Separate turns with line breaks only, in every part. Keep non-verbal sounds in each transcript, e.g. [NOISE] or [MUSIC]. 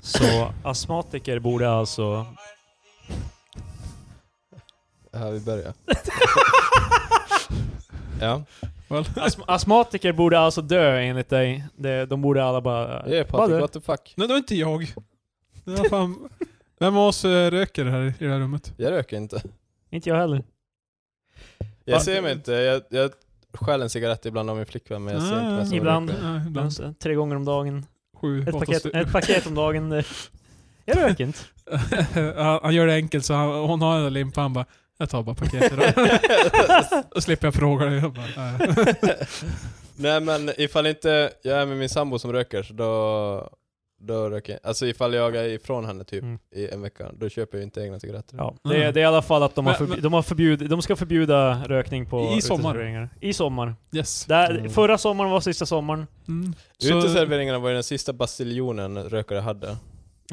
Så astmatiker borde
[LAUGHS]
alltså...
Ja, vi börjar. ja,
Astm- astmatiker borde alltså dö enligt dig. Det, de borde alla bara...
det är
Vad
Patrik,
du?
what the fuck.
Nej, det var inte jag. Det var fan... Vem av oss eh, röker här i det här rummet?
Jag röker inte.
Inte jag heller.
Jag
Fan.
ser mig inte. Jag, jag stjäl en cigarett ibland av min flickvän, men jag ser inte mig som en
Ah, Ibland.
rökare.
Nej, ibland.
Ibland, Alltså, tre gånger om dagen.
Sju,
Ett
åtta
paket,
stycken. [LAUGHS]
ett paket om dagen. eh. Jag röker inte.
han, han gör det enkelt så han, hon har en limpa, han bara jag tar bara paketet då.
[LAUGHS]
Då slipper jag fråga dig. Jag bara, nej.
Nej men ifall inte jag är med min sambo som röker så då, då röker jag. Alltså ifall jag är ifrån henne typ
Mm.
i en vecka, då köper jag inte egna cigaretter.
Ja,
Mm.
det, är- det är i alla fall att de har,
Men-
förbjud,
men-
de har förbjud, de ska förbjuda rökning på
I sommar.
uteserveringar. I sommar.
Yes.
Där,
Mm.
Förra sommaren var sista sommaren.
Mm. Så-
Uteserveringarna var ju den sista bastiljonen rökare hade.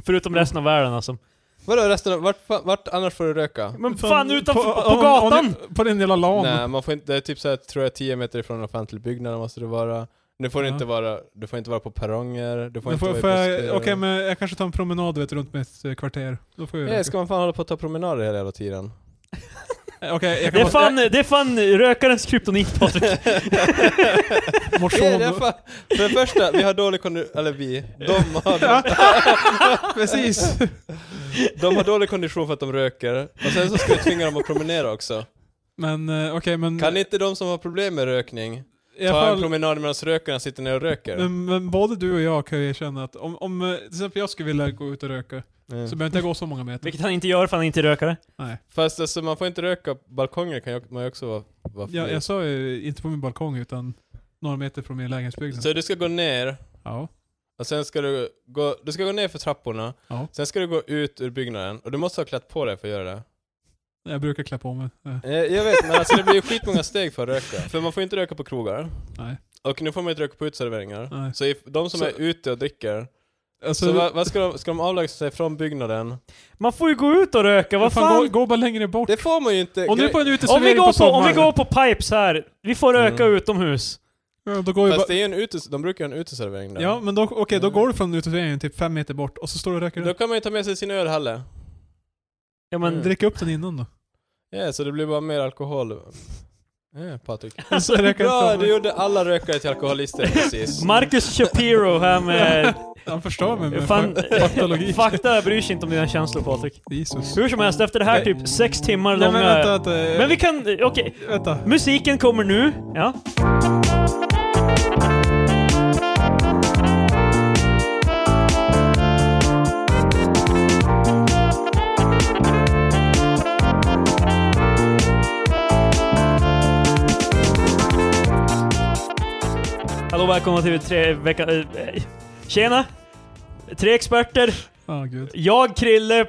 Förutom
Mm.
resten av världen alltså.
Vadå resten av, vart, fa- vart annars får du röka?
Men fan utanför, på,
om- om-
gatan!
på den lilla lan.
Nej man får inte, det är typ såhär, tror jag 10 meter ifrån en offentlig byggnad måste det vara. Du får
Ja.
inte vara, du får inte vara på perronger, du får
Men
inte vara
får, får
i
jag,
buskar.
Okej, men jag kanske tar en promenad vet, runt mitt eh, kvarter. Då får jag
Nej,
röka.
ska man fan hålla på att ta promenader hela jävla
[LAUGHS]
tiden?
Eh, Okej, jag
Det
kan
är,
bara,
fan, det är fan rökarens kryptonit alltså. Patrik.
motion.
Nej, [LAUGHS] det
[LAUGHS]
är fan, för det första, vi har dålig kondition, eller vi, de har
Precis!
De har dålig kondition för att de röker, och sen så ska vi tvinga dem att promenera också.
Men eh, okej, men...
Kan inte de som har problem med rökning
i alla
ta en
fall- Mm.
promenad medan rökarna sitter ner och röker?
men, men både du och jag kan ju erkänna att om, om eh, till exempel jag skulle vilja gå ut och röka,
Mm.
så behöver inte jag gå så många meter.
Vilket han inte gör för han är inte rökare.
Nej.
Fast alltså, man får inte röka på balkonger, kan ju- man ju också vara, vara fri.
Jag, jag sa ju inte på min balkong utan några meter från min lägenhetsbyggnad.
Så du ska gå ner,
Ja.
och sen ska du gå, du ska gå ner för trapporna,
Ja.
sen ska du gå ut ur byggnaden, och du måste ha klätt på dig för att göra det.
Jag brukar klä på mig. Eh,
Eh, Jag vet, men alltså det blir ju skitmånga steg för att röka. [LAUGHS] För man får inte röka på krogar,
Nej.
och nu får man inte röka på uteserveringar.
Nej.
Så if, de som
Så-
är ute och dricker,
Alltså,
så vad, vad ska, de, ska de avlägsna sig från byggnaden?
Man får ju gå ut och röka, vad fan?
Gå, gå bara längre bort.
Det får man ju inte.
Om du är på en
Om vi,
uteservering
går
på
på, om vi
sommaren.
går på Pipes här, vi får röka
Mm.
utomhus.
Ja, då går vi
Fast det
bara,
är ju en utes... de brukar ju ha en uteservering där.
ja men då, okej, då
Mm.
går du från uteserveringen typ fem meter bort och så står du och röker.
Då
Då,
kan man ju ta med sig sin ölhalle.
Ja men,
Mm.
Drick upp den innan då.
Ja, så det blir bara mer alkohol. Ja, Patrik.
Alltså, röker
Bra,
inte
du
om-
gjorde alla rökare till
[LAUGHS]
alkoholister precis.
Marcus Shapiro här med...
Han förstör mig med
Fan,
fa- faktologi.
fakta bryr sig inte om dina känslor Patrik.
Jesus.
Hur som helst, efter det här typ sex timmar
Nej men
långa...
vänta, vänta.
Men vi kan... Okej.
Vänta.
Musiken kommer nu. Ja. Hallå välkomna till tre vecka... eh, eh, Tjena! Tre experter.
Ja, gud.
Jag, Krille,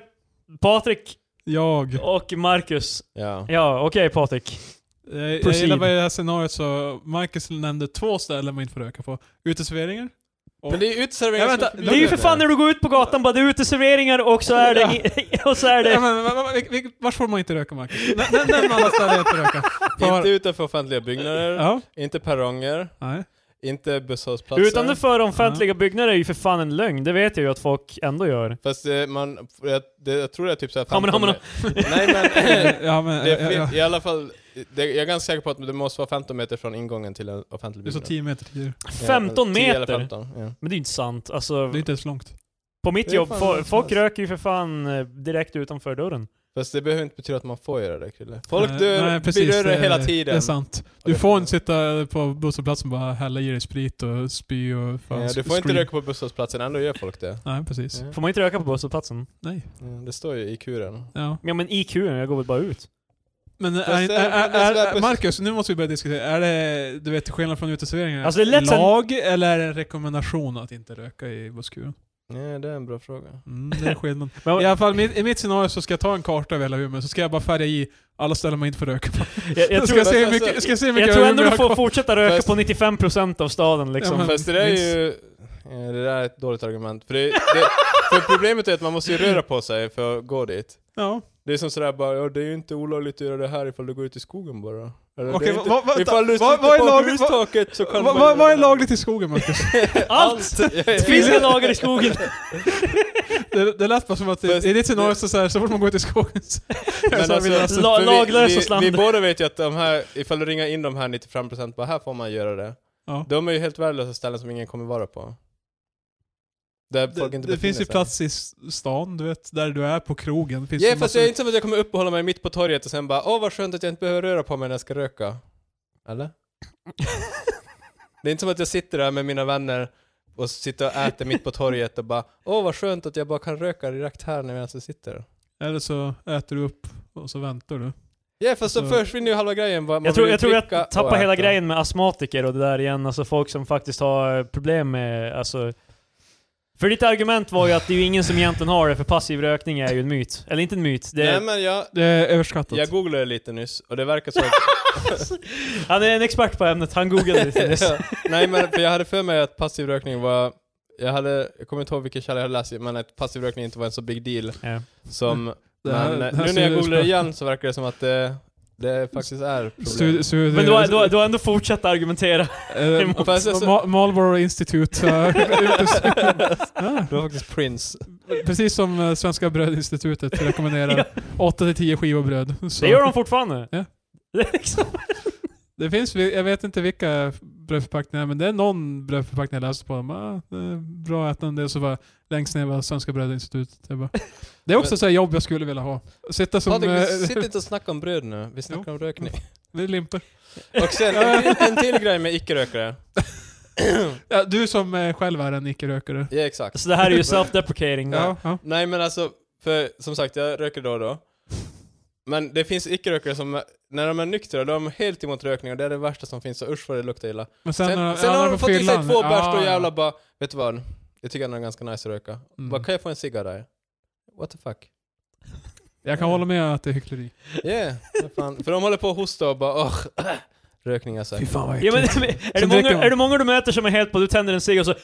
Patrik
Jag.
och Marcus.
Ja.
Ja, okej Patrik.
Jag, jag
Proceed.
gillar bara i det här scenariot så Marcus nämnde två ställen man inte får röka på. Uteserveringar.
Men det är ju uteserveringar
Ja,
som
vänta,
är
Det är ju för
förbjudna.
fan när du går ut på gatan bara, det är uteserveringar och så är det... [LAUGHS] Och så är
Ja,
det...
men, men, men, vil- vil- vars får man inte röka Marcus? N- n- Nämn alla ställen jag inte får
[LAUGHS]
röka.
Inte utanför offentliga byggnader,
Ja,
inte perronger, [LAUGHS]
nej.
inte busshållplatser.
Utan det för offentliga byggnader är ju för fan en lögn, det vet jag ju att folk ändå gör.
Fast eh, man, jag, det, jag tror det är typ såhär
Ja, men- ja, men-
Nej
[LAUGHS]
men, eh,
Ja, men,
det,
ja,
är
ja,
fi- i alla fall, det, jag är ganska säker på att det måste vara 15 meter från ingången till en offentlig
Det är så
byggnad.
10 meter tidigare.
Ja,
15
10 eller
meter!
15, ja.
Men det är ju inte sant, alltså...
Det är inte ens långt.
På mitt
Det är
jobb,
fan
fo-
hur som
folk
helst.
röker ju för fan eh, direkt utanför dörren.
Fast det behöver inte betyda att man får göra det Krille. Folk
Nej,
dör,
Eh, nej, precis, eh,
blir
det
döda
är-
hela tiden.
Det är sant. Du får inte sitta på busshållplatsen och bara hälla i dig sprit och spy och fan
Ja, du
sk-
får inte
scream.
röka på busshållplatsen, ändå gör folk det.
Nej, precis.
Ja.
Får man inte röka på busshållplatsen?
Nej.
Ja, Det står ju i kuren.
Ja.
Ja men IQ, jag går väl bara ut.
Men är,
Fast
är,
det är-
är,
det är sådär
är,
buss-
Marcus, nu måste vi börja diskutera. Är det, du vet, till skillnad från uteserveringar,
Alltså, det är lätt sen-
lag eller är det en rekommendation att inte röka i busskuren?
Ja, det är en bra fråga.
Mm, det
[LAUGHS]
är skillnad.
Men,
I alla fall, mitt, i mitt scenario så ska jag ta en karta över hela Umeå, så ska jag bara färga i alla ställen man inte får röka på.
jag, jag,
ska,
tror,
jag se hur
alltså,
mycket, ska jag se hur mycket
jag tror ändå du
Umeå har
får
kvar.
fortsätta röka
Fast-
på 95% av staden liksom.
Ja, men-
Fast det där är ju...
minst.
ja, Det där är ett dåligt argument. För, det, det, för problemet är att man måste ju röra på sig för att gå dit.
Ja.
Det är som sådär bara, ja, det är ju inte olagligt att göra det här ifall du går ut i skogen bara. Eller,
Okej,
det är inte,
vad- vad-
ifall du
vad-
sitter
vad är
på
lagligt-
hustaket så kan
Vad
man
vad-
göra
vad
[LAUGHS]
är
det.
lagligt i skogen Marcus?
Allt!
Ja, ja, ja.
Fiska lagar i skogen!
Det, det lät bara som att
Fast
i, i ditt scenario
det-
så, så, här, så fort man går ut i
[LAUGHS]
skogen så...
Men
så här vill
alltså,
jag-
La-
för vi-
laglösa
vi,
sland.
Vi båda vet ju att de här, ifall du ringar in de här 95% bara här får man göra det.
ja.
De är ju helt värdelösa ställen som ingen kommer vara på. Där folk
Det,
inte
det finns
befinner
ju
sig.
plats i s- stan, du vet, där du är på krogen. Finns
Ja,
det
fast
massor-
det är inte som att jag kommer uppehålla mig mitt på torget och sen bara åh vad skönt att jag inte behöver röra på mig när jag ska röka. Eller? det är inte som att jag sitter där med mina vänner och sitter och äter mitt på torget och bara åh vad skönt att jag bara kan röka direkt här när jag alltså sitter.
Eller så äter du upp och så väntar du.
Ja fast då
Så-
försvinner ju halva grejen. Vad man
Jag tror,
vill
jag tror
dricka
jag tappar
och
hela
äta.
grejen med astmatiker och det där igen, alltså folk som faktiskt har problem med, alltså... För ditt argument var ju att det är ju ingen som egentligen har det, för passiv rökning är ju en myt. Eller inte en myt, det
Nej
är,
men jag,
Det är överskattat.
jag googlade lite nyss och det verkar så att
han är en expert på ämnet, han [LAUGHS] googlade lite
[LAUGHS]
nyss.
Ja. Nej men för jag hade för mig att passiv rökning var, jag, hade, jag kommer inte ihåg vilken källa jag hade läst i, men att passiv rökning inte var en så big deal
Ja.
som,
Det här-
men eh,
det här
nu när jag
ser ut-
googlar igen så verkar det som att det, det faktiskt är problem.
Stud- stud-
Men du har, du, har, du har ändå fortsatt argumentera. [LAUGHS]
eh,
emot-
Fast jag-
Ma- Marlboro Institute. eh, [LAUGHS] ja,
Det var faktiskt Prince.
precis som eh, Svenska Brödinstitutet rekommenderar. 8-10 skivor bröd. Så.
Det gör de fortfarande.
Ja.
Det är liksom,
Det finns, vi- jag vet inte vilka brödförpackningar, men det är någon brödförpackning jag läste på. De bara, ah, eh, bra ätande. Och så bara, längst ner var Svenska Brödinstitutet. Jag bara, det är också så här jobb jag skulle vilja ha. Sitta som...
Patrik,
eh,
vi sitter inte och snackar om bröd nu, vi snackar om rökning.
[LAUGHS] det är limper.
Och sen en till, en till grej med icke-rökare.
Ja, du som eh, själv är en icke-rökare.
Ja exakt.
[LAUGHS] så Alltså, det här är ju self-deprecating.
Ja, ja.
Nej men alltså, för som sagt jag röker då och då. Men det finns icke-rökare som, när de är nyktra, då är de helt emot rökning och det är det värsta som finns, så usch vad det luktar illa.
Men sen,
Sen, sen,
när- ja,
har
när
de
på
fått i sig
fyllan.
två bärs
Ja,
och
ja.
jävla bara, vet du vad? Jag tycker ändå det är ganska nice att röka.
Mm.
Bara, kan jag få en cigga där? What the fuck?
Jag kan hålla med att det är hyckleri.
Yeah, vad fan. För de håller på och hosta och bara, åh, [CLEARS THROAT] rökning alltså.
fan vad
Ja, men, [LAUGHS] är, det
Sen dricker
många,
man.
är det många du möter som är helt på du tänder en cigg och så...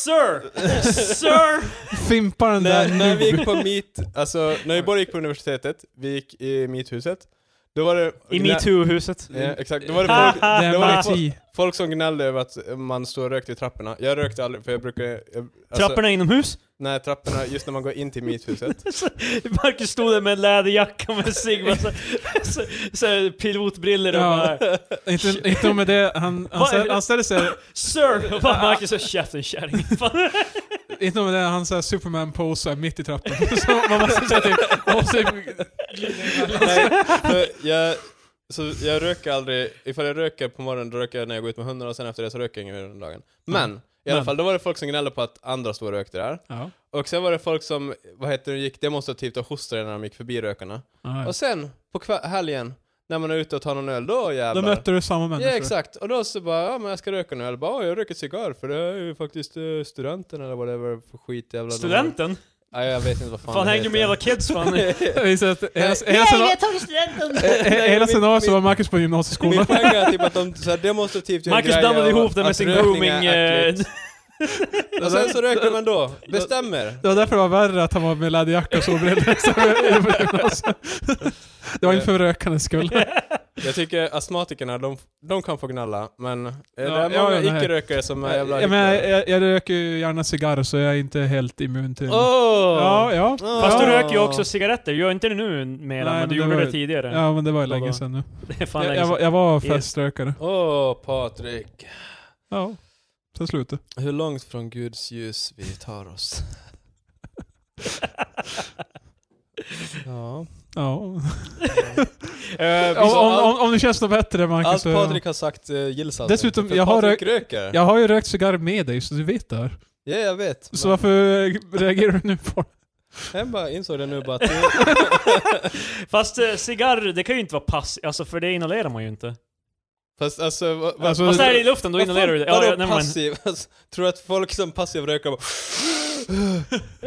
Sir! [LAUGHS] Sir!
Fimpar den där
när, när
nu.
vi gick på meet, alltså när vi båda gick på universitetet, vi gick i meethuset, då var det...
I metoo-huset.
Ja, exakt, då var det folk,
[LAUGHS] Det typ- är
det var liksom-
parti.
folk som gnällde över att man stod och rökte i trapporna. Jag rökte aldrig, för jag brukar... Jag, alltså,
Trapporna inomhus. [LAUGHS]
Nej, trapporna, just när man går in till meethuset.
Marcus stod där med en läderjacka med en cigg och så, så, så pilotbriller och
Ja.
bara
Inte, inte nog med det, han, han,
Vad är
ställ,
det?
han ställer sig...
Sir! Och bara Marcus och käften kärring. [LAUGHS] Fan.
Inte nog med det, han såhär Superman-posar mitt i trappan. Så man måste säga till... man Måste,
Nej, för jag, så jag röker aldrig, ifall jag röker på morgonen då röker jag när jag går ut med hundarna och sen efter det så röker jag ingen under dagen. Men, i alla
Men.
fall, då var det folk som gnällde på att andra stod och rökte där.
ja.
Och sen var det folk som, vad heter det, gick demonstrativt och hostade när de gick förbi rökarna.
Ja, ja.
Och sen, på kva- helgen, när man är ute och tar någon öl, då
Då
jävlar.
möter du samma
Ja
människor.
exakt, och då så bara, ja men jag ska röka nu, eller bara, "Ja, jag röker cigarr för det är ju faktiskt eh, studenten eller vad det var för skit jävla
Studenten?
Nej jag vet inte vad fan
Fan
det
hängde med
heter.
jävla kids fan.
[LAUGHS]
Det visar att hela,
Nej.
hela, scena-
tagit studenten!
he-
Nej,
hela
mitt-
scenariot så
mitt-
var Marcus på
Min
gymnasieskolan.
poäng är typ att de så här demonstrativt gör
Marcus
grejer
blandade
av
ihop det med
att
sin
rökning är
grooming... eh,
äckligt. Och sen så röker
[LAUGHS]
man då. Bestämmer.
Det var därför det var värre att han var med läderjacka och solbrillor. som är på gymnasiet. Det var inte för rökandets skull.
Jag tycker astmatikerna, de, de kan få gnälla, men eh, det
ja,
är
ja,
många
nej.
icke-rökare som är jävla...
Eh, Jag, menar, jag, jag röker ju gärna cigarr så jag är inte helt immun till...
Åh!
Ja, ja.
Åh!
eh, Fast du röker ju också cigaretter, gör inte det nu mera,
Nej,
men
men
du
det
gjorde
var-
det tidigare.
Ja, men det var ju
Då var-
länge sedan nu.
[LAUGHS] Det är fan
Jag,
länge
jag,
sedan.
var- jag var
Yes.
feströkare.
Åh, Patrik.
Ja, sen slutade
Hur långt från Guds ljus vi tar
[LAUGHS]
oss. ja.
Ja.
Eh,
Om,
så
om,
allt-
om, om det känns något bättre Marcus.
Allt
så-
Alltså, Patrik har sagt eh, gills alltså
Dessutom,
inte, för
jag har
Patrik röker. Ja.
Jag har ju rökt cigarr med dig så du vet det här.
jag vet.
Så
Men
varför eh, reagerar du nu på det?
Jag bara insåg det nu bara att det-
Fast eh, cigarr, det kan ju inte vara pass, alltså för det inhalerar man ju inte.
Fast alltså... va- va-
Alltså,
Fast är det i luften, då
Vad fan-
inhalerar du det.
vadå
Ja, never mind.
passiv? [LAUGHS] Alltså, tror du att folk som passiv röker bara... [GASPS]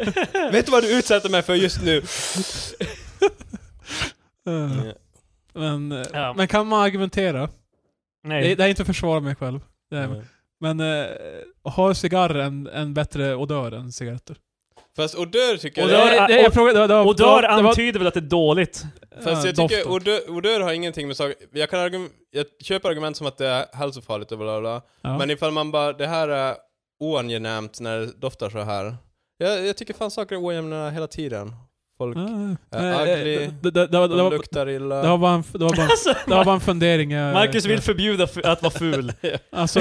Vet du vad du utsätter mig för just nu? [LAUGHS]
Eh,
Ja.
Men, eh,
Ja.
men kan man argumentera? Det,
[LAUGHS] Nej.
det är inte att försvara mig själv. Det är, Men eh, har cigarr en, en bättre odör än cigaretter?
Fast odör tycker
Odör-
jag...
Nej, nej, jag frågade, det var- det var-
Och dör
det var- det var-
antyder väl att det är dåligt? [LAUGHS]
Fast
ja,
jag tycker
doften.
odör, odör har ingenting med saker... Jag kan argum, Jag köper argument som att det är hälsofarligt och bla bla bla.
Ja.
Men ifall man bara... Det här är oangenämt när det doftar så här. Jag, jag tycker fan saker är ojämna hela tiden. Folk
Ah,
är
nej,
ugly,
det- det- det var- det
de
var-
luktar illa.
det var bara en- det var bara en-
Alltså,
det var bara en fundering. jag-
Marcus vill förbjuda fu- att vara
[LAUGHS]
ful.
Alltså,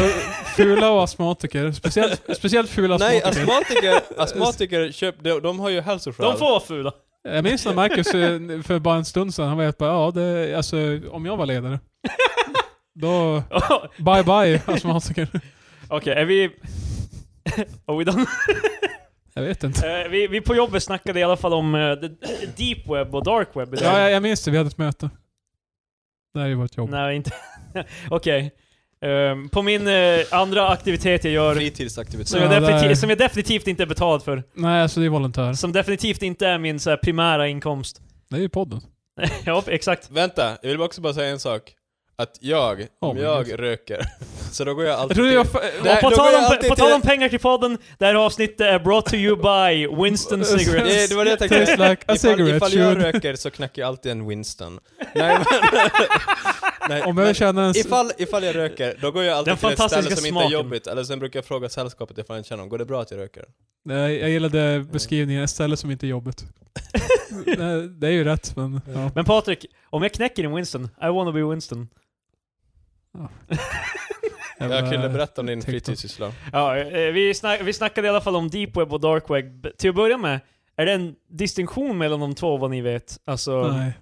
fula och astmatiker. Speciellt, speciellt fula
Nej,
astmatiker.
astmatiker, astmatiker köp, de, de har ju hälsoskäl.
De får vara fula. [LAUGHS]
Jag minns när Marcus eh, för bara en stund sedan, han var helt bara ja, det, alltså om jag var ledare. Då, bye bye astmatiker.
Okej, är vi... [LAUGHS] Are we
[LAUGHS]
done?
Jag vet inte.
Eh, vi, vi på jobbet snackade i alla fall om eh, the deep web och dark web idag.
Ja, jag, jag minns det, vi hade ett möte. Det här är vårt jobb.
Nej, inte... [LAUGHS] Okej. Ehm, på min eh, andra aktivitet jag gör,
Fritidsaktivitet.
som, jag
Ja,
definitivt-
där.
som jag definitivt inte är betald för,
Nej, alltså det är volontär.
som definitivt inte är min så här, primära inkomst. [LAUGHS]
Det är ju podden.
ja, exakt.
Vänta, jag vill också bara säga en sak. Att jag,
Oh
om
my
jag
God.
röker, [LAUGHS] så då går jag
Jag
alltid...
trodde jag... fa-
Nej,
och på
då
tal,
går jag
om,
alltid
på
till-
tal om pengar till podden, det här avsnittet är brought to you
[LAUGHS]
by Winston
Det,
Cigarettes.
det var det jag tänkte.
Tastes like a
ifall,
cigarette,
ifall jag
sure.
röker så knackar jag alltid en Winston.
[LAUGHS]
Nej, men, nej,
Om
men
jag känner en...
ifall, ifall jag röker, då går jag alltid
Den
till ett ställe
fantastiska
som inte är
smaken.
jobbigt. Eller sen brukar jag fråga sällskapet ifall jag känner dem. Går det bra att jag röker?
Nej, jag gillade beskrivningen, ett ställe som inte är jobbigt. Nej, det är ju rätt, men... Ja.
Men Patrik, om jag knäcker en Winston, I wanna be Winston.
Jag kunde
eh,
berätta om din
TikTok.
fritidssyssla.
Ja, eh, vi, snack, vi snackade i alla fall om deep web och dark web. Till att börja med, är det en distinktion mellan de två vad ni vet? Alltså,
Nej.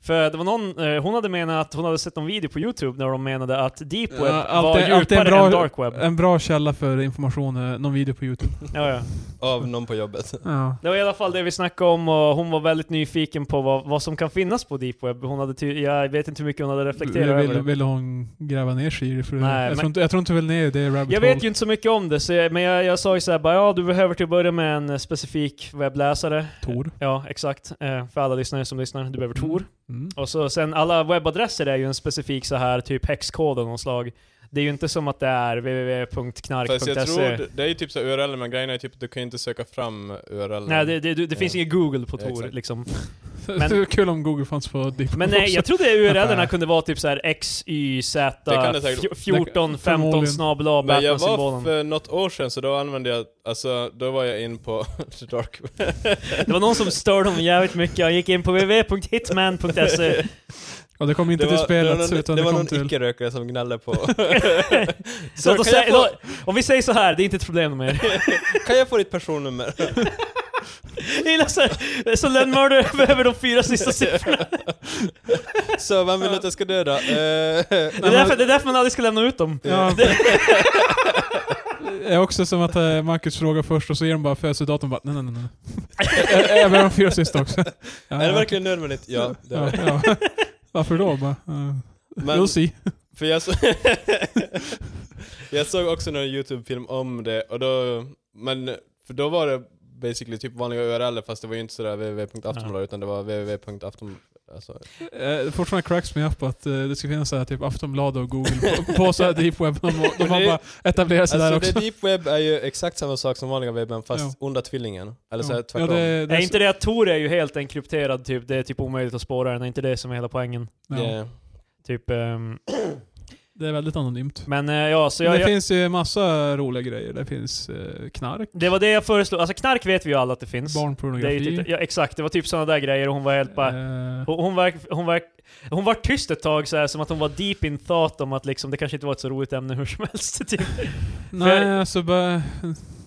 För det var någon, eh, hon hade menat att hon hade sett någon video på youtube när de menade att deep web
Ja, allt
var
är- allt är en
djupare
bra-
än dark web.
En bra källa för information, är någon video på Youtube.
Ja, ja.
Av någon på jobbet.
Ja.
Det var i alla fall det vi snackade om och hon var väldigt nyfiken på vad, vad som kan finnas på deep web. Hon hade ty- jag vet inte hur mycket hon hade reflekterat
Vill,
över
vill,
det.
vill hon gräva ner sig i det? För
Nej,
jag,
men-
tror inte, jag tror inte väl ner i det rabbit
Jag vet
hole.
ju inte så mycket om det, så jag, men jag, jag sa ju såhär bara ja, du behöver till att börja med en eh, specifik webbläsare.
Tor.
Ja, exakt. Eh, för alla lyssnare som lyssnar, du behöver Tor.
Mm.
Och så sen alla webbadresser är ju en specifik så här typ hexkod av något slag. Det är ju inte som att det är
Fast jag
www.knark.se.
tror, det är ju typ så här URL, men grejen är typ att du kan ju inte söka fram URL.
Nej, det, det, det, det finns
Ja.
inget Google på
Ja,
Tor
exakt.
liksom.
Men, [LAUGHS] det är kul om Google fanns på Deep
Men nej, jag
[LAUGHS]
trodde URL-erna kunde vara typ så här x, y, z,
Det kan det säkert-
fj- 14, 15
Förmodligen.
snabel a
Men jag var
Batman-symbolen.
för något år sedan, så då använde jag, alltså då var jag in på [LAUGHS] the dark web.
Det var någon som störde honom jävligt mycket. Han gick in på www.hitman.se.
Och det kom inte till
det
spelet,
var någon,
utan
det
det,
var
kom
någon
till...
icke-rökare som gnällde på... [LAUGHS] [LAUGHS] så
Låt
kan,
oss säga,
jag få,
låt- om vi säger så här, det är inte ett problem
[LAUGHS]
med er.
kan jag få ditt
[LAUGHS]
personnummer?
Jag gillar så här, Så Len Murder behöver de fyra sista siffrorna.
så vem vill att jag ska döda? [LAUGHS]
[LAUGHS]
Eh,
Det är därför, det är därför man aldrig ska lämna ut dem.
Ja, det är också som att eh, Marcus frågar först och så ger de bara födelsedatum bara nej nej nej. nej. [LAUGHS] jag, jag vill ha de fyra sista också. Ja,
är det verkligen nödvändigt? Ja, det är
Ja,
det.
ja. [LAUGHS] Varför då? Bara, eh,
Men,
we'll see.
för jag, så, [LAUGHS] jag såg också någon YouTube-film om det, och då, men för då var det basically typ vanliga URL fast det var ju inte sådär www.aftonbladet utan det var www.afton... Alltså,
Eh, fortfarande cracks me up att eh, det ska finnas så här, typ Aftonbladet och Google på, på så här deep web. De, de har
det-
bara etablerat sig där
alltså det
också.
deep web är ju exakt samma sak som vanliga webben fast onda tvillingen. Eller så här, tvärtom.
det,
Är inte det att Tor är ju helt enkrypterad typ, det är typ omöjligt att spåra den, är inte det som är hela poängen?
ja,
Yeah.
Typ, ehm,
det är väldigt anonymt.
men eh, ja, så jag,
det
jag,
finns ju massa roliga grejer. Det finns eh, knark,
det var det jag föreslog, alltså knark vet vi ju alla att det finns. Det är
barnpornografi.
ju typ, ja, exakt, det var typ sådana där grejer och hon var helt bara...
eh,
Hon, hon, var, hon, var, hon var tyst ett tag så här, som att hon var deep in thought om att liksom, det kanske inte var ett så roligt ämne hur som helst. [LAUGHS] Typ.
nej,
för-
alltså bara...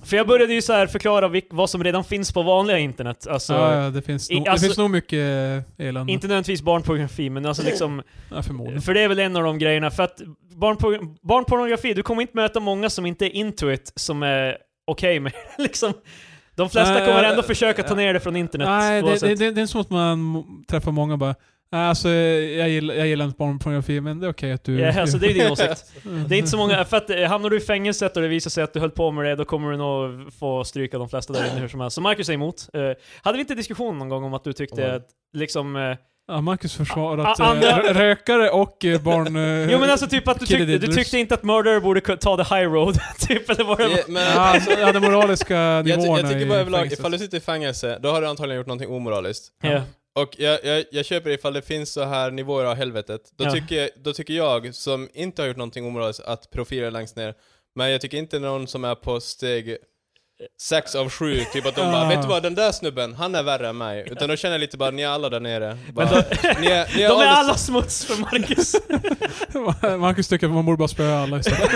För jag började ju så här förklara vilk, vad som redan finns på vanliga internet. Alltså,
ja, ja, det, finns
i-
nog,
alltså-
det finns nog mycket eh, elände.
Inte nödvändigtvis barnpornografi, men alltså liksom...
ja, förmodligen.
För det är väl en av de grejerna, för att barnpornografi, barnpornografi du kommer inte möta många som inte är into it, som är okej med [LAUGHS] det, liksom. De flesta
Nej,
kommer
ja,
ändå försöka ta ner det från internet.
Nej, det,
oavsett.
det, det, det är som att man m- träffar många och bara "Nej, Alltså jag gillar, jag gillar inte barnpornografi men det är okej att du...
Ja, alltså, det är ju din åsikt.
[LAUGHS] Mm.
Det är inte så många, för att eh, hamnar du i fängelset och det visar sig att du höll på med det, då kommer du nog få stryka de flesta där inne hur som helst. Så Marcus är emot. Eh, hade vi inte diskussion någon gång om att du tyckte
Oj.
att liksom... eh,
Ja, Marcus försvarat
A- a- andra-
eh, rö- rökare och eh, barn...
[LAUGHS]
eh,
jo men alltså typ att du
Kill the
tyckte, du
diddlers.
tyckte inte att Murder borde ku- ta the high road, [LAUGHS] typ, eller vad det var.
Ja, men,
ja, alltså, ja, de
[LAUGHS]
moraliska
jag, ty-
nivåerna
jag tycker bara
i
överlag,
fängelset.
ifall du sitter i fängelse, då har du antagligen gjort någonting omoraliskt.
Ja.
Och jag, jag, jag köper ifall det finns så här nivåer av helvetet. Då,
Ja.
tycker, jag- då tycker jag, som inte har gjort någonting omoraliskt, att profilera längst ner. Men jag tycker inte någon som är på steg sex av sju, typ att de
Ja.
bara ”Vet du vad, den där snubben, han är värre än mig”. Utan de känner lite bara, ni är alla där nere. Bara,
Men
ni är, ni är,
De är
alldeles-
alla smuts för Marcus.
[LAUGHS] Marcus tycker att man borde bara spöa
[LAUGHS]
alla istället.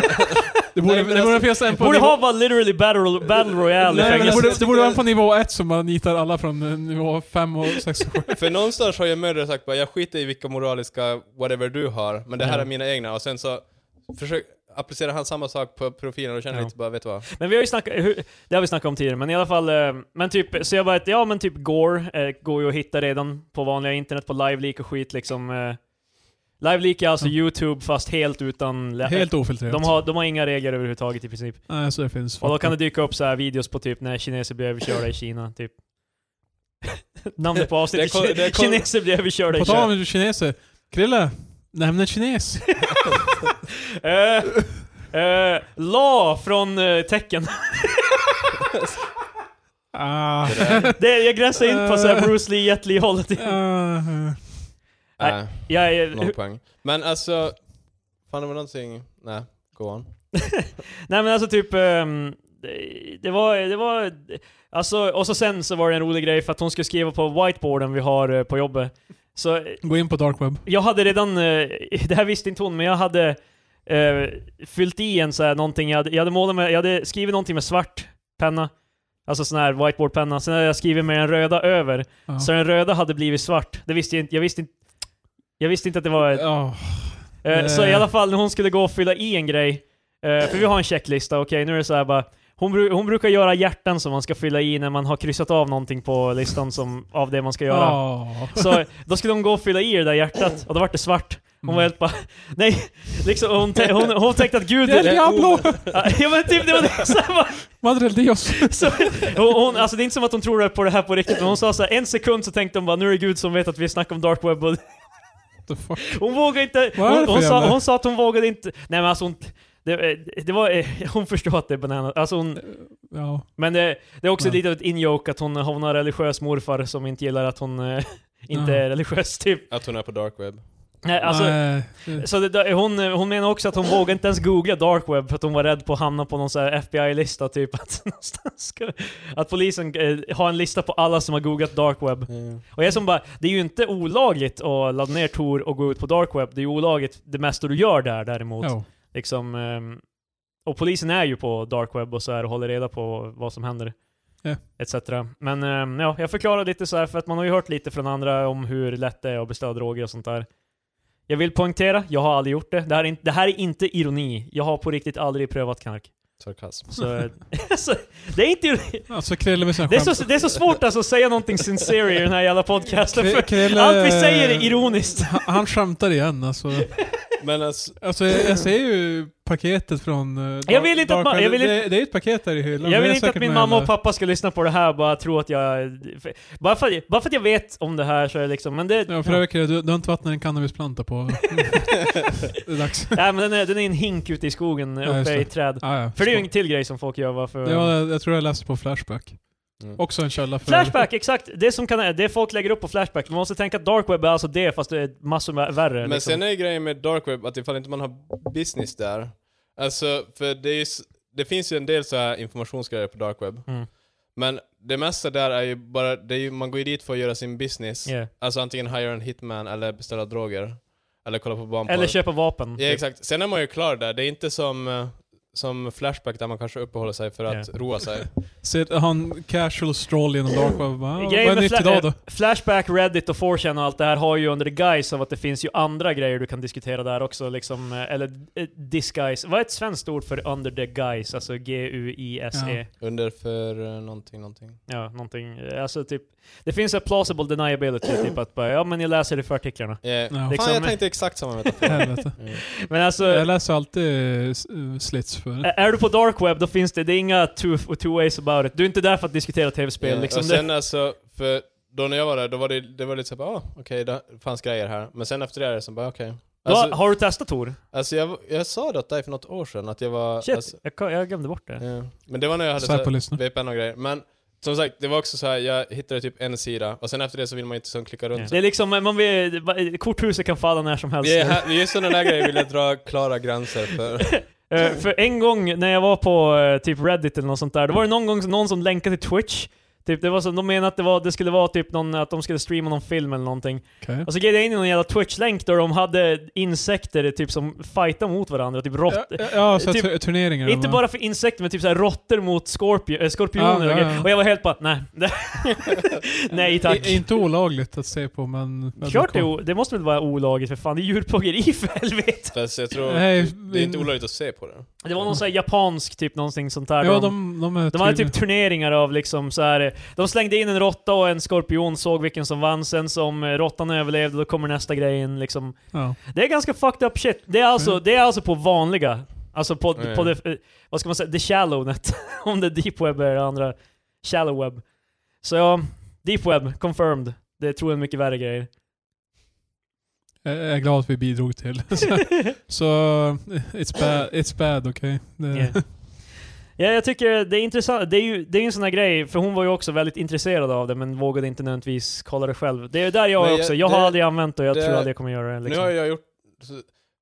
Det borde,
Nej, men
det borde
alltså-
finnas en på
Borde
nivå...
ha bara literally battle, battle royale i
Nej, men alltså- det,
fängelset.
borde, det borde vara en på nivå 1 som man nitar alla från eh, nivå 5 och 6 och 7.
För någonstans har ju mördare sagt bara, jag skiter i vilka moraliska whatever du har, men det här
Ja.
är mina egna. Och sen så försök, applicerar han samma sak på profilen och känner
Ja. Äh,
lite bara, vet du vad?
Men vi har ju snackat, hur- det har vi snackat om tidigare, men i alla fall, eh, men typ, så jag bara, att, ja men typ Gore eh, går ju att hitta redan på vanliga internet, på LiveLeak och skit liksom. Eh, LiveLeak är alltså
Mm.
YouTube fast helt utan... lä- eh,
Helt ofiltrerat.
de, har, de har inga regler överhuvudtaget i princip.
Nej, så det finns.
Och då kan det dyka upp så här videos på typ när kineser blir överkörda i Kina, typ. [LAUGHS] Namnet på avsnittet,
Det kom- det kom-
kineser blir överkörda i
På
Kina.
tal om kineser. Krille, nämn
[LAUGHS]
en kines.
Eh, eh, La från eh, tecken.
Ah.
Det där-
Det, jag gränsar in på så här Bruce Lee, Jet Li hållet.
Ah.
Nej.
Äh,
Jag, är-
noll poäng. Men alltså, fan det var någonting, nej, go on.
Nej men alltså typ, ehm, det- det var, det var, alltså, och så sen så var det en rolig grej för att hon skulle skriva på whiteboarden vi har eh, på jobbet. Så eh,
Gå in på dark web.
jag hade redan, eh, [LAUGHS] det här visste inte hon, men jag hade eh, fyllt i en så här någonting, jag hade, jag hade målat med, jag hade skrivit någonting med svart penna. Alltså sån här whiteboardpenna. Sen hade jag skrivit med den röda över,
Ja.
så den röda hade blivit svart. Det visste jag inte, jag visste inte jag visste inte att det var... ett-
Ja.
Eh, Så
Eh.
i alla fall när hon skulle gå och fylla i en grej, eh, för vi har en checklista, okej nu är det så här bara, hon, bru- hon brukar göra hjärtan som man ska fylla i när man har kryssat av någonting på listan som, av det man ska göra.
Ja.
Så då skulle hon gå och fylla i det där hjärtat, och då vart det svart.
Mm.
Hon var helt bara, nej, liksom, hon, te- hon, hon tänkte att gud...
Det är Diablo!
ja men typ det var det, så här bara,
Madre del Dios.
så, hon, hon, alltså det är inte som att hon tror på det här på riktigt, men hon sa så här, en sekund så tänkte hon bara, nu är det gud som vet att vi snackar om dark web och
The fuck.
hon vågade inte...
Vad är det
Hon,
för
hon, sa,
jävla-
hon sa att hon vågade inte... Nej men alltså hon... Det, eh, det var, hon förstår att det är banana. Alltså hon,
Ja.
men det, det är också
Ja.
lite av ett injoke att hon, hon har en religiös morfar som inte gillar att hon eh, [LAUGHS] inte
Ja.
är religiös typ.
Att hon är på dark web.
Nej, alltså,
Nej. det-
Så det, det- hon, eh, hon menar också att hon vågade inte ens googla dark web för att hon var rädd på att hamna på någon så här FBI-lista typ. [LAUGHS] Att, någonstans ska, att polisen eh, har en lista på alla som har googlat dark web. Och jag som bara, det är ju inte olagligt att ladda ner Tor och gå ut på dark web. Det är ju olagligt det mesta du gör där däremot.
Ja.
Liksom, ehm, och polisen är ju på dark web och så här och håller reda på vad som händer.
Ja.
Etc. Men ehm, ja, jag förklarar lite så här för att man har ju hört lite från andra om hur lätt det är att beställa droger och sånt där. Jag vill poängtera, jag har aldrig gjort det. Det här är inte, det här är inte ironi. Jag har på riktigt aldrig prövat knark.
Sarkasm.
Så,
[LAUGHS]
eh, så det är inte ironi.
Alltså Krille med sina
Det är,
skämt.
så, det är så svårt alltså att säga någonting sincere i den här jävla podcasten.
Kri-
För
Krille-
allt vi säger är ironiskt.
Han- Han skämtar igen alltså.
Men alltså,
Alltså jag, jag ser ju paketet från... eh, Dark-
Jag vill inte att
Dark
man- jag
Web.
vill inte-
det, det är ju ett paket där i hyllan.
Jag
Det
vill
är
inte att
säkert
min
någon
mamma
jävla-
och pappa ska lyssna på det här och bara tro att jag... för- Bara för, bara för att jag vet om det här så är det liksom, men det...
Ja, för övrigt Krille, du, du har inte vattnat en cannabisplanta på... [LAUGHS] det är dags.
Nej men den är, den är i en hink ute i skogen,
Ja, just
uppe i
det.
ett träd.
Ah, ja.
För det är ju en till grej som folk gör va? För,
Det var, jag tror jag läste på Flashback.
Mm.
Också en källa för...
Flashback, exakt! Det som kan, det folk lägger upp på Flashback. Man måste tänka att dark web är alltså det, fast det är massor med värre.
men
liksom.
sen är ju grejen med dark web att ifall inte man har business där, alltså för det, är ju, s- det finns ju en del så här informationsgrejer på dark web,
Mm.
men det mesta där är ju bara, det är ju, man går ju dit för att göra sin business,
Yeah.
alltså antingen hire en hitman eller beställa droger, eller kolla på barnporr.
Eller köpa vapen.
Ja
typ.
exakt, sen är man ju klar där, det är inte som eh, som Flashback där man kanske uppehåller sig för att
Ja. [LAUGHS]
roa sig.
Ser han casual stroll genom Dark Web och bara, ah, vad
Grejen
är
med
nytt
Fla- [LAUGHS]
idag då?
eh, Flashback, Reddit och 4chan och allt det här har ju under guise av att det finns ju andra grejer du kan diskutera där också, liksom, eh, eller eh, disguise. Vad är ett svenskt ord för under the guise? Alltså G-U-I-S-E?
Under för uh, någonting, någonting.
E. Ja. någonting. eh, Alltså typ, det finns en plausible deniability, [CLEARS THROAT] typ att bara, ja men jag läser det för artiklarna.
Yeah.
Ja.
Fan,
Liksom-
jag tänkte exakt
[LAUGHS]
samma metafor.
Helvete.
Mm.
Men alltså,
Jag läser alltid eh, slits för.
är är du på dark web då finns det, det är inga two, two ways about it. Du är inte där för att diskutera tv-spel
Ja,
liksom.
Och sen alltså, för då när jag var där, då var det, det var lite såhär, ah, okej, det fanns grejer här. Men sen efter det är det som bara, okej.
det, då,
Alltså,
har du testat Tor?
alltså jag, jag sa det åt dig för något år sedan, att jag var...
Shit,
Alltså,
jag, kan- jag glömde bort det.
ja. Men det var när jag hade
Så här på
så
lyssna.
här VPN och grejer. Men som sagt, det var också så här, jag hittade typ en sida, och sen efter det så vill man ju inte så klicka runt.
Det är liksom, man vill, korthuset kan falla när som helst.
Yeah, här, just sådana där grejer vill jag dra klara gränser för.
Eh, för en gång när jag var på eh, typ Reddit eller något sånt där, då var det någon gång någon som länkade till Twitch. Typ, det var så, de menade att det, var, det skulle vara typ någon, att de skulle streama någon film eller någonting.
Okej.
Och så gled jag in i någon jävla Twitch-länk där de hade insekter typ som fightade mot varandra, typ rått,
Ja, ja, så
typ-
typ, turneringar.
Inte
va?
bara för insekter, men typ såhär råttor mot skorpio- äh, skorpioner
Ja,
och,
ja,
grejer.
ja.
och jag var helt bara, nej. [LAUGHS] nej tack.
I, inte olagligt att se på men...
Klart det, är o- det måste väl vara olagligt för fan, det är djurplågeri för helvete.
Fast jag tror...
Nej,
Det är inte olagligt att se på det.
Det var någon sån här japansk typ, någonting sånt där.
Ja,
de-
de, de är
De hade
tydliga.
typ turneringar av liksom så här. eh, De slängde in en råtta och en skorpion, såg vilken som vann. Sen som eh, råttan överlevde, då kommer nästa grej in liksom.
Ja.
Det är ganska fucked up shit. Det är alltså,
Mm.
det är alltså på vanliga. Alltså på,
Mm.
på det, eh, vad ska man säga, the shallow net. [LAUGHS] Om det är deep web eller andra shallow web. Så ja, deep web, confirmed. Det är troligen mycket värre grejer.
Jag är glad att vi bidrog till. [LAUGHS] så så, it's bad, it's bad okej? Det-
Yeah. Ja, jag tycker det är intressant. Det är ju det är ju en sån här grej, för hon var ju också väldigt intresserad av det, men vågade inte nödvändigtvis kolla det själv. Det är där jag
Men
är
jag-
också. Jag
det-
har aldrig använt det och jag
det-
tror aldrig jag kommer göra det.
Nu
Liksom.
har
Jag,
jag gjort...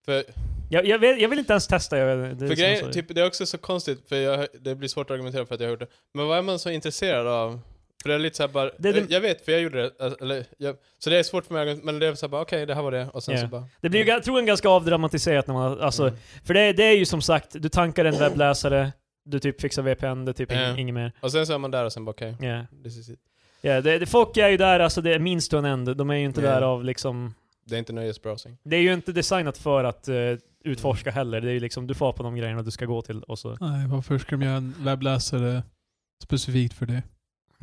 För,
jag, vet, jag vill inte ens testa. Jag, det är
för
som
grejen,
så-
typ, det är också så konstigt, för jag, det blir svårt att argumentera för att jag har gjort det. Men vad är man så intresserad av? För det är lite såhär bara,
Det är det-
jag vet för jag gjorde det, alltså, eller, jag, så det är svårt för mig att argumentera, men det är såhär bara okej, det här var det, och sen
Ja.
så bara...
det blir ju, jag tror en ganska avdramatiserat när man, alltså,
Mm.
för det, det är ju som sagt, du tankar en webbläsare, du typ fixar VPN, det är typ ing-
Ja.
inget mer.
Och sen så är man där och sen bara okej,
Ja,
this is it.
ja det, det, folk är ju där, alltså det är minst to an end. De är ju inte
Ja.
där av liksom,
Det är
[LAUGHS]
inte nöjesbrowsing.
det är ju inte designat för att eh, utforska heller. Det är ju liksom, du får på de grejerna du ska gå till och så,
Nej, varför ska de göra en webbläsare specifikt för det?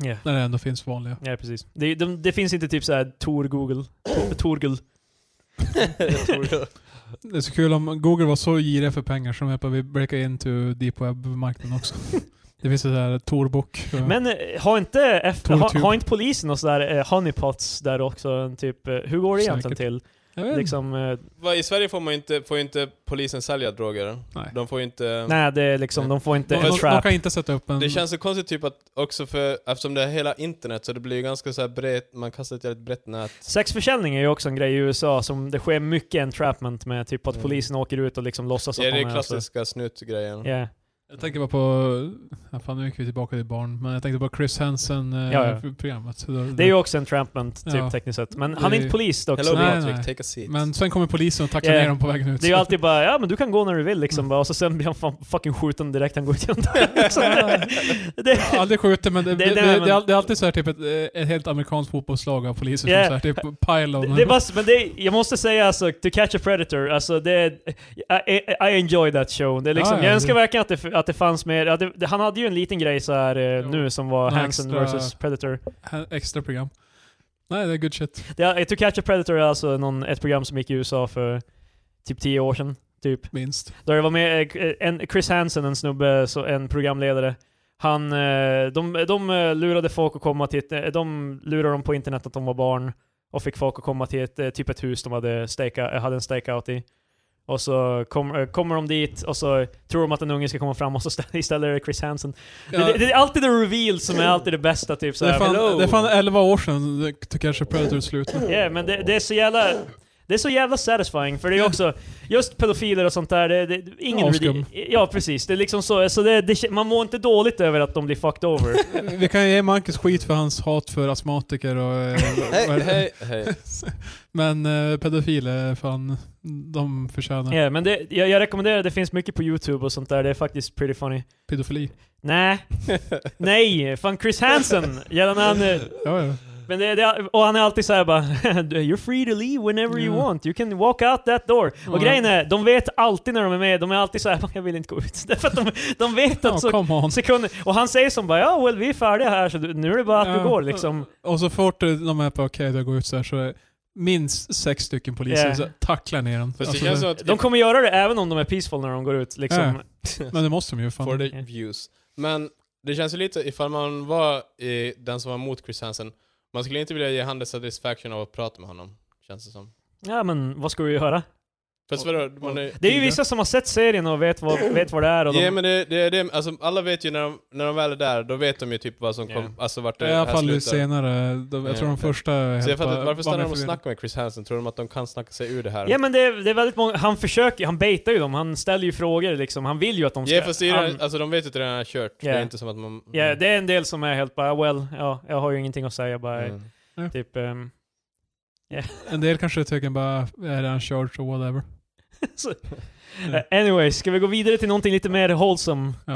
ja.
När det ändå finns vanliga.
Ja, precis. Det, de, det finns inte typ såhär Tor Google.
Mm.
Tor, Torgul.
jag tror det.
Det är så kul om Google var så girig för pengar som att vi breakar in till deep web-marknaden
[LAUGHS]
också. det finns sådär Torbock. och-
Men eh, har inte, F-
Mm. Tortube.
har, har inte polisen och sådär eh, honeypots där också? En typ, eh, hur går det egentligen till?
jag vet. inte.
Liksom, eh,
Vad, I Sverige får man ju inte, får ju inte polisen sälja droger.
Nej.
De får ju inte...
nej, det är liksom, de får inte
Det
De,
är
en
de, de
trap.
kan inte sätta upp en...
Det känns så konstigt typ att också för, eftersom det är hela internet så det blir ju ganska så här brett, man kastar ett jävligt brett nät.
Sexförsäljning är ju också en grej i USA som det sker mycket entrapment med, typ att
Mm.
polisen åker ut och liksom låtsas
Ja, det
de
är klassiska snutgrejen.
Ja.
Mm. Jag tänker bara på... Ja, fan, nu gick vi tillbaka till barn. Men jag tänkte på Chris eh,
Ja, ja.
Hansen-programmet.
Det är ju också entrapment, typ
Ja.
tekniskt sett. Men
Det
han är
är-
inte polis dock.
Hello
så det-
Nej,
Patrick,
nej.
take a seat.
Men sen kommer polisen och tacklar
Ja.
ner dem på vägen ut.
Det är ju alltid bara ja men du kan gå när du vill liksom
Mm.
bara, och så sen blir han fan, fucking skjuten direkt, han går ut [LAUGHS] genom dörren. liksom. det,
Jag har Aldrig skjutit men
[LAUGHS]
det,
Det- det-
det, det,
nej,
det,
men-
är all- det är alltid så här typ ett, eh, ett helt amerikanskt fotbollslag av poliser
Yeah.
som så här, typ pile
det,
on.
det var, men det, jag måste säga alltså, To Catch a Predator, alltså det, I, I, I enjoy that show. Det är liksom,
Ja, ja,
jag önskar
det-
verkligen att det, att det fanns mer, ja, det, det, han hade ju en liten grej så här eh,
Jo.
nu som var
Någon
Hansen
extra-
vs Predator.
Här- Extra program. Nej det är good shit.
Det, är- to Catch a Predator är alltså någon, ett program som gick i USA för typ 10 år sedan, typ.
Minst.
Där det var med eh, en, Chris Hansen, en snubbe, så en programledare. Han, eh, de, de eh, lurade folk att komma till ett, eh, de lurade dem på internet att de var barn och fick folk att komma till ett, eh, typ ett hus de hade, staka, eh, hade en stakeout i. Och så kom, eh, kommer de dit och så tror de att en unge ska komma fram och så stä- istället är det Chris Hansen.
Ja,
Det, det, det är alltid the reveal som är alltid det bästa typ
det, är
såhär.
fan,
hello.
det är fan 11 år sedan The- To Catch a Predator slutade.
Ja, men det, det är så jävla... Det är så jävla satisfying, för det är ju också, just pedofiler och sånt där, det, det, ingen...
Avskum.
redi- Ja, precis. Det är liksom så, så det, det, man mår inte dåligt över att de blir fucked
[LAUGHS]
over.
Vi kan ju ge Marcus skit för hans hat för astmatiker och... eh, vad
Hej,
är det?
hej, hej.
[LAUGHS] Men eh, pedofiler, fan, de förtjänar
Ja, men det, jag, jag rekommenderar, det finns mycket på YouTube och sånt där, det är faktiskt pretty funny.
pedofili. [LAUGHS]
Nej, nej, fan Chris Hansen! Gällande han... eh,
Ja, ja.
Men det, det, och han är alltid såhär bara [LAUGHS] You're free to leave whenever you
Ja.
want, you can walk out that door. Och
Ja.
grejen är, de vet alltid när de är med, de är alltid såhär [LAUGHS] jag vill inte gå ut. Därför att de, de vet att
ja
så
come on.
sekunder. Och han säger som bara ja, well vi är färdiga här så du, nu är det bara att du
Ja.
går liksom.
Och så fort de är på okej, då går jag ut så här så är minst sex stycken poliser
Ja.
så tacklar ner dem.
Fast det
Alltså,
känns som att
De kommer göra det även om de är peaceful när de går ut liksom.
men det måste de ju. Fan.
for
Ja.
the views. Men det känns ju lite, ifall man var i, den som var mot Chris Hansen, man skulle inte vilja ge han the satisfaction av att prata med honom. Känns det som.
Ja men vad ska du göra?
Fast vadå, man är...
Det är ju vissa som har sett serien och vet vad, vet vad det är och
Ja
de,
men det, det, det, alltså alla vet ju när de, när de väl är där, då vet de ju typ vad som kom,
Ja.
alltså vart
I
det
alla
här
fall
slutar.
senare. De, jag tror
Ja.
de
Så
första...
jag
helt
fattar
bara-
inte, varför
bara
stannar de
mer
och
förvirrade.
snackar med Chris Hansen? Tror de att de kan snacka sig ur det här?
Ja men det, är- det är väldigt många, han försöker, han baitar ju dem, han ställer ju frågor liksom, han vill ju att de ska...
Ja fast det är ju
han,
redan, alltså de vet ju att det redan är kört, det
Ja.
är inte som att man... Mm.
ja, det är en del som är helt bara well, ja, jag har ju ingenting att säga bara,
Mm.
typ... ehm, [LAUGHS]
En del kanske tycker bara, är han körd så whatever.
så,
Ja.
anyway, ska vi gå vidare till någonting lite mer wholesome?
Ja.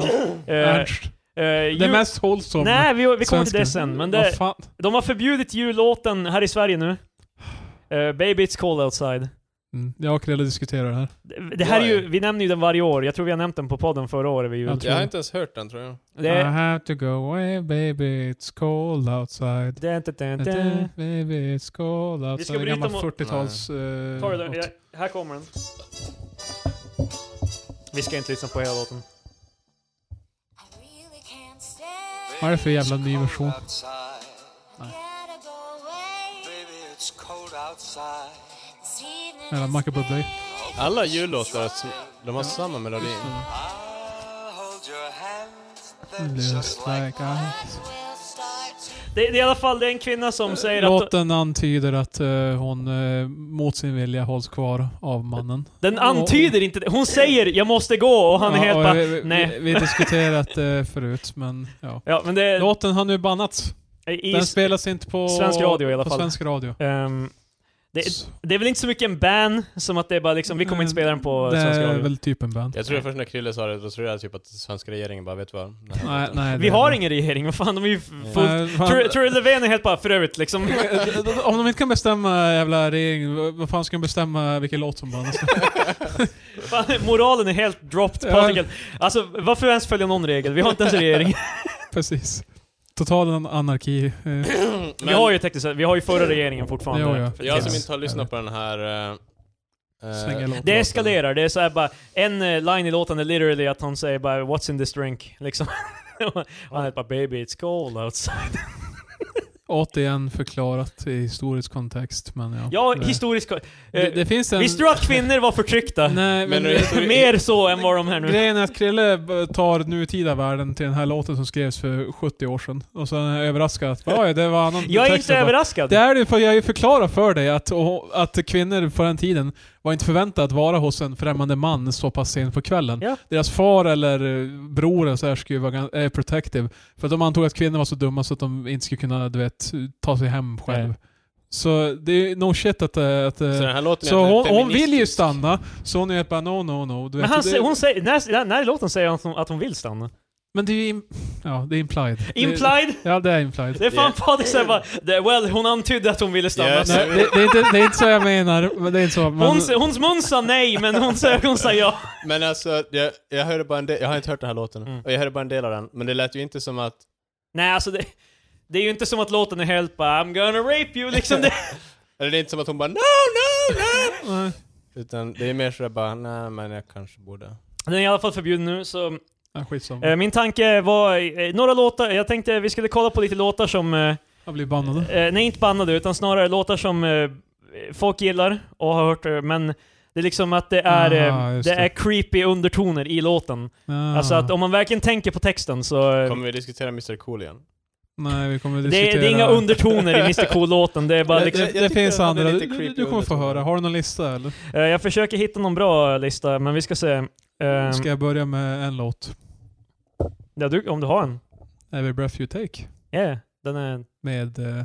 Eh,
Ernst.
eh,
Det
jul-
mest hållsamma.
Nej, vi, vi kommer till
svenska.
det sen, men
Vad
det,
fan?
de har förbjudit jullåten här i Sverige nu. Eh, Baby It's Cold Outside.
Mm. Jag och Krille diskuterar det här.
Det, det här är ju,
Why?
vi nämner ju den varje år, jag tror vi har nämnt den på podden förra året vid jul.
Alltså,
Jag har inte ens hört den tror jag.
Det
I
är...
have to go away baby, it's cold outside.
Det är inte... Det är
Da, da,
inte
Baby, it's cold outside.
Vi ska
Det är
bryta
gammal
mot-
40-tals... eh,
Ta det lugnt.
låt.
Jag- Här kommer den. Vi ska inte lyssna på hela låten.
Vad är det för jävla ny version? Eller Michael Bublé.
Alla jullåtar, som- de har samma melodi.
Mm.
Just like I...
Det, det är i alla fall det är en kvinna som säger att...
Låten antyder att eh, hon eh, mot sin vilja hålls kvar av mannen.
Den antyder inte det. Hon säger 'Jag måste gå' och [LAUGHS] han är
Ja,
helt
och
bara...
vi, vi,
nej. Eh.
Vi, vi diskuterat det förut, men ja.
[LAUGHS] Ja, men det...
Låten har nu bannats.
i,
Den spelas inte på
svensk radio i alla
på
fall.
Svensk radio.
ehm, det, det är väl inte så mycket en ban som att det är bara liksom, vi kommer inte spela den på
Det
svenska
är
radio.
väl typ en band.
Jag tror först när Krille sa det, då trodde jag typ att svenska regeringen bara, vet du vad? Nej.
Nej, nej,
Vi har ingen regering, vad fan de är ju fullt...
Nej, fan.
Tror tror du Löfven är helt bara för övrigt liksom.
[LAUGHS] Om de inte kan bestämma jävla regering, vad- vad fan ska de bestämma vilken låt
[LAUGHS]
som bandas?
Fan, moralen är helt dropped, Patrik. Alltså varför ens följa någon regel? Vi har inte ens en regering.
[LAUGHS]
Precis. Total anarki. eh,
vi har ju tekniskt sett- vi har ju förra regeringen fortfarande.
Jo, ja.
För-
Jag
Yes.
som inte har lyssnat på den här... eh, eh,
Svänga låten.
Det eskalerar, det är såhär bara, en eh, line i låten är literally att hon säger bara 'What's in this drink?' liksom. [LAUGHS] Och han är bara 'Baby it's cold outside'
Återigen förklarat i historisk kontext, men ja.
Ja,
det,
historiskt... ko-
det,
Eh,
det finns en...
Visste du att kvinnor var förtryckta?
Nej,
Men
men...
det-
Mer så än vad de här nu...
[LAUGHS] Grejen är att Krille b- tar nutida världen till den här låten som skrevs för 70 år sedan. Och sen är jag överraskad att bara, "Oj, det var annan
Jag är
text."
inte
Jag bara,
överraskad.
Det är det för jag förklarar för dig att, och, att kvinnor på den tiden var inte förväntade att vara hos en främmande man så pass sent på kvällen.
Ja.
Deras far eller eh, bror eller så här skulle vara gan- eh, protective. För att de antog att kvinnor var så dumma så att de inte skulle kunna, du vet, ta sig hem själv.
Nej.
Så det är no shit att... eh, att eh,
Så den här låten är
så hon,
egentligen
hon vill ju
feministisk.
stanna, så hon är bara no, no, no. Du
Men typ
vet,
han,
det-
sä- hon säger, när, när i låten säger hon att hon, att hon vill stanna.
Men det är ju im- ja, det är implied. Det,
Implied?
ja, det är implied.
Det är fan
Yeah.
Patrik säger bara, "Det- well, hon antydde att hon ville stanna.
Yes.
Nej, det, det, är inte, det är inte så jag menar. Men det är inte så. Men,
Hon, hons mun sa nej, men hons ögon sa ja.
Men alltså, jag, jag hörde bara en del, jag har inte hört den här låten,
Mm.
och jag hörde bara en del av den, men det lät ju inte som att...
Nej, alltså det, det är ju inte som att låten är helt bara I'm gonna rape you liksom. Det,
Eller det är inte som att hon bara no, no, no!
Nej.
Utan det är mer sådär bara, nej men jag kanske borde...
den är i alla fall förbjuden nu, så
Ja, skitsamma.
eh, min tanke var eh, några låtar, jag tänkte vi skulle kolla på lite låtar som, eh,
jag blir bannad.
eh, nej inte bannade, utan snarare låtar som eh, folk gillar och har hört, eh, men det är liksom att det är, eh,
Aha, just
det
det.
är creepy undertoner i låten.
Ah.
Alltså att om man verkligen tänker på texten så... eh,
Kommer vi diskutera Mr Cool igen?
Nej, vi kommer
Det,
diskutera...
är- det är inga undertoner i Mr Cool-låten, det är bara
Det-
liksom...
Det,
Jag- jag tycker
finns
han hade
andra.
lite
Du,
creepy
du kommer få
undertoner.
höra. Har du någon lista eller?
Eh, Jag försöker hitta någon bra lista, men vi ska se. Eh,
Ska jag börja med en låt?
ja, du, om du har en.
Every breath you take.
Ja, yeah, den är
Med... eh,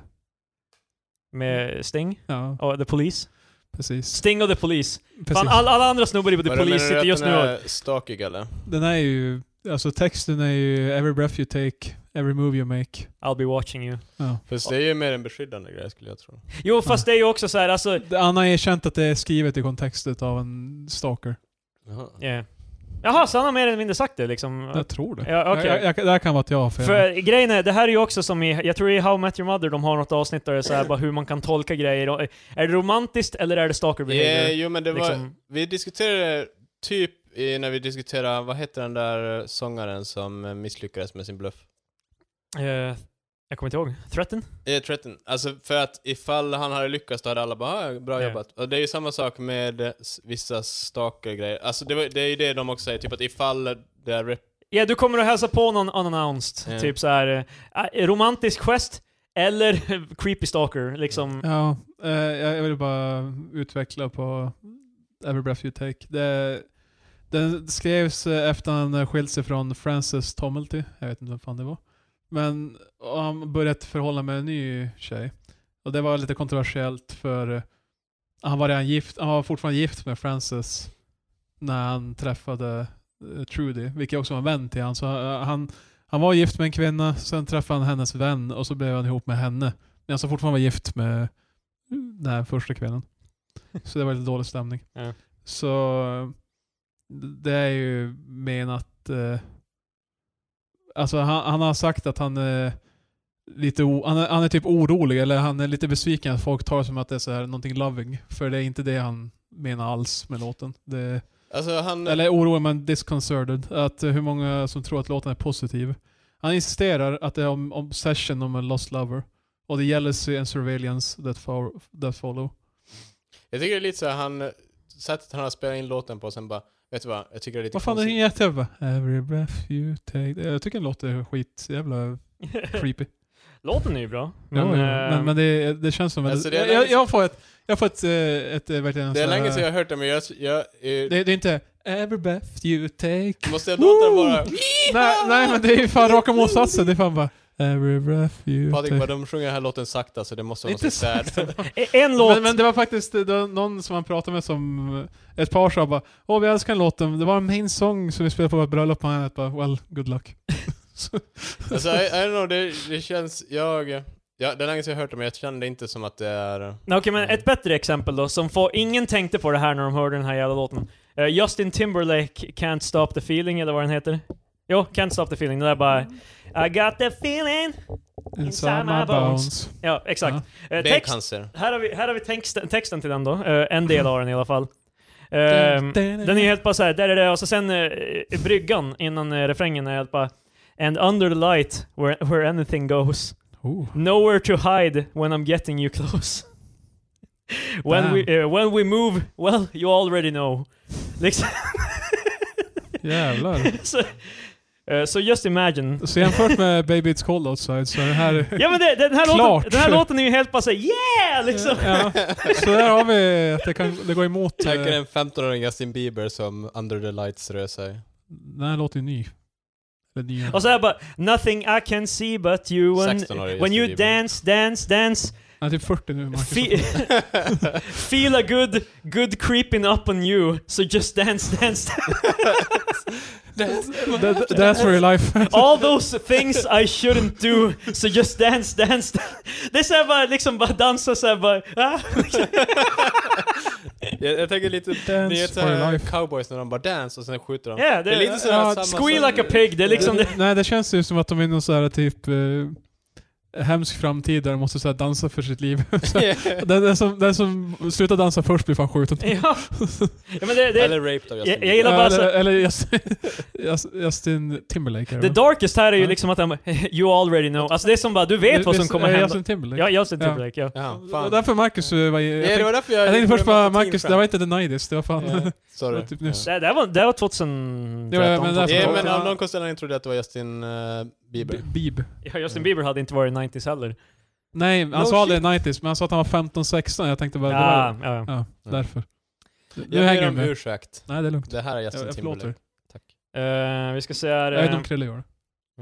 med Sting
Ja,
och The Police.
precis.
Sting och The Police.
precis.
Fan, all, alla andra snubbar i The
Vadå,
Police
menar du
sitter
att
just
den
nu och...
är stakig eller?
Den är ju... Alltså texten är ju Every breath you take, every move you make.
I'll be watching you.
Ja.
Fast det är ju mer en beskyddande grej skulle jag tro.
Jo, fast det är ju också så här, alltså...
Anna har erkänt att det är skrivet i kontextet av en stalker.
Jaha.
Yeah. Jaha, så han har mer eller mindre sagt det liksom.
Jag tror det.
Ja, okej.
jag, jag, det här kan vara att jag har fel.
För grejen är, det här är ju också som i, jag tror i How I Met Your Mother de har något avsnitt där det är så här, bara hur man kan tolka grejer. Och, eh, Är det romantiskt eller är det stalker behavior?
Ja, jo men det var,
liksom.
vi diskuterade typ i, när vi diskuterade, vad heter den där eh, sångaren som eh, misslyckades med sin bluff?
Eh, Jag kommer inte ihåg. Threaten?
Eh, Tretton. Alltså för att ifall han hade lyckats då hade alla bara ah, bra
Ja.
jobbat. Och det är ju samma sak med eh, s- vissa stalker-grejer. Alltså det, var, det är ju det de också säger, typ att ifall det är rep-
Ja, du kommer att hälsa på någon unannounced.
Ja.
Typ så här eh, romantisk gest, eller [LAUGHS] creepy stalker, liksom.
Ja, eh, jag jag vill bara utveckla på Every Breath You Take. Det, den skrevs eh, efter han eh, skilt sig från Frances Tomalty, jag vet inte vem fan det var. Men och han började ett förhållande med en ny tjej. Och det var lite kontroversiellt för eh, han var redan gift, han var fortfarande gift med Frances när han träffade eh, Trudy, vilket också var en vän till han. Så eh, han, han var gift med en kvinna, sen träffade han hennes vän och så blev han ihop med henne. Men han som fortfarande var gift med Mm. den här första kvinnan. Så det var lite dålig stämning.
Ja.
Så det är ju menat... Eh, alltså han, han har sagt att han är lite o, han, är, han är typ orolig, eller han är lite besviken att folk tar det som att det är så här någonting loving. För det är inte det han menar alls med låten. Det,
Alltså han...
eller orolig men disconcerted. Att eh, hur många som tror att låten är positiv. Han insisterar att det är om obsession om en lost lover. Och det gäller sig en surveillance that, fo- that follow.
Jag tycker det är lite så här, han... Sättet han har spelat in låten på sen bara, vet du vad? Jag tycker det är lite
Vad fan är det jättebra? Every breath you take. Eh, Jag tycker den låter skit jävla creepy.
[LAUGHS] Låten är ju bra, men...
men,
eh,
men, men det, det känns som...
Alltså, det är
jag, jag,
länge-
jag får ett... Jag får ett... eh, ett, eh, verkligen
Det är
så här-
länge sedan jag har hört det, men jag... jag, jag
det, det är inte Every breath you take.
måste jag låta den vara...
nej, nej men det är ju fan raka motsatsen. Det är fan bara... Every breath you
Patrik,
take.
vad de sjunger den här låten sakta, så det måste vara
Typ. Inte
något sad.
eh, En låt!
Men, men det var faktiskt det var någon som han pratade med som, ett par sa bara Åh vi älskar den låten, det var en main song som vi spelade på vårt bröllop och han bara Well,
[LAUGHS]
good luck.
alltså, I, I don't know, det, det känns... Jag... Ja, det är länge sedan jag har hört det, men jag känner det inte som att det är...
Nej, Okej, men ett bättre exempel då, som får, ingen tänkte på det här när de hörde den här jävla låten. Eh, Justin Timberlake, Can't Stop The Feeling, eller vad den heter. Jo, Can't Stop The Feeling, det där bara... I got the feeling! Inside my bones. Ja, exakt. Eh,
Det är
text,
cancer.
här har vi, här har vi texten, texten till den då, Eh, en del av den i alla fall. Ehm, Den är ju helt bara såhär, där är det, och så sen eh, bryggan innan eh, refrängen är helt bara And under the light where, where anything goes
Oh.
Nowhere to hide when I'm getting you [LAUGHS] close When,
Damn.
we, eh, when we move, well you already know [LAUGHS] liksom,
Jävlar.
så, eh, så just imagine
Så jämfört med Baby It's Cold Outside så är
[LAUGHS]
det här...
Ja men det, den, här låten,
Klart.
den här låten är ju helt bara såhär
[LAUGHS]
yeah! Liksom.
Ja. Så där har vi att det, kan, det går emot... eh,
Tänk er en 15-åring Justin Bieber som under the lights rör sig.
Den här låter ju ny. Eller ny.
Och så här bara Nothing I can see but you and
16-årig
When
Justin
you
Bieber.
dance, dance, dance
Han är typ 40 nu Marcus.
Fe- [LAUGHS] Feel a good, good creeping up on you, so just dance, dance.
That- That's for your life.
All those things I shouldn't do, so just dance, dance. Det är såhär bara, liksom bara dansa såhär bara, ah.
jag, jag tänker lite...
Dance
Ni vet
for your
såhär
life.
cowboys när de bara dance och sen skjuter de.
Ja, det-
det, är lite sådär
ja,
samma
Squeal
som-
like a
[LAUGHS]
pig, det är liksom
[LAUGHS]
det.
Nej, det känns ju som att de är i någon så här typ eh, hemsk framtid där de måste så här dansa för
[LAUGHS]
sitt liv. Så den, den, som, den som slutar dansa först blir fan skjuten.
Ja. ja men det, det,
Eller raped av Justin
jag,
Bieber.
jag gillar bara
eller
så,
eller Justin, [LAUGHS] Just- Justin Timberlake. är
the
det.
darkest här är ju
Ja.
liksom att han bara, [LAUGHS] you already know. Alltså det är som bara, du vet vad som
Visst,
kommer
är det
hända.
eh, Justin Timberlake.
Ja, Justin
Ja.
Timberlake, ja.
Ja,
Det var
fan.
därför Marcus eh, var... Jag,
Ja, det
tänkte,
var därför jag...
jag tänkte först bara
gjorde mig på
Marcus,
teen
det var inte the 90s, det var fan... [LAUGHS]
friend. Ja, Sorry.
det var typ nyss.
Ja.
Det, det, här var, det här var
Jo, ja,
2013,
men därför-
Ja,
2012.
men av någon konstig anledning trodde jag att det var Justin eh, Bieber.
Bib.
Ja, Justin Bieber hade inte varit 90s heller.
Nej, han
No
sa aldrig 90s, men han sa att han var 15-16. Jag tänkte bara...
Ja,
Det var,
ja.
ja, därför. Nu
Jag
hänger
ber
du
om
med.
ursäkt.
Nej, det är lugnt.
Det här är
Jag,
Justin
jag förlåter.
Timberlake.
Eh, vi ska se här.
Jag vet
eh,
inte om Krille gör det.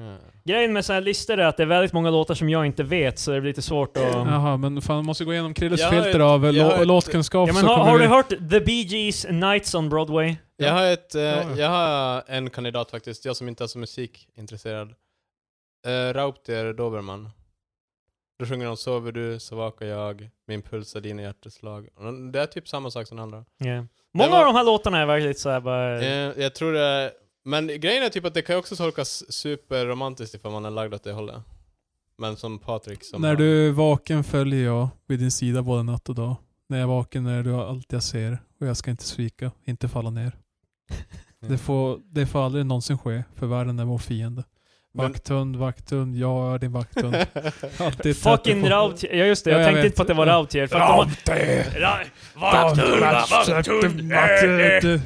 Ja.
Grejen med sådana här listor är att det är väldigt många låtar som jag inte vet, så det blir lite svårt att... Ja,
Jaha, men fan måste gå igenom Krilles
Jag har
filter
ett-
av eh,
jag har
lå-
ett-
låtkunskap
men
så
har,
kommer
har
vi-
du hört The Bee Gees Nights on Broadway?
Jag har, ett, eh,
Ja, ja.
jag har en kandidat faktiskt, jag som inte är så musikintresserad. Uh, Raupter Dobermann. Då sjunger de Sover du så vakar jag, min puls är dina hjärteslag. Och den- Det är typ samma sak som den andra.
Yeah. Många
var-
av de här låtarna är verkligen lite såhär bara...
Eh, jag tror det är, Men grejen är typ att det kan ju också tolkas superromantiskt ifall man är lagd åt det hållet. Men som Patrik som...
När
har-
du är vaken följer jag vid din sida både natt och dag. När jag är vaken är du allt jag ser och jag ska inte svika,
Mm.
inte falla ner. Det får, det får aldrig någonsin ske, för världen är vår fiende.
Men-
Vakthund, vakthund, jag är din vakthund.
[LAUGHS]
Alltid
Fucking
tätt på-
Rautier. Ja just det, jag
Ja, jag
tänkte
vet.
inte på att det var Rautier. För att de har... Ra- Vakthund, vakthund, eh, eh.
Du-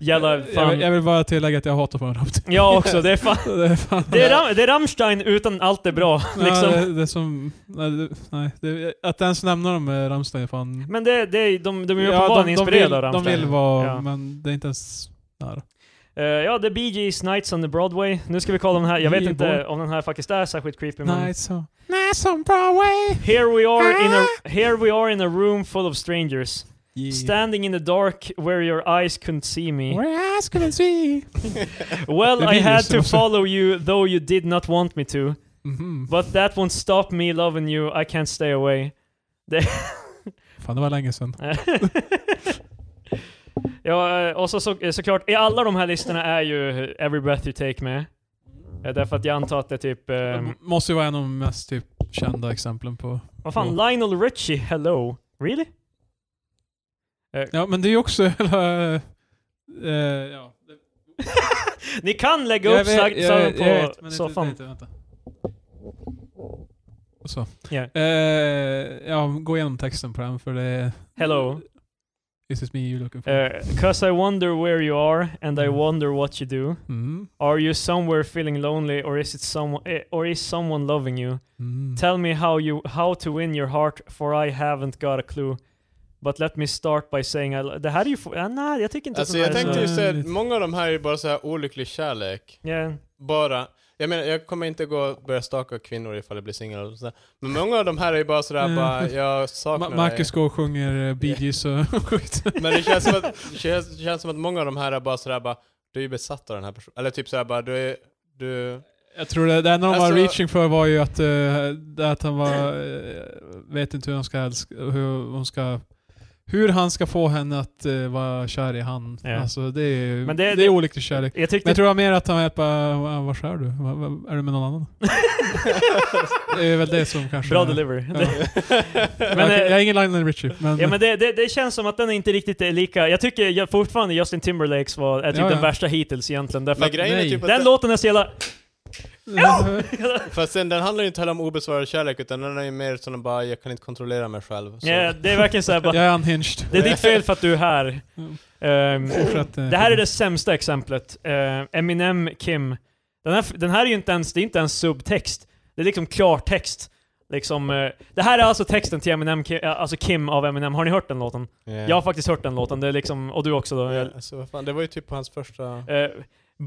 Jävla
Jag vill- jag
fan.
vill bara tillägga att jag hatar fan Rautier.
Jag också, det är
[LAUGHS]
fan...
Det är fan...
Det är, Ram, det är Rammstein utan allt det bra.
Ja,
Liksom.
det, det är som... Nej, det, nej det, att ens nämna dem med Rammstein är fan...
Men det, det, är- de, de är ju
Ja,
uppenbarligen
de, de, vill,
inspirerade av
de
Rammstein.
vill vara...
Ja.
Men det är inte ens nära.
Eh, ja, det är Bee Gees Nights on the Broadway. Nu ska vi kolla den här. Jag vet
Yeah,
inte
boy.
om den här faktiskt är särskilt creepy, men...
Nights on... Nights on Broadway!
Here we are in a here we are in a room full of strangers, standing in the dark where your eyes couldn't see me.
Where eyes couldn't see!
Well,
Det
I
blir
had
så
to
också.
follow you though you did not want me to,
Mhm.
but that won't stop me loving you. I can't stay away. [LAUGHS]
Fan, det var länge sedan.
ja, eh, och så, så såklart, i alla de här listorna är ju Every Breath You Take med. Eh, Därför att jag antar att det är typ, eh,
M- Måste ju vara en av de mest typ kända exemplen på...
vad fan, Lionel Richie, Hello. Really?
Ja, men det är ju också [LAUGHS] hela... eh, ja.
Ni kan lägga upp saxen på soffan.
Inte, vänta. Och så.
Ja.
Eh, ja, gå igenom texten på den för det är...
Hello. Eh,
This is me you're looking for.
Because I wonder where you are, and I wonder what you do.
Mm.
Are you somewhere feeling lonely, or is it someone, eh, or is someone loving you?
Mm.
Tell me how you how to win your heart, for I haven't got a clue. But let me start by saying I lo- Det här är ju... f- Ja, nej, jag tycker inte
[LAUGHS] Alltså
att
jag
den här
tänkte
är
ju
så...
så-
säga, många av de här är bara så här olycklig kärlek.
Ja.
Bara, jag menar jag kommer inte gå och börja staka kvinnor ifall jag blir singel och sådär. Men många av de här är ju bara sådär
Mm.
bara, jag saknar
Ma- Marcus
dig.
går och sjunger eh, Bee Gees och [LAUGHS] skit.
Men det känns, som att, det känns, det känns som att många av de här är bara sådär bara, du är ju besatt av den här personen. Eller typ såhär bara, du är, du...
Jag tror det, det enda de var
Alltså-
reaching för var ju att, eh, det att han [CLEARS THROAT] var... eh, vet inte hur han ska älska, hur hon ska... Hur han ska få henne att eh, vara kär i han.
Ja.
Alltså det är ju...
Men
Men
det-
det,
det-
är olycklig kärlek.
Jag
Men
tyckte...
jag tror det var mer att han var helt bara, "Va- vad skär du? Va- va- Är du med
[LAUGHS]
någon annan? det är väl det som kanske...
Bra delivery.
Ja.
Det-
men,
Men, eh,
jag är ingen Lionel Richie,
[LAUGHS]
men... [LAUGHS]
Ja men det, det, det känns som att den inte riktigt är lika... Jag tycker jag, fortfarande Justin Timberlakes var är typ
Ja, ja.
den värsta hittills egentligen. Därför
Men
att
grejen är
nej.
typ att
den låten är så jävla...
Fast sen, den handlar ju inte heller om obesvarad kärlek, utan den är ju mer som bara, jag kan inte kontrollera mig själv. Så.
Ja, det är verkligen såhär bara...
jag är unhinged.
Det är ditt fel för att du är här.
Mm.
Ehm,
Fortsätt, eh,
det här är det sämsta exemplet. Eh, Eminem, Kim. Den här, den här är ju inte ens, det är inte ens subtext. Det är liksom klartext. Liksom, eh, det här är alltså texten till Eminem, Ki- eh, alltså Kim av Eminem. Har ni hört den låten?
Yeah.
Jag har faktiskt hört den låten, det är liksom, och du också då.
Ja, Alltså, vad fan, det var ju typ på hans första...
Eh,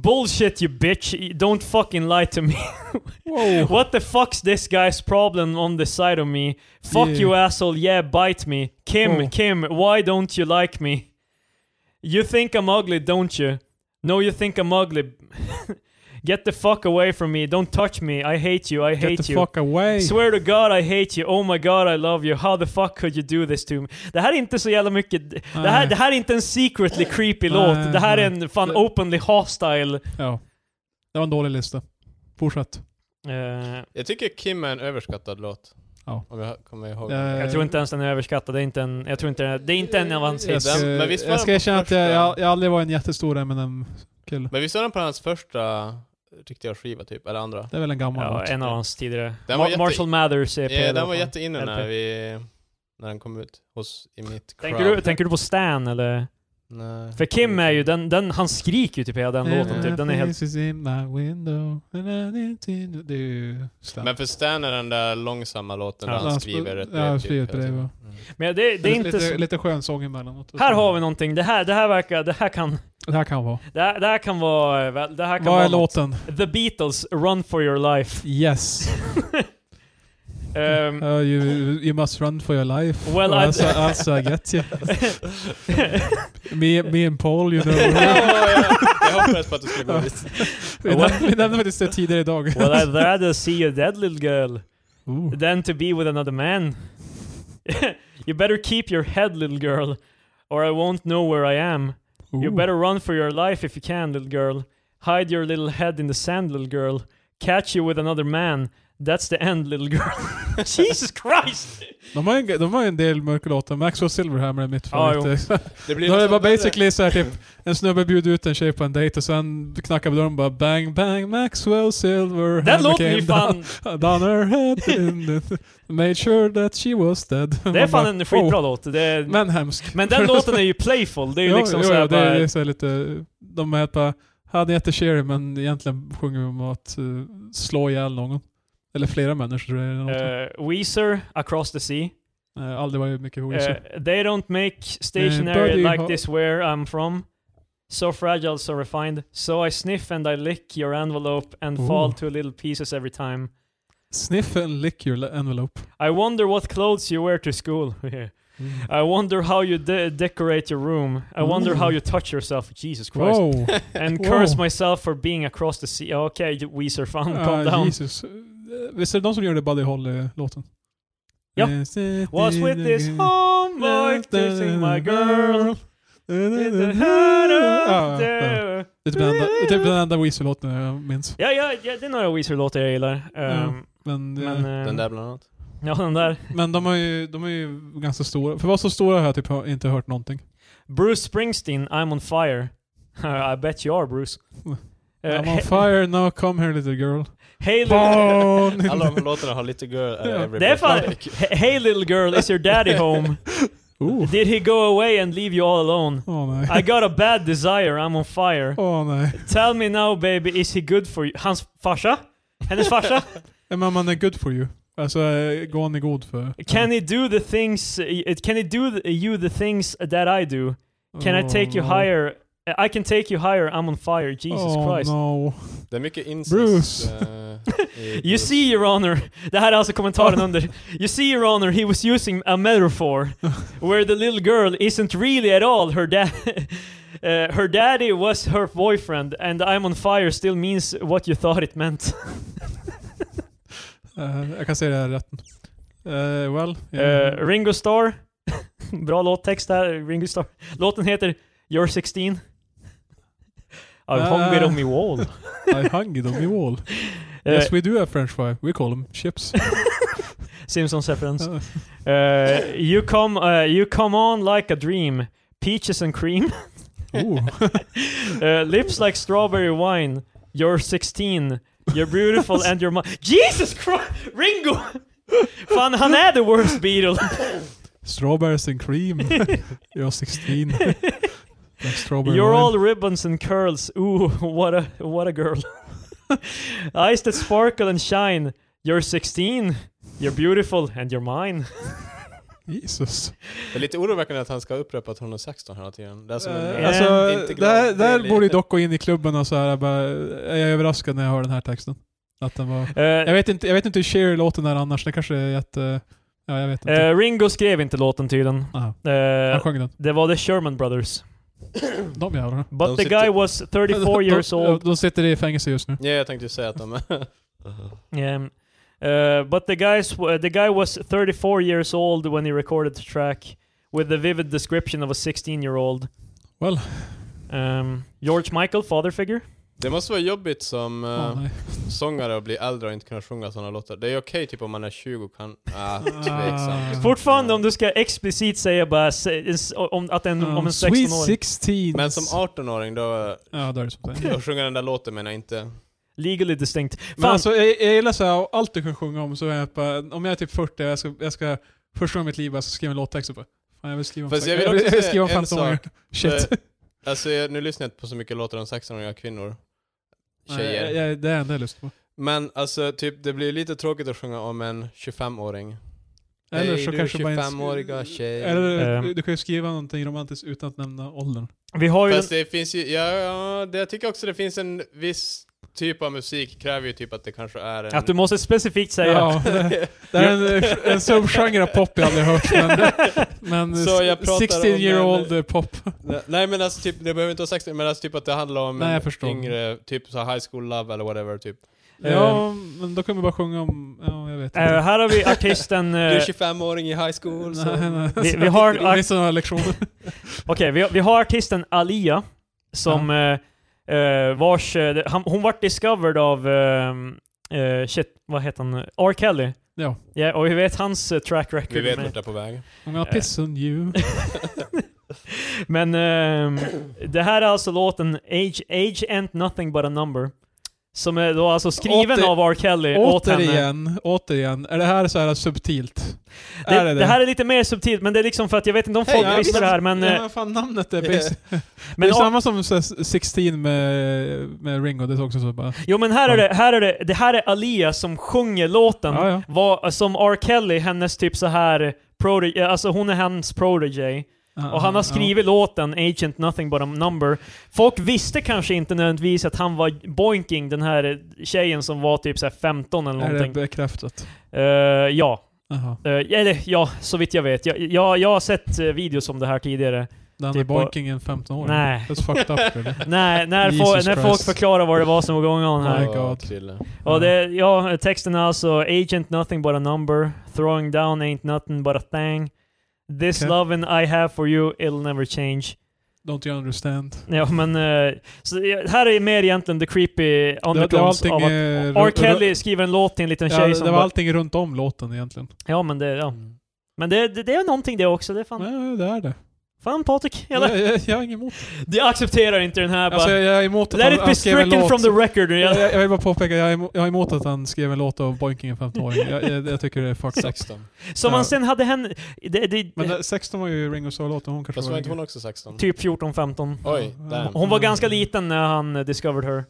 bullshit you bitch, don't fucking lie to me.
Wow.
What the fuck's this guy's problem on the side of me? Fuck
Yeah.
you asshole, yeah, bite me. Kim,
Oh.
Kim, why don't you like me? You think I'm ugly, don't you? No, you think I'm ugly. [LAUGHS] Get the fuck away from me, don't touch me, I hate you, I
Get
hate
the
you.
fuck away.
Swear to God I hate you, oh my God I love you, how the fuck could you do this to me? Det här är inte så jävla mycket... Det här,
Nej.
det här är inte en secretly creepy
Nej,
låt, det här är
nej.
en fan
Det-
openly hostile...
Ja. Det var en dålig lista. Fortsätt.
eh,
Jag tycker Kim är en överskattad låt.
Ja.
Om jag kommer ihåg.
Jag tror inte ens den är överskattad, det är inte en, jag tror inte, det är inte en av hans
jag
hits.
ska,
Den- men visst var
jag
den
ska
på
erkänna att jag,
första-
jag, jag aldrig var en jättestor Eminem-kille.
Men vi såg den på hans första riktiga skiva typ, eller andra.
Det är väl en gammal
Ja,
låt.
en av hans tidigare.
Den
Ma
var jätte-
Marshall Mathers E EP.
Ja,
då.
den var jätteinne när
LP.
vi... När den kom ut hos, i mitt crowd.
Tänker du, tänker du på Stan eller?
Nej.
För Kim är ju den, den han skriker ju typ hela den låten typ. Den är helt...
This is in my window and I need to know- Det är ju Stan.
Men för Stan är den där långsamma låten
Ja.
där
Ja,
han skriver ett typ
ja, skriver ett
hela
brev,
tiden.
Men det, det är inte
lite,
så...
lite skön sång emellanåt.
Här har vi någonting, det här, det här verkar, det här kan,
Det här kan vara.
det här, det här kan vara, eh, väl, det här kan
Vad
vara
är
något.
låten?
The Beatles, Run For Your
[LAUGHS]
Life.
Yes.
Ehm,
Uh, you, you must run for your life.
Well, I-
also, also I
[LAUGHS]
get you. me, me and
[LAUGHS]
Paul, you know.
[LAUGHS] Ja, jag, jag hoppades på att du skulle gå dit.
vi, nämnde, vi nämnde faktiskt det tidigare idag.
well I'd rather see a dead little girl
Ooh.
than to be with another man. [LAUGHS] you better keep your head, little girl, or I won't know where I am. You
Ooh.
better run for your life if you can, little girl. Hide your little head in the sand, little girl. Catch you with another man. That's the end little girl. [LAUGHS] Jesus Christ!
De har ju en, de har ju en del mörka låtar. Maxwell Silverhammer är mitt
Ja, jo.
favorit.
Det
[LAUGHS]
blir
Då är det
liksom
bara
bättre.
basically såhär typ, en snubbe bjuder ut en tjej på en dejt och sen knackar på dörren och bara bang bang Maxwell Silver [LAUGHS]
Den låter ju fan...
Down her head in the, made sure that she was dead.
Det är
Man
fan
bara, [LAUGHS]
en skitbra låt. Det är, men,
Oh. Men hemsk. [LAUGHS]
den låten är ju playful. Det är ju
Jo,
liksom
jo,
såhär
jo, det
bara...
är, det är så här lite, de är bara, han heter Sherry men egentligen sjunger de om att eh, slå ihjäl någon. Eller flera människor tror jag det är. något.
eh, Weezer, Across the Sea.
Eh, aldrig varit mycket
Eh,
Weezer.
they don't make stationery
Buddy
like
Ho-
this where I'm from. So fragile, so refined. So I sniff and I lick your envelope and fall
Ooh.
to little pieces every time.
Sniff and lick your le- envelope.
I wonder what clothes you wear to school. [LAUGHS] I wonder how you de- decorate your room. I wonder how
Ooh.
you touch yourself. Jesus Christ.
Wow!
And
Wow.
curse myself for being across the sea. Okej, okay, Weezer, [LAUGHS] fan,
Ah,
calm down.
Jesus. Eh, Visst är det de som gjorde Buddy Holly-låten?
Ja.
Is it
What's
in
with
the [LAUGHS]
this
game?
homeboy kissing my
[LAUGHS]
girl? It's a
Ah, ja.
hurt
Det är typ den enda- det är typ den enda Weezer-låten jag minns.
Ja, ja, ja, det är några Weezer-låtar jag gillar. Ehm,
Men, eh,
men, ehm,
Den där bland annat.
Ja, den där.
men de, är ju, de är ju ganska stora. För vad så stora har jag typ hör- inte hört någonting.
Bruce Springsteen, I'm on fire. [LAUGHS] I bet you are, Bruce.
Mm.
Eh,
I'm on
He-
fire now, come here
[LAUGHS]
little girl.
Hey little...
Born
[LAUGHS]
in
Alla
the-
de här låtarna har lite girl uh,
Ja.
every
Det är
breath
fan...
I take.
He- Hey little girl, is your daddy
[LAUGHS]
home?
oh.
Did he go away and leave you all alone?
Åh nej.
I got a bad desire, I'm on fire.
Åh nej.
Tell me now baby, is he good for you? Hans farsa? Hennes
[LAUGHS]
farsa?
Ja, Men man är good for you. Alltså, eh, går han i god för...
Can he do the things... it- Can he do the, you the things that I do? Can I take you
Åh,
higher? I can take you higher, I'm on fire, Jesus
Åh,
Christ.
Oh, no.
Det är mycket incest.
Bruce.
eh,
[LAUGHS]
i
You
Bruce.
see your honor, [LAUGHS] det här är alltså kommentaren
Oh.
under. You see your honor, he was using a
[LAUGHS]
metaphor where the little girl isn't really at all her dad. [LAUGHS] Uh, her daddy was her boyfriend and I'm on fire still means what you thought it
[LAUGHS]
meant.
Eh, jag kan säga det här rätt. Eh, well,
Eh,
yeah.
Ringo Starr, [LAUGHS] bra låttext där, Ringo Starr. Låten heter You're [LAUGHS] 16. I
Ah.
hung it on my wall.
I hung it on the wall.
[LAUGHS] Eh,
yes, we do have french fry. We call them
[LAUGHS]
chips.
Simpsons-referens.
Eh,
Uh, you come, uh, you come on like a dream. Peaches and
[LAUGHS]
cream.
oh.
Uh, lips like strawberry wine. You're 16. You're beautiful and you're my... Jesus Christ! Ringo! Fan, han är the worst
[LAUGHS]
Beatle.
Strawberries and
[LAUGHS]
cream. You're 16. Like strawberry
You're
wine.
all ribbons and curls. Ooh, what a what a
[LAUGHS]
girl. Eyes that sparkle and shine. You're 16. You're beautiful and you're mine.
Jesus.
Det är lite oroväckande att han ska upprepa att hon är 16 hela tiden. Det är som en,
Eh, alltså,
inte
det här,
glad,
det här
det är
borde ju
lite-
dock gå in i klubben och så här, bara, är jag överraskad när jag hör den här texten? Att den var...
Eh,
Jag vet inte, jag vet inte hur Cher låten är annars, det kanske är jätte... Ja, jag vet inte.
eh, Ringo skrev inte låten tydligen.
Aha,
Eh,
han sjöng den.
det var The Sherman Brothers.
De jävlarna.
But
De
the
sitter-
guy was 34
[LAUGHS] de,
years old.
De, de sitter i fängelse just nu.
Ja, jag tänkte ju säga att de... [LAUGHS]
Yeah. Uh, but the guys, w- the guy was 34 years old when he recorded the track, with the vivid description of a 16-year-old.
Well. Uh-huh.
Um, George Michael, father figure.
det måste vara jobbigt som eh,
Åh, nej.
sångare att bli äldre och inte kunna sjunga sådana låtar. Det är okej typ om man är 20 och kan... Ah,
Ah.
tveksamt.
Fortfarande
Eh,
om du ska explicit säga bara se, s- om att en, Mm, om en
Um, Sweet
16-åring.
16.
Men som 18-åring då,
Ja, då är det som det är.
att sjunga den där låten menar jag inte.
Legally distinct.
Men
Fan,
alltså, jag, jag gillar så här, allt du kan sjunga om så är jag bara, om jag är typ 40 och jag ska, jag ska första gången i mitt liv bara, så skriva en låttext och bara, fan jag vill skriva om
Fast
sex-
jag vill också
jag vill
säga
skriva om
en
15 gånger. Shit.
Eh, Alltså jag, nu lyssnar jag inte på så mycket låtar om 16-åriga kvinnor. Tjejer.
Nej, jag- Det är det enda jag har lust på.
Men alltså typ, det blir lite tråkigt att sjunga om en 25-åring.
Eller
Hej,
så
du
kanske bara en-
25-åriga tjej.
Eller
Ehm.
du, du kan ju skriva någonting romantiskt utan att nämna åldern.
vi har ju...
Fast det finns ju, ja, ja, det, jag tycker också det finns en viss typ av musik kräver ju typ att det kanske är en...
Att du måste specifikt säga...
Ja, det, det är
[LAUGHS]
en, en subgenre av pop jag aldrig hört. Men, men
Så jag pratar om
16 year
en-
old pop.
Nej men alltså typ, det behöver inte vara 16, men alltså typ att det handlar om
Nej, jag
en
förstår. Eh,
yngre, typ så här high school love eller whatever typ.
Ehm.
Ja, men då kan vi bara sjunga om, ja jag vet inte.
Eh, här har vi
[LAUGHS]
artisten...
Du är
eh,
25-åring i high school så...
Nej, nej.
vi, vi har...
Jag missade några lektioner.
Okej, vi, vi har artisten Alia som eh, eh, vars... eh, han, hon vart discovered av eh, eh, shit, vad heter han? R. Kelly.
Ja.
Ja, och vi vet hans eh, track record.
Vi vet
med-
vart det är på väg.
I'm
Ehm.
gonna piss on you.
Men ehm, det här är alltså låten Age, Age Ain't Nothing But A Number. Som är då alltså skriven
Åter-
av R. Kelly åt henne.
återigen, återigen. Är det här så här subtilt?
Det, det? här är lite mer subtilt, men det är liksom för att jag vet inte om folk
Hej, ja,
visste det här, men... eh,
Ja, fan
[LAUGHS]
namnet är basic.
men
det är
ja,
samma som så här 16 med, med Ringo, det är också så bara...
jo men här är det, här är det, det här är Alia som sjunger låten.
Ja, ja.
Vad- som R. Kelly, hennes typ så här protege, alltså hon är hans protege.
Ja,
Och han har
ja.
skrivit låten Agent Nothing But A Number. Folk visste kanske inte nödvändigtvis att han var boinking, den här tjejen som var typ så här 15 eller
ah. Är det
någonting.
bekräftat?
Eh, ja.
Jaha.
Eh, eller ja, så vitt jag vet. Jag, jag, jag har sett eh, videos om det här tidigare.
När han
Typ
är boinking en 15-åring?
Nej.
That's fucked up really.
Nej, när,
[LAUGHS] Jesus
få, när
Christ.
folk förklarar vad det var som var going on här.
Nej. Oh my God.
Krille.
Och det, ja, texten är alltså Agent nothing but a number, throwing down ain't nothing but a thing. This
Okej.
loving I have for you, it'll never change.
Don't
[LAUGHS]
you understand?
Ja men, eh, så det- här är mer egentligen the creepy
Det, det var
undertones
allting...
av att
eh,
R.
ru-
Kelly skriver en låt till en liten
Ja,
tjej
det,
som
det var
bara,
allting runt om låten egentligen.
Ja men det, ja. Men det, det, det är någonting det också, det är fan...
Nej, det är det.
Fan Patrik, eller?
Jag, jag, jag är ingen emot
Jag accepterar inte den här
Alltså
bara...
jag är emot att
Let
han,
it be
han skrev en
stricken
låt.
from the record.
jag,
Ja.
jag vill bara påpeka, jag är, emo- jag är emot att han skrev en låt av Boinking en 15-åring. Jag, jag, jag tycker det är fucked up.
16.
Som
Ja.
man sen hade henne... Det, det,
Men det- 16 var ju Ringo Starr-låten, hon kanske
Fast var inte hon
var
också 16?
typ 14-15.
Oj, damn.
Hon var ganska liten när han eh, discovered
[COUGHS]
her.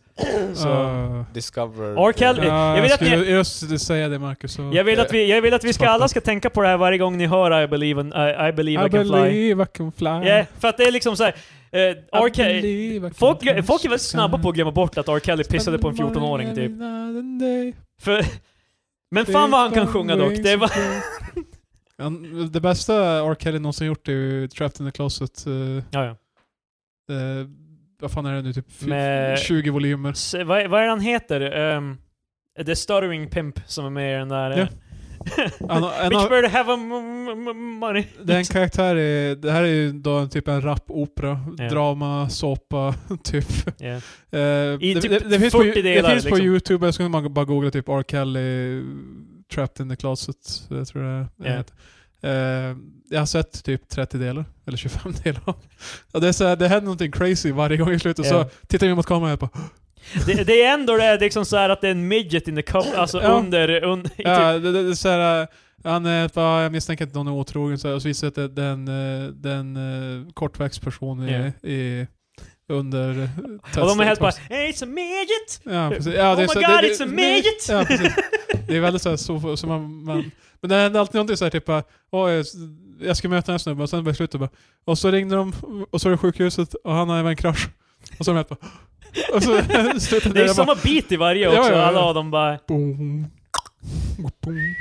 Så.
Uh,
Discover...
R. Kelly. jag
ja, jag
vill
vill
att ni-
just säga det Marcus. Så.
Jag vill att vi, jag vill att vi ska
Fuck
alla
up.
ska tänka på det här varje gång ni hör I believe, in, eh, I, I believe I,
I
can fly.
believe I can fly.
Ja, för att det är liksom såhär... Uh, R.
I
Kelly...
believe I can
Folk,
fly.
folk är väldigt snabba på att glömma bort att R. Kelly pissade på en 14-åring typ. För, [LAUGHS] men fan vad [LAUGHS] han kan sjunga dock. Det är bara,
[LAUGHS] Han- Det bästa R. Kelly någonsin gjort är ju Trapped in the Closet. eh,
ja, ja.
eh, vad fan är det nu? Typ fy-
Med-
20 volymer.
S- vad, vad är det han heter? Ehm, the Stuttering Pimp som är med i den där...
Ja.
eh,
Han, har- en
Bitch
av,
bird have a m- m- m- money.
det
[LAUGHS]
är en karaktär i, det här är ju då en typ en rapopera,
Ja.
drama, såpa, [LAUGHS] typ.
Ja.
Eh, det,
typ
det, det finns, på,
40
ju- det
delar,
finns på
liksom.
youtube, jag skulle man bara googla typ R. Kelly Trapped in the Closet, jag tror det är det
Ja.
heter. Eh, jag har sett typ 30 delar, eller 25 [LAUGHS] delar. Ja, det, är så här, det händer någonting crazy varje gång i slutet,
Ja.
så tittar vi mot kameran och bara
Det, det är ändå det, det är liksom så här att det är en midget in the cup, alltså
Ja.
under... Un, i typ,
Ja, det, det, det är så här, eh, han eh, bara, jag misstänker att någon är otrogen, så här, och så visar det sig att det är en, eh, det är en eh, kortväxt person i, i, under eh,
och de är
testet.
helt bara hey, It's a midget!
Ja, precis. Ja, det är
Oh
så-
my
det-
god,
det-
it's a
det-
midget!
Ja, precis. Det är väldigt så, här, så, så man, man... Men det händer alltid någonting så här typ bara, "Åh, jag- jag ska möta den här snubben, och sen bara slutet bara, och så ringde de, och så är det sjukhuset, och han har även en krasch. Och så är de helt bara... Och så [LAUGHS] slutar
Det är ju samma beat i varje också,
Ja, ja, ja.
alla av dem bara...
Boom. Boom.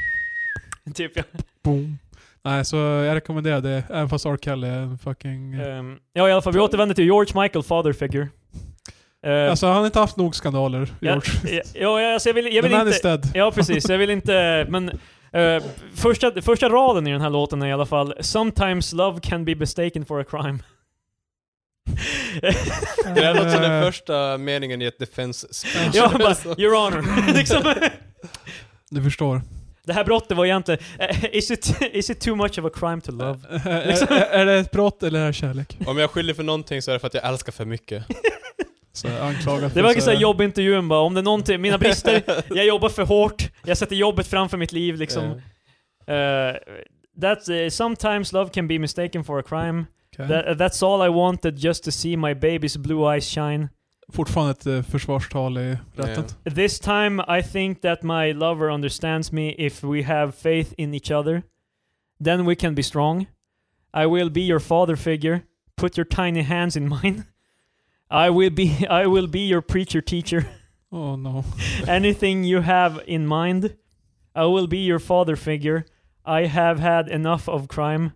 Typ, ja.
Boom. Nej, så jag rekommenderar det, även fast R. Kelly är en fucking...
Ehm, ja i alla fall, vi återvänder till George Michael, father figure. Ehm,
Alltså han har inte haft nog skandaler, George.
Ja, ja, ja, alltså jag vill, jag vill
The man
inte...
is dead.
Ja, precis. Jag vill inte... Men eh, första, första raden i den här låten är i alla fall “Sometimes love can be mistaken for a crime”. [LAUGHS]
Det där låter som
Eh,
den första meningen i ett defense speech.
ja,
[LAUGHS]
bara “Your
[LAUGHS]
honor”. [LAUGHS] liksom.
Du förstår.
Det här brottet var egentligen... eh, is, it, [LAUGHS] is it too much of a crime to love?
Eh, eh, är, [LAUGHS] är det ett brott eller är det kärlek?
Om jag skyller för någonting så är det för att jag älskar för
[LAUGHS]
mycket.
Så anklagat
Det var ju såhär jobbintervjun bara, om det är någonting, mina brister, jag jobbar för hårt, jag sätter jobbet framför mitt liv liksom.
Eh,
Eh, that's, eh, sometimes love can be mistaken for a crime.
Okej.
That, that's all I wanted just to see my baby's blue eyes shine.
Fortfarande ett eh, försvarstal i rätten.
Ja.
This time I think that my lover understands me if we have faith in each other. Then we can be strong. I will be your father figure. Put your tiny hands in mine. I will be [LAUGHS] I will be your preacher teacher. [LAUGHS]
Oh no.
Anything you have in mind. I will be your father figure. I have had enough of crime.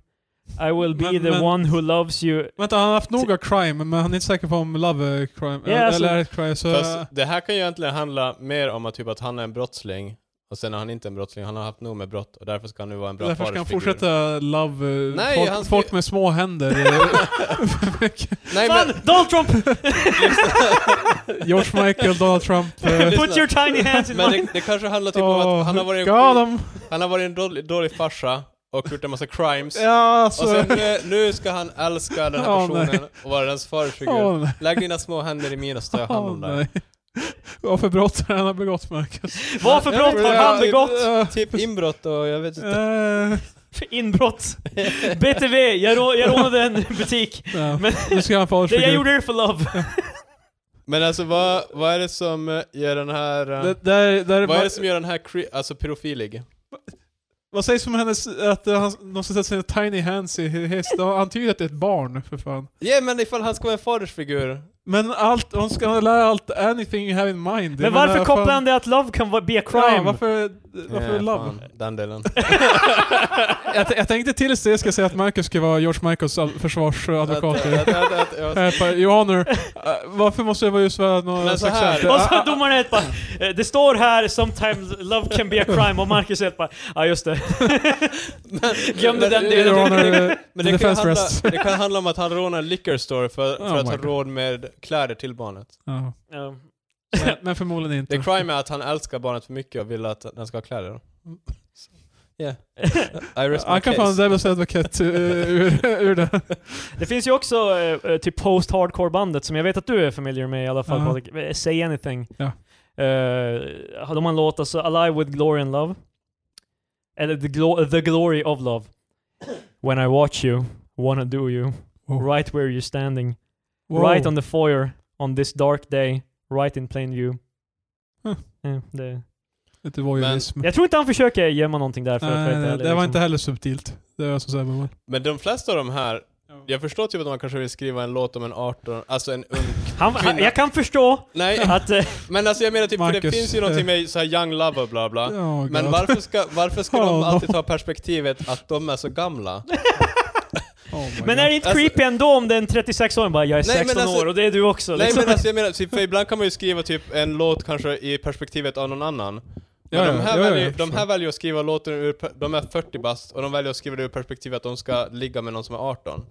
I will be
Men-
the
men-
one who loves you.
Vänta, han har haft nog av crime, men han är inte säker på om love är crime.
Ja,
eh,
alltså-
eller är det crime, så... eh,
Fast det här kan ju egentligen handla mer om att, typ att han är en brottsling, och sen är han inte en brottsling, han har haft nog med brott, och därför ska han nu vara en bra
Därför ska han
fadersfigur.
fortsätta love eh,
Nej,
folk,
han ska-
folk med små händer. eh,
Nej
Fan!
men,
Donald Trump!
[LAUGHS] George Michael, Donald Trump. eh,
Put your tiny hands in
Men
mine.
det, det kanske handlar typ om att han har varit en,
God, de,
han har varit en dålig, dålig farsa och gjort en massa crimes.
ja, alltså- så,
Och sen nu, nu ska han älska den här
Åh,
personen
nej.
och vara dens farsfigur.
Åh, nej.
Lägg dina små händer i mina så tar jag hand om
Åh,
dig.
nej. Vad för brott har han har
[LAUGHS]
begått, Marcus?
Vad för brott har han
uh,
begått?
Eh,
Typ inbrott och jag vet inte.
eh,
För [LAUGHS] inbrott. BTV, jag, rå, jag rånade en butik.
ja.
Men-
Nu ska han få
Det jag
avsked.
gjorde det för love.
Men alltså vad, vad är det som eh, gör den här... eh,
Det- där- där-
Vad är det som gör den här cre- alltså pedofilig?
Vad sägs om hennes, att eh, han, de ska sätta sina tiny hands i häst? De antyder att det är ett barn, för fan.
Ja men ifall han ska vara en fadersfigur.
Men allt, hon ska lära allt, anything you have in mind.
Men varför kopplar han det att love kan vara- be a
crime? Ja,
crime?
varför, varför
Eh,
love?
fan, Den delen.
Jag, t- jag tänkte tills det ska jag säga att Marcus ska vara George Michaels all- försvarsadvokat.
Att- att- att- att- ja.
Eh, på- Your honor, eh, varför måste jag vara just vara några
Men så här.
sexuellt?
[LAUGHS] Och så domaren är helt bara, eh, det står här 'Sometimes love can be a crime' och Marcus är helt bara, ja ah, just det. Glömde den
Your
delen.
honor, eh,
Men
the
det kan,
defense
handla,
rest.
det kan handla om att han rånar en liquor store för, för
Oh
att
my
ha
God.
råd med kläder till barnet.
Ja.
Ja.
Men- Men förmodligen
Det
inte.
crime är att han älskar barnet för mycket och vill att den ska ha kläder. Så, Yeah. I rest my
Han kan fan
case.
devil's advocate eh, ur, ur det.
[LAUGHS] Det finns ju också eh, eh, typ post-hardcore bandet som jag vet att du är familiar med i alla fall
Ja.
Patrik. Eh, Say Anything.
Ja.
Eh, de har en låt alltså, 'Alive with Glory and Love' eller the, glo- 'The Glory of Love' When I watch you, wanna do you
Oh.
Wow.
Right where you're standing
Wow.
Right on the foyer On this dark day Right in plain view
Huh.
Ja, det.
Lite voyeurism.
Jag tror inte han försöker gömma någonting där för att vara
Nej,
helt
nej,
ärlig,
det var
liksom.
inte heller subtilt. Det var så säger man.
Men de flesta av de här, jag förstår typ att man kanske vill skriva en låt om en 18, alltså en ung... [LAUGHS]
han, han,
kvinna.
Jag kan
[LAUGHS]
förstå
Nej,
att... eh,
men alltså jag menar typ, för det
Marcus,
finns ju någonting med så här young love och bla bla.
Oh,
Men
God.
varför ska, varför ska
[LAUGHS] Oh,
de
no.
alltid ta perspektivet att de är så gamla?
Oh my
Men
God.
är det inte
Alltså-
creepy ändå om det är en 36-åring bara 'Jag är
Nej, men
16
alltså-
år och det är du också'
Nej
liksom.
men alltså jag menar, typ, för ibland kan man ju skriva typ en låt kanske i perspektivet av någon annan. Men
Ja,
de,
ja,
här
ja, ja,
väljer,
jag
de här
förstår.
väljer att skriva låten ur, per- de är 40 bast och de väljer att skriva det ur perspektivet att de ska ligga med någon som är 18.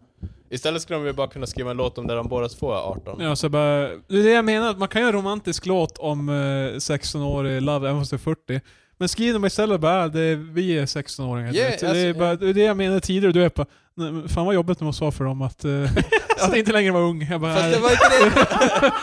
Istället skulle de ju bara kunna skriva en låt om där de båda två är 18.
Ja, så bara, det är det jag menar, att man kan göra en romantisk låt om eh, 16-årig love, även fast det är 40. Men skriv dem istället bara, "Ah, det är, vi är 16-åringar.
Yeah,
vet du. det,
alltså,
är bara, det är det jag menade tidigare, du är bara, "Nej, men fan vad jobbigt när man sa för dem
[LAUGHS]
att, eh, [LAUGHS] att inte längre vara ung. Jag bara,
Fast det
"Nej."
var inte det,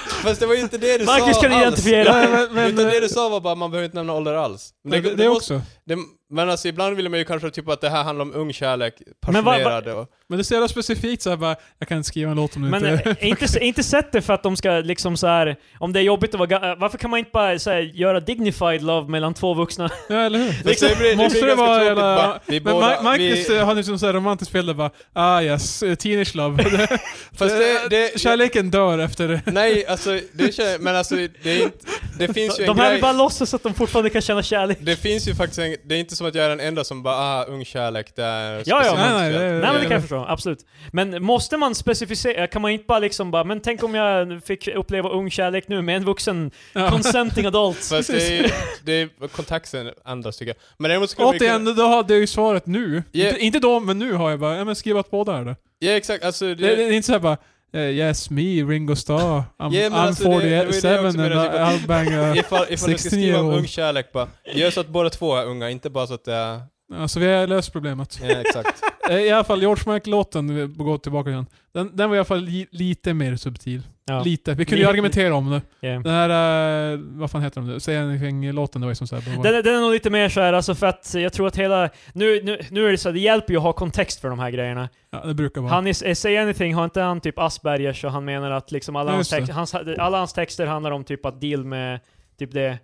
[LAUGHS] fast det var ju inte det du
Marcus
sa
kan
alls.
identifiera.
Nej, men, men,
Utan det du sa var bara man behöver inte nämna ålder alls. Men
det,
måste-
det, också.
Det, men alltså ibland vill man ju kanske typ att det här handlar om ung kärlek,
Men vad-
passionerade och...
Men det är så jävla specifikt såhär bara, jag kan inte skriva en låt om det
[LAUGHS] Men
inte...
eh, inte, inte sett det för att de ska liksom så här om det är jobbigt att vara ga- eh, varför kan man inte bara så här, göra dignified love mellan två vuxna?
[LAUGHS] ja, eller hur?
Liksom, det blir- det blir
måste det
ganska
vara
tråkigt,
jävla...
bara, vi
men
båda-
Ma- Marcus
vi-
eh, hade ju som såhär romantisk bild där bara, ah yes, eh, teenage love.
[LAUGHS]
Eh,
Fast det,
[LAUGHS]
det,
Kärleken dör
[LAUGHS]
efter det.
Nej, alltså, det känner, men alltså det är inte, det finns ju
De
en
här
grej,
vill bara låtsas att de fortfarande kan känna kärlek.
det finns ju faktiskt en, det är inte som att jag är den enda som bara ah, ung kärlek, det är
ja,
speciellt."
men-
Nej, nej, det-
Nej men det kan jag förstå, absolut. Men måste man specificera, kan man inte bara liksom bara, men tänk om jag fick uppleva ung kärlek nu med en vuxen
Ja.
consenting
[LAUGHS]
adult?
Fast det är, det är kontakten ändras tycker jag. Men däremot skulle man ju
Återigen,
kunna-
då hade jag ju svaret nu.
Ja.
Inte, inte då, men nu har jag bara, ja men skriv att båda är det.
Ja exakt, alltså det,
Det, det är inte såhär bara, eh, yes me, Ringo Starr, I'm,
Ja, men
I'm
alltså, det- det var ju det jag
47
också
and
menade, typ att-
I'll bang
[LAUGHS]
a...
ifall, ifall du ska
16
skriva om
år.
ung kärlek bara, gör så att båda två är unga, inte bara så att det är...
Alltså vi har löst problemet.
Ja, exakt.
Eh, I alla fall, George Michael-låten, vi går tillbaka igen. Den, den var i alla fall li, lite mer subtil.
Ja.
Lite. Vi kunde ju
Li-
argumentera om det.
Yeah.
Den här, eh, vad fan heter de? Säg anything-låten, det var ju som såhär...
Den, är- den är nog lite mer såhär, alltså för att jag tror att hela... Nu, nu, nu är det så här, det hjälper ju att ha kontext för de här grejerna.
Ja, det brukar vara.
Han i eh, Say Anything, har inte han typ Aspergers och han menar att liksom alla,
Ja,
hans,
just
text, hans, alla hans texter handlar om typ att deal med typ det,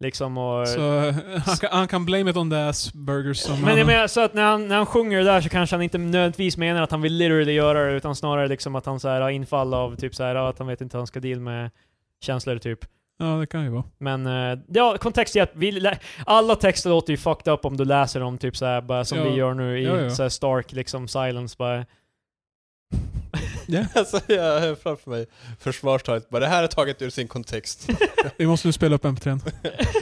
liksom och...
Så [LAUGHS] eh, han kan, han kan blame it on the ass burgers som
men
han,
jag menar så att när han, när han sjunger det där så kanske han inte nödvändigtvis menar att han vill literally göra det utan snarare liksom att han så här har infall av typ så här ja, att han vet inte hur han ska deal med känslor typ.
Ja, det kan ju vara.
Men eh, ja, kontext är att vi, lä- alla texter låter ju fucked up om du läser dem typ så här, bara som
Ja.
vi gör nu i
Ja, ja.
så här stark liksom silence
[LAUGHS]
bara.
alltså jag har framför mig försvarstalet bara, det här är taget ur sin kontext.
Vi måste nu spela upp MP3.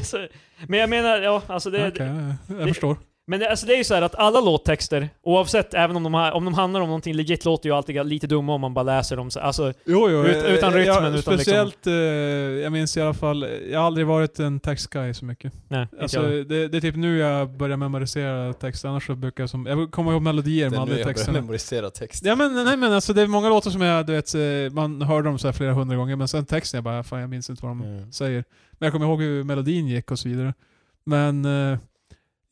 så, men jag menar, ja alltså det,
Okej, jag
det-
förstår.
Men det, alltså det är ju så här att alla låttexter, oavsett, även om de, ha, om de handlar om någonting legit, låter ju alltid lite dumma om man bara läser dem. Så, alltså,
Jo, jo.
Ut- utan
eh,
rytmen,
jag,
utan liksom-
Speciellt, eh, jag minns i alla fall, jag har aldrig varit en textguy så mycket.
nej,
Alltså,
inte jag.
det, det är typ nu jag börjar memorisera text, annars så brukar jag som, jag kommer ihåg melodier men
Det är nu
aldrig
jag börjar
texterna.
memorisera text.
Ja men nej men alltså det är många låtar som jag, du vet, eh, man hör dem så här flera hundra gånger men sen texten jag bara, fan jag minns inte vad de
Mm.
säger. Men jag kommer ihåg hur melodin gick och så vidare. Men eh,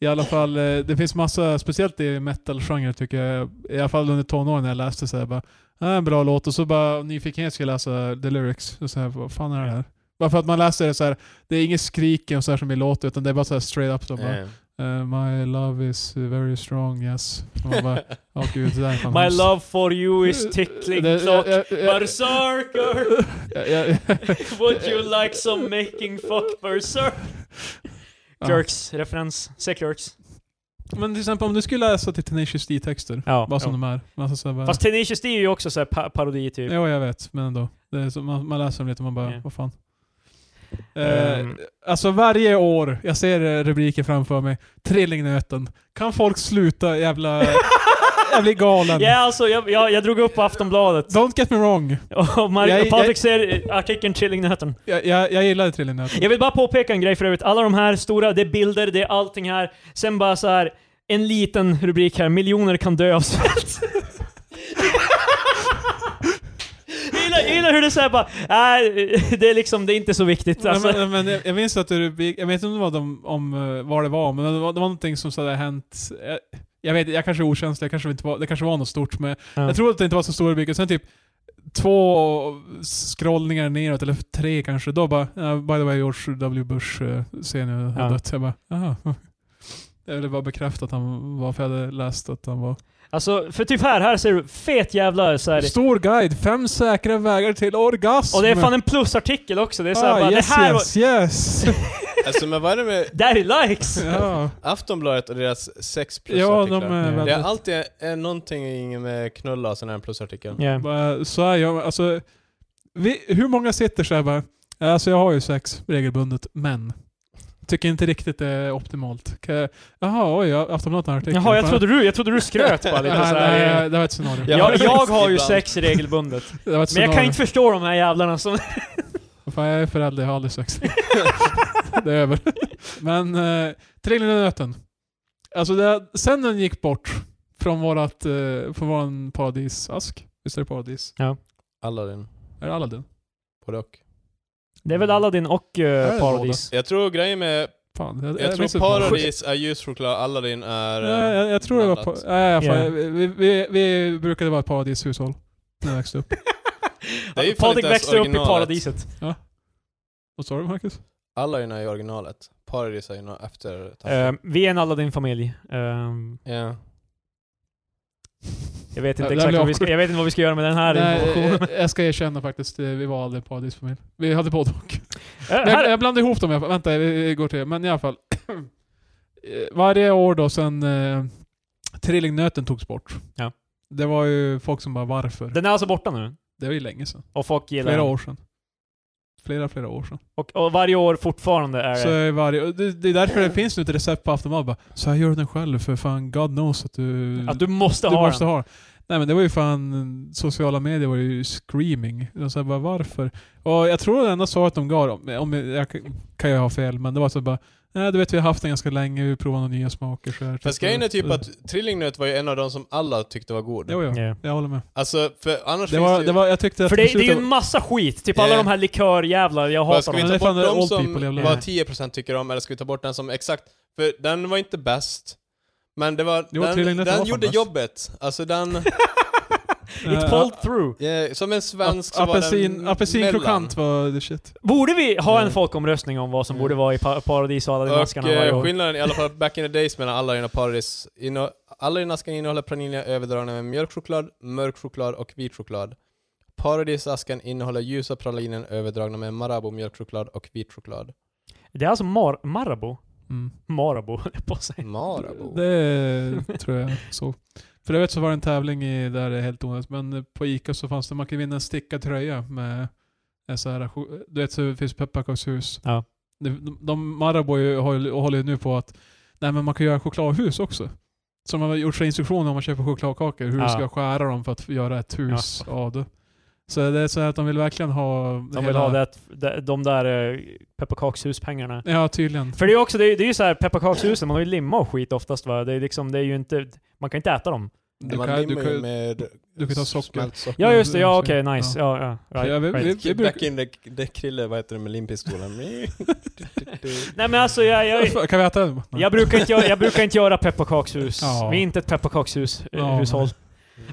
i alla fall, eh, det finns massa, speciellt i metal-genren tycker jag, i alla fall under tonåren när jag läste så här bara, ah, en bra låt och så bara av nyfikenhet ska jag läsa the lyrics och så här, vad fan är det här? Bara för att man läser det så här, det är inget skriken och så här som i låten utan det är bara så här straight up så bara,
Mm.
eh, My love is very strong yes. Och man bara, åh gud det där är fan
My
hemskt."
love for you is tickling clock.
jag- jag- jag- [LAUGHS]
Berserker!
jag- jag-
Would you like some making fuck berserk?
Ja.
Clerks, referens. Se Clerks.
Men till exempel om du skulle läsa till Tenacious D-texter,
Ja.
bara som de är. Alltså, så här, bara,
Fast Tenacious D är ju också så här pa parodi typ.
Jo, jag vet, men ändå. Det är så, man, man läser dem lite och man bara,
Ja.
vad fan.
Ehm.
Eh, alltså varje år, jag ser eh, rubriker framför mig, Trillingnöten. Kan folk sluta jävla...
[LAUGHS]
jag blir galen.
Ja, alltså jag, jag, jag drog upp på Aftonbladet.
Don't get me wrong,
Och Mar-
Jag- jag-
Patrik ser eh, artikeln Trillingnöten.
jag, jag, jag gillade Trillingnöten.
Jag vill bara påpeka en grej för övrigt. Alla de här stora, det är bilder, det är allting här. Sen bara så här en liten rubrik här. Miljoner kan dö av svält. Jag gillar, jag gillar hur det säger bara, nej, det är liksom, det är inte så viktigt. Alltså.
Men, men jag, jag minns att det rubrik, jag vet inte vad, de, om, eh, vad det var, men det var, det var någonting som så hade hänt. Jag, jag vet, jag kanske är okänslig, jag kanske inte var, det kanske var något stort, men
Ja.
jag tror att det inte var så stor rubrik. Och Sen typ två scrollningar neråt, eller tre kanske, då bara "Ah, “By the way, George W. Bush eh, ser nu har
Ja.
dött”. Jag bara “Jaha”. [LAUGHS] Jag ville bara bekräfta att han var, för jag hade läst att han var...
Alltså, för typ här, här ser du fet jävla så här.
Stor guide, fem säkra vägar till orgasm!
Och det är fan en plusartikel också. Det är så här,
ah,
bara,
yes,
det här [LAUGHS]
yes, yes!
Alltså men vad är det med
var, Daddy likes!
ja,
Aftonbladet och deras sex
ja
plusartiklar?
de är
Ja.
väldigt...
det är alltid är någonting med knulla och sån här plusartikel.
Ja.
Bara, Så här, jag, alltså, vi, hur många sitter så här bara, alltså jag har ju sex regelbundet, men tycker inte riktigt det är optimalt. Kan jag- Jaha, oj, Aftonbladet har en artikel.
Jaha, jag trodde du, jag trodde du skröt bara lite
[LAUGHS] Nej,
så
nej,
här.
nej, det var ett scenario.
Jag-
Jag, jag har ju
ibland.
sex regelbundet.
[LAUGHS] Det var ett
Men
scenario.
jag kan inte förstå de här jävlarna som...
Fan, jag är förälder, jag har aldrig sex. [LAUGHS] det är över. Men eh, Trillingnöten. Alltså det, sen den gick bort från vårat, eh, från våran paradisask. Visst är det paradis?
Aladdin.
Är det Aladdin?
Både och.
Det är väl Aladdin och eh,
Mm. det
Paradis.
Jag tror grejen med...
Fan,
Jag,
minns
tror
inte vad-
Paradis är ljuschoklad, Aladdin är...
Ja,
eh,
jag, jag tror det var...
blandat.
Pa- nej, fan,
Yeah.
vi, vi, vi brukade vara ett paradishushåll när jag växte upp.
[LAUGHS]
Det är ju fan
Patrik
inte ens
växte upp i
originalet.
paradiset.
Vad sa du Marcus?
Aladdin är ju originalet. Paradis är ju nå- efter...
Eh, vi är en Aladdin-familj. Ehm,
Ja.
jag, vet
Ja,
inte
det
exakt
blir
vad vi ska, jag vet inte vad vi ska göra med den här
Nej, eh,
informationen.
jag, jag ska erkänna faktiskt, eh, vi var aldrig en paradisfamilj. Vi hade både
[LAUGHS]
och.
Eh,
Men
[LAUGHS]
Jag,
här,
jag blandade ihop dem i alla fall. Vänta, vi vi går till det. Men i alla fall. [CLEARS THROAT] Eh, Varje år då sen eh, Trillingnöten togs bort.
Ja.
Det var ju folk som bara varför?
den är alltså borta nu.
Det var ju länge sedan.
Och folk gillar
Flera
den.
år sedan. Flera, flera år sedan.
Och, och varje år fortfarande är
Så
det...
är varje, och det, det är därför det finns nu ett recept på Aftonbladet bara, Så här gör du den själv för fan God knows att du...
Att du måste ha den.
ha den. Nej men det var ju fan, sociala medier var ju screaming. De sa bara varför? Och jag tror det enda svaret de gav, om om jag, jag kan jag ha fel, men det var så bara Nej du vet vi har haft den ganska länge, vi provar några nya smaker så här.
Fast grejen är typ
Så-
att trillingnöt var ju en av de som alla tyckte var god.
Jo, jo,
Ja.
jag håller med.
Alltså, för annars
Det
finns
var,
ju...
det var, jag tyckte att
För det, det är ju
beslutet-
en massa skit. Typ alla
Yeah.
de här likörjävlar, jag
Vad, ska
hatar dem.
vi
Men det
ta
är fan
bort de
old
som
people, jävlar.
var 10% tycker om, eller ska vi ta bort den som exakt... För den var inte bäst. Men det var...
Jo,
den
trillingnöten var
den
fan
gjorde
bäst.
jobbet. Alltså
[LAUGHS]
den...
It
Eh,
pulled through.
eh, som en svensk så var
Apelsin,
den
apelsinkrokant var the shit.
Borde vi ha en
Mm.
folkomröstning om vad som
Mm.
borde vara i pa Paradis och
Och
Aladdin-maskarna varje
eh,
år?
skillnaden i alla fall back in the days mellan alla dina paradis, inno, alla dina askan innehåller pralinia överdragna med mjölkchoklad, mörk choklad och vit choklad. Paradisaskan innehåller ljusa pralinen överdragna med Marabou mjölkchoklad och vit choklad.
Det är alltså Mar Marabou?
Mm.
Marabou, höll jag på att säga.
Marabou?
Det tror jag så. För övrigt så var det en tävling i, där det är helt onödigt, men på Ica så fanns det, man kan vinna en stickad tröja med en så här, du vet så det finns pepparkakshus.
Ja.
De, de Marabou ju- har ju- håller ju nu på att nej men man kan göra chokladhus också. Som man har gjort sig instruktioner om man köper chokladkakor, hur
Ja.
du ska skära dem för att göra ett hus av det. Så det är så här att de vill verkligen ha...
De vill ha det, de- de där eh, pepparkakshuspengarna.
Ja, tydligen.
För det är ju också, det är, det är ju såhär pepparkakshusen, man har ju limma och skit oftast va? Det är liksom, det är ju inte, man kan inte äta dem.
Du
man
kan-
limmar
du
ju
kan-
med
du kan ta socker.
smält socker.
Ja just det, ja okej,
Mm, Ja.
nice. Ja, ja, right,
Ja, vi-
right.
vi- vi brukar-
Back in the, the krille, vad heter det, med
[LAUGHS]
limpiststolen?
Nej men alltså jag, jag,
Kan vi äta det? Nej.
jag, brukar, inte göra, jag brukar inte göra pepparkakshus.
Ja.
Vi är inte ett pepparkakshus eh,
Ja,
hushåll.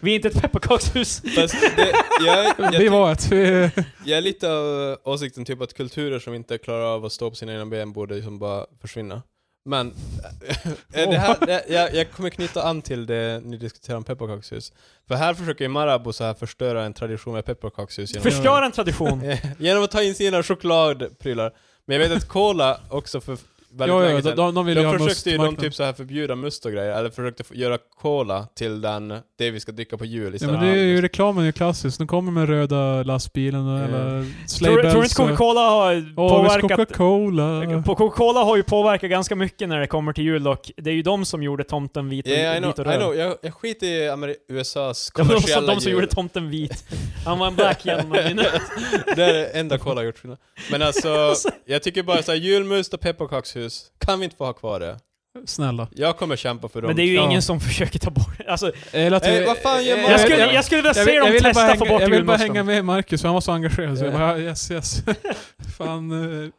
Vi är inte ett pepparkakshus.
Fast det, jag, jag,
[LAUGHS] Vi
tyck-
var ett. Vi,
jag är lite av åsikten typ att kulturer som inte klarar av att stå på sina egna ben borde liksom bara försvinna. Men [LAUGHS] eh, det här, det, jag, jag kommer knyta an till det ni diskuterar om pepparkakshus. För här försöker ju Marabou så här förstöra en tradition med pepparkakshus genom,
Förstör en tradition.
Eh, [LAUGHS] genom att ta in sina chokladprylar. Men jag vet att Cola också för väldigt
ja, ja,
länge
de,
sedan
de, de vill
De
göra
försökte ju de
mustmarknad.
typ så här förbjuda must och grejer, eller försökte f- göra cola till den, det vi ska dricka på jul
Ja,
istället.
men det är ju reklamen är ju klassisk. De kommer med röda lastbilen och
Ja.
eller
Tror, tror du
slaybells.
inte Coca-Cola har påverkat...
eh, Coca-Cola.
På Coca-Cola har ju påverkat ganska mycket när det kommer till jul dock. Det är ju de som gjorde tomten vit och,
Yeah, I know,
vit och
I
röd.
know. Jag, jag skiter i Ameri- USAs
Det var också
kommersiella
de som
jul.
gjorde tomten vit. Han var en [LAUGHS] black gentleman.
[LAUGHS] det är det enda cola har gjort skillnad.
[LAUGHS]
Men alltså, jag tycker bara såhär, julmust och pepparkakshus, kan vi inte få ha kvar det?
Snälla.
Jag kommer kämpa för dem.
Men det är ju
Ja.
ingen som försöker ta bort det. Alltså,
Eller att
Eh,
vi-
vad fan gör
eh,
man?
jag, skulle,
jag-
jag skulle vilja se
ville-
dem
ville bara
testa
hänga,
få bort
Jag vill bara
julmusten.
hänga med Marcus, för han var så engagerad. Så jag
Ja.
bara, "Ah, yes, yes. [LAUGHS] fan. eh,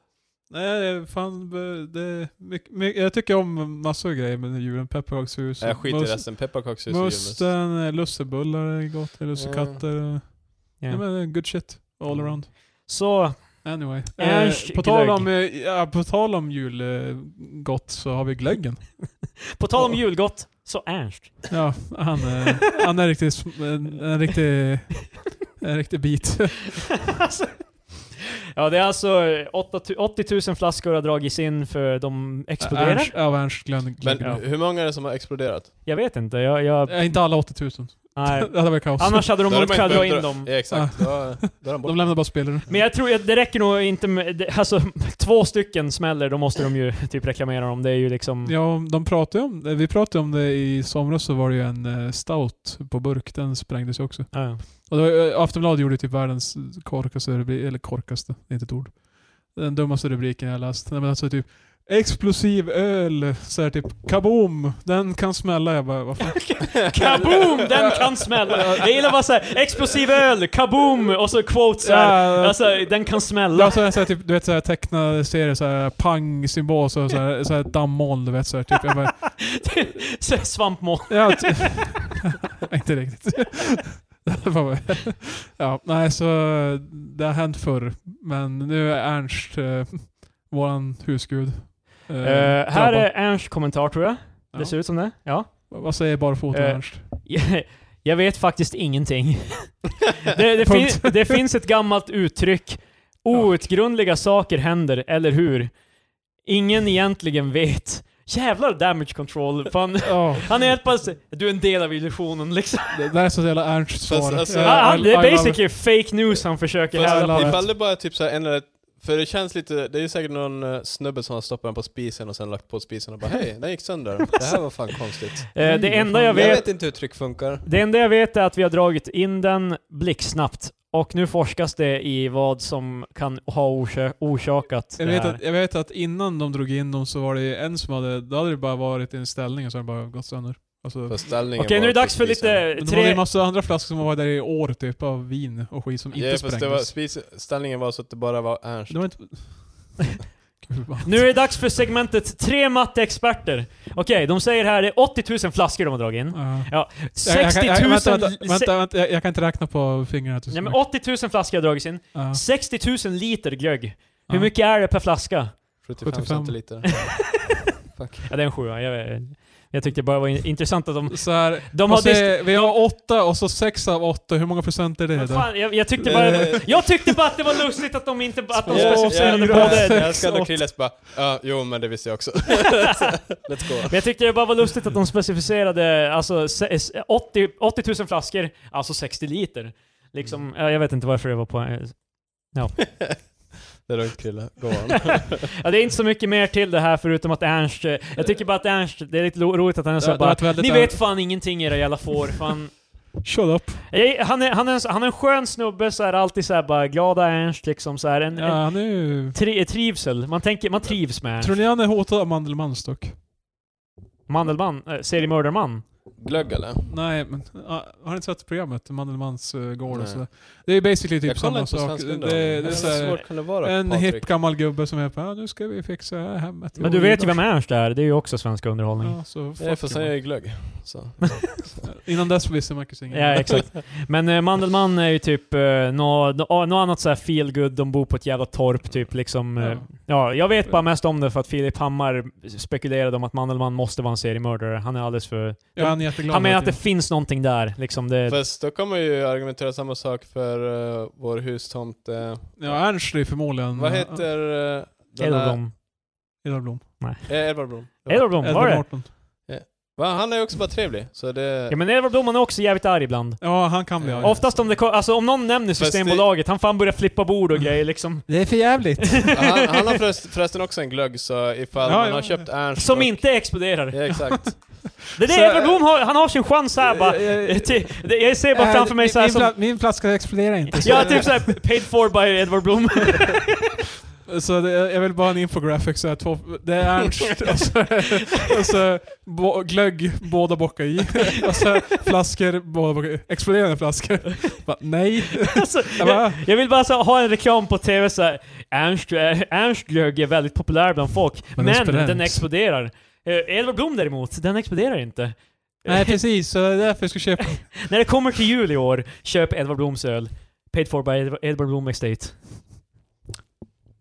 Nej, det är fan. eh, Det är mycket, mycket, jag tycker om massor grejer med julen. Pepparkakshus.
Nej, jag skiter i
must-
resten, pepparkakshus och julmust.
Musten, eh, lussebullar är gott. eh, Lussekatter. eh,
Ja.
Nej, men, eh, good shit. All
Mm.
around.
Så,
Anyway.
Äh,
Eh, på, tal
glögg.
om, eh, ja, på tal om julgott så har vi glöggen.
på tal om
Ja.
julgott, så Ernst.
Ja, han, eh, han är riktigt, sm- en, en riktig... En riktig bit.
Alltså. [LAUGHS] Ja, det är alltså 80 80 000 flaskor har dragits in för de exploderar.
Ernst- Av Ernst Glögg.
Men
Ja.
hur många är det som har exploderat?
Jag vet inte, jag... jag
Eh, Inte alla 80 000.
[LAUGHS] nej.
[LAUGHS] Det hade varit kaos.
Annars hade de
Då hade
nog
man
kunnat
inte
dra in
behövt
dem. Ah.
Ja, exakt. Då, då är de
De
borta.
lämnar bara spelare.
Men jag tror att det räcker nog inte med... det- Alltså, [LAUGHS] två stycken smäller, då måste de ju typ reklamera dem. Det är ju liksom...
Ja, de pratade ju om, eh, vi pratade om det i somras så var det ju en eh, stout på burk. Den sprängdes ju också.
Ja.
Och det var, ju- Aftonbladet gjorde typ världens korkaste rubrik, eller korkaste, det är inte ett ord. Den dummaste rubriken jag läst. Nej, men alltså typ explosiv öl, så här typ kaboom, den kan smälla. Jag bara, vad fan?
Kaboom! Den kan smälla! Jag gillar bara såhär, explosiv öl, kaboom! Och [LAUGHS] så quotes såhär.
Ja,
Alltså, den kan smälla.
Alltså så här, typ, du vet såhär tecknade serier, såhär pang-symbol, så, så här, så här dammoln, du vet såhär typ. Jag bara,
Så här Svampmål.
ja, t- [LAUGHS] inte riktigt. [LAUGHS] Det var- ja, nej så det har hänt förr, men nu är Ernst eh, våran husgud. eh,
Eh, här
drabbad.
är Ernsts kommentar tror jag.
Ja.
Det ser ut som det. Ja. [LAUGHS]
Vad säger barfota
Eh,
Ernst?
Jag vet faktiskt
[LAUGHS]
ingenting. det, det,
Punkt.
fin, det finns ett gammalt uttryck. Outgrundliga saker händer, eller hur? Ingen egentligen vet. Jävlar damage control. Fan.
Ja,
Han är helt bara så- Du är en del av illusionen liksom.
det där är så jävla Ernsts
Fast,
svar.
alltså-
Eh,
han, han, det är
I- I love it.
basically fake news han försöker
Fast
hävda.
love it.
ifall det bara typ såhär ändrar ett- för det känns lite, det är ju säkert någon eh, snubbe som har stoppat den på spisen och sen lagt på spisen och bara hej, den gick sönder. Det här var fan konstigt.
Eh,
Mm,
det enda
fan.
jag
Jag vet,
vet,
inte hur tryck funkar.
det enda jag vet är att vi har dragit in den blixtsnabbt. Och nu forskas det i vad som kan ha orsa- orsakat
Jag
det
vet,
här.
att, jag vet att innan de drog in dem så var det en som hade, då hade det bara varit i en ställning och så hade det bara gått sönder. Alltså,
För ställningen
Okej, nu är det
var på
dags för lite
spisen.
men de hade ju
tre...
massa andra flaskor som var där i år typ, av vin och skit som inte
Ja, fast
sprängdes.
det var, spis, ställningen var så att det bara var Ernst.
Det var inte...
[LAUGHS]
Gud, vad-
Nu är det dags för segmentet tre matteexperter. Okej, de säger här det är 80 000 flaskor de har dragit in.
Ja.
60 000...
Jag, jag, jag, vänta, vänta,
se-
vänta, vänta jag, jag kan inte räkna på fingrarna. till så
Nej, men
mycket.
80 000 flaskor har dragits in.
Ja.
60 000 liter glögg. Hur
Ja.
mycket är det per flaska?
75,
75.
centiliter.
Ja, det är en sjua. Jag, jag tyckte det bara var in- intressant att de...
Så här,
De
och
har
så
dist-
är- vi har åtta och så sex av åtta, hur många procent är det
Men
då?
Fan, jag, jag, tyckte
Eh.
bara, jag tyckte bara att det var lustigt att de inte att de
Två,
specificerade
fyra,
på det.
sex.
Jag älskar att
åt.
Krilles bara ja, jo men det visste jag också. Let's go.
[LAUGHS] Men jag tyckte det bara var lustigt att de specificerade alltså, se- s- 80, 80 000 flaskor,
Mm.
alltså 60 liter. Liksom, ja, jag vet inte varför det var på... eh,
Det är lugnt Krille, gå on.
ja, det är inte så mycket mer till det här förutom att Ernst... eh, Jag tycker bara att Ernst, det är lite ro- roligt att han är
Det
så
har
bara...
varit väldigt-
Ni vet fan ingenting era jävla får, fan.
Shut up.
Jag, han, är, han, är, en så- han är en skön snubbe, så här, alltid så här, bara glada Ernst liksom så här, en,
Ja,
en
han är ju...
tri, trivsel. Man tänker, man trivs med
Tror
Ernst.
ni han är hotad av Mandelmanns dock?
Mandelman, äh, seriemördarman.
Glögg eller?
Nej, men ah, har ni sett programmet? Mandelmanns uh, gård och
Nej.
sådär. Det är basically
Jag
typ
kollar
samma
inte på
sak.
svenska
Det,
ändå.
det,
Hur
är så här,
svårt kan det vara?
en
Patrik?
hipp gammal gubbe som är på ah, nu ska vi fixa det här hemmet.
Men du
Och
vet ju
idag-
vem Ernst är, det är ju också svensk underhållning.
Ja, så
Jag får
fuck
säga
him.
jag är glögg. Så.
Innan dess visste Marcus inget.
Ja, exakt. Men eh, Mandelmann är ju typ eh, något nå, nå annat såhär feel good. de bor på ett jävla torp typ liksom. eh,
Ja.
Ja, jag vet bara mest om det för att Filip Hammar spekulerade om att Mandelmann måste vara en seriemördare. Han är alldeles för...
Ja, han är jätteglad.
han menar att
hela
det finns någonting där, liksom. Det,
Fast då kan man ju argumentera samma sak för eh, vår hustomt. eh,
tiden. Ja, Ernst är förmodligen... eh,
vad heter uh, den
Edward
här?
Blom.
Edvard Blom.
Eh, Edward Blom.
Edward Blom, var
Edvard
det?
Norton.
Va, han är ju också bara trevlig. Så det...
Ja men Edward Blom han är också jävligt arg ibland.
Ja, han kan bli arg.
Oftast om det ko- alltså om någon nämner
Fast det-
Systembolaget, han fan börjar flippa bord och grejer liksom.
Det är för jävligt.
[LAUGHS] han, han har förrest- förresten också en glögg, så ifall
Ja,
man
ja,
har
ja.
köpt Ernst...
Som
och-
inte exploderar.
Ja, exakt.
Det är det
Så-
Edward Blom har, han har sin chans här bara. Ty- det- Jag ser bara framför mig såhär som...
Äh, Min flaska exploderar inte.
Ja, typ såhär paid for by Edward Blom. [LAUGHS]
Så det, jag vill bara ha en infographic så här, två, det
[LAUGHS]
är Ernst och så, och så bo, glögg båda bockar i. [LAUGHS] Och så flaskor båda bockar i. Exploderande flaskor. Bara,
[LAUGHS]
nej.
Alltså, jag,
Jag bara,
jag vill bara så, ha en reklam på TV såhär, Ernst, eh, Ernst glögg är väldigt populär bland folk, men,
Men den sprängs.
den exploderar. Eh, Edward Blom däremot, den exploderar inte.
nej precis, så det är därför jag ska köpa.
När det kommer till jul i år, köp Edvard Bloms öl. Paid for by Edv- Edvard Blom Estate.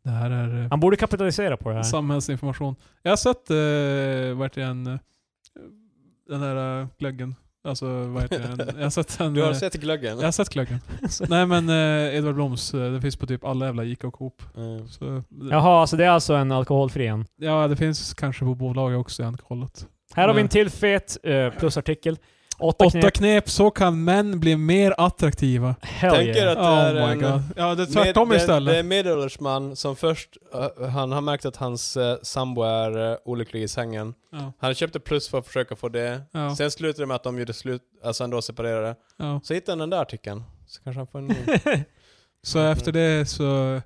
Det här är
Han borde kapitalisera på det
eh,
här.
samhällsinformation. Jag har sett, eh, vad heter den, eh, den här eh, glöggen. Alltså vad heter den? Jag
[LAUGHS]
har sett den.
Du har
eh,
sett glöggen?
Jag har
[LAUGHS]
sett glöggen. Nej men eh, Edvard Bloms, eh, det finns på typ alla jävla Ica och Coop.
Mm.
Så,
Jaha, alltså det är alltså en alkoholfri en.
ja det finns kanske på bolaget också, jag har inte kollat.
Här har vi
Nej.
en till fet eh, plusartikel. Åtta
Åtta
knep.
knep. så kan män bli mer attraktiva.
Hell
Tänker
yeah.
att det är
Oh my
en...
god. Ja det är
med-
tvärtom
det-
istället.
Det är en medelålders man som först, eh, han har märkt att hans uh, sambo är eh, olycklig i sängen.
ja,
Han köpte plus för att försöka få det.
ja,
Sen slutade det med att de gjorde slut, alltså ändå separerade.
ja.
Så hittade han den där artikeln. Så kanske han får en ny.
Så
Mm.
efter det så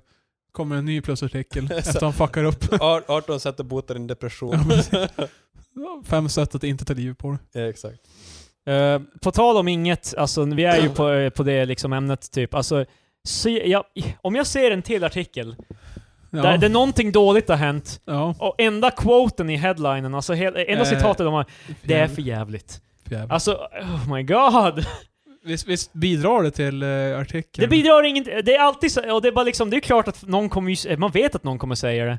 kommer en ny plusartikel
[LAUGHS]
efter han fuckar upp.
Ar- 18 sätt att bota din depression.
Ja, precis. Fem sätt att inte ta livet på
[LAUGHS]
det.
ja, exakt.
Eh, på tal om inget, alltså vi är
[CLEARS THROAT]
ju på, eh, på det liksom ämnet typ. Alltså, se, ja, om jag ser en till artikel
Ja,
där, där någonting dåligt har hänt
ja.
och enda quoten i headlinen, alltså hel, enda
Eh,
citatet de har, det är för
Jävligt.
jävligt.
Jävligt.
Alltså, oh my god!
visst, visst bidrar det till eh, artikeln?
Det bidrar inget, det är alltid så, och det är bara liksom, det är klart att någon kommer ju, s- eh, man vet att någon kommer säga det.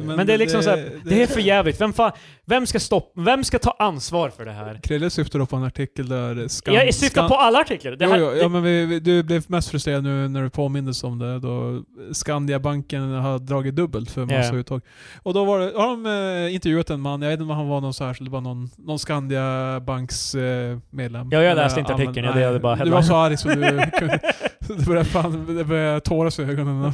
Men det är liksom så här, det är för jävligt. Vem, fan, vem ska stoppa, vem ska ta ansvar för det här?
Krille syftar då på en artikel där skam...
Jag syftar
skam-
på alla artiklar. Det
Jo,
här,
jo,
det-
ja, men vi, vi, du blev mest frustrerad nu när du påmindes om det då Skandiabanken har dragit dubbelt för massa
Ja.
uttag. Och då var det, har de eh, intervjuat en man, jag vet inte vad han var, någon så här, så det var någon, någon Skandiabanks eh, medlem.
Ja, jag läste
Eller
inte
använd-
artikeln, jag
nej.
delade bara
Du var
headline.
så arg
[LAUGHS]
så du kunde, [LAUGHS] det började, fan, det började tåras
[LAUGHS]
i ögonen.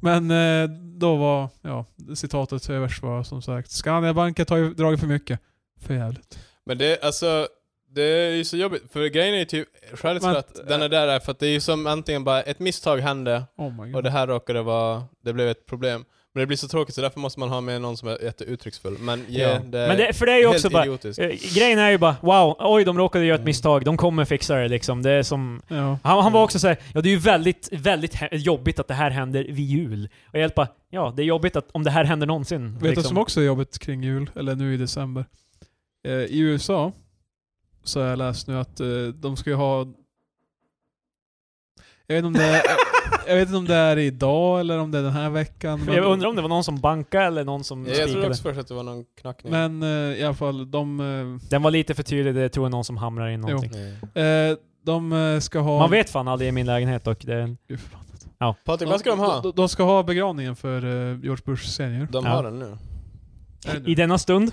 men eh, då var, ja, citatet överst var som sagt Skandiabanken har ju dragit för mycket. För jävligt.
Men det, alltså, det är ju så jobbigt. För grejen är ju typ, skälet
Men-
för att den är där är för att det är ju som antingen bara ett misstag hände
Oh my
och
god.
det här råkade vara, det blev ett problem. Men det blir så tråkigt så därför måste man ha med någon som är jätteuttrycksfull. Men ja,
Ja.
det är
men det, för det är ju
helt
också bara,
idiotiskt.
Eh, Grejen är ju bara, wow, oj de råkade göra ett
Mm.
misstag, de kommer fixa det liksom. Det är som...
Ja.
Han, han var också såhär, ja det är ju väldigt, väldigt he- jobbigt att det här händer vid jul. Och jag helt bara, ja det är jobbigt att, om det här händer någonsin. liksom.
Vet du vad
[LAUGHS]
som också är jobbigt kring jul, eller nu i december? Eh, I USA så har jag läst nu att eh, de ska ju ha... Jag vet inte om det är, jag vet inte om det är idag eller om det är den här veckan.
För
men-
Jag undrar om det var någon som bankade eller någon som
Ja, jag trodde
spikade.
också först att det var någon knackning.
Men eh, i alla fall, de, eh,
Den var lite för tydlig, det tror jag någon som hamrar in någonting.
Nej.
eh, de eh, ska ha...
Man vet fan aldrig i min lägenhet dock. Det är en...
Fy fan.
Patrik, vad ska de ha?
De, de ska ha begravningen för eh, George Bush senior.
De
Ja.
har den nu.
Är det nu?
I denna stund.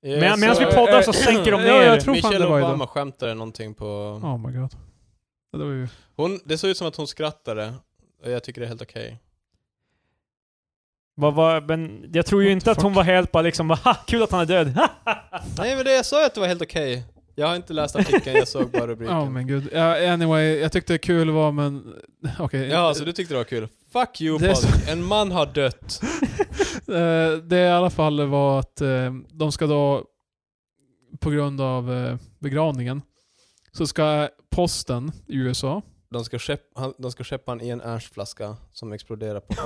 Ja,
Men-
så-
medan vi poddar
[CLEARS THROAT]
så sänker de
Ja,
ner.
jag tror fan
Michelle
det var
Obama
idag.
skämtade någonting på...
Oh my god. Det var ju...
Hon, det såg ut som att hon skrattade. Och jag tycker det är helt okej.
Vad var, men jag tror ju
What
inte
the
att hon
fuck?
var helt bara liksom bara, ha, kul att han är död. [LAUGHS] Ha!
Nej men det jag sa ju att det var helt okej. Jag har inte läst artikeln, jag såg bara rubriken.
[LAUGHS] Ja men gud. Ja, anyway, jag tyckte kul var men... [LAUGHS] Okej.
Ja, så du tyckte det var kul? Fuck you
Det är så-
Patrik, en man har dött.
Eh, det i alla fall var att eh, de ska då, på grund av eh, begravningen, så ska posten i USA,
De ska, skepp, han, de ska skeppa han i en ernstflaska som exploderar på
[LAUGHS]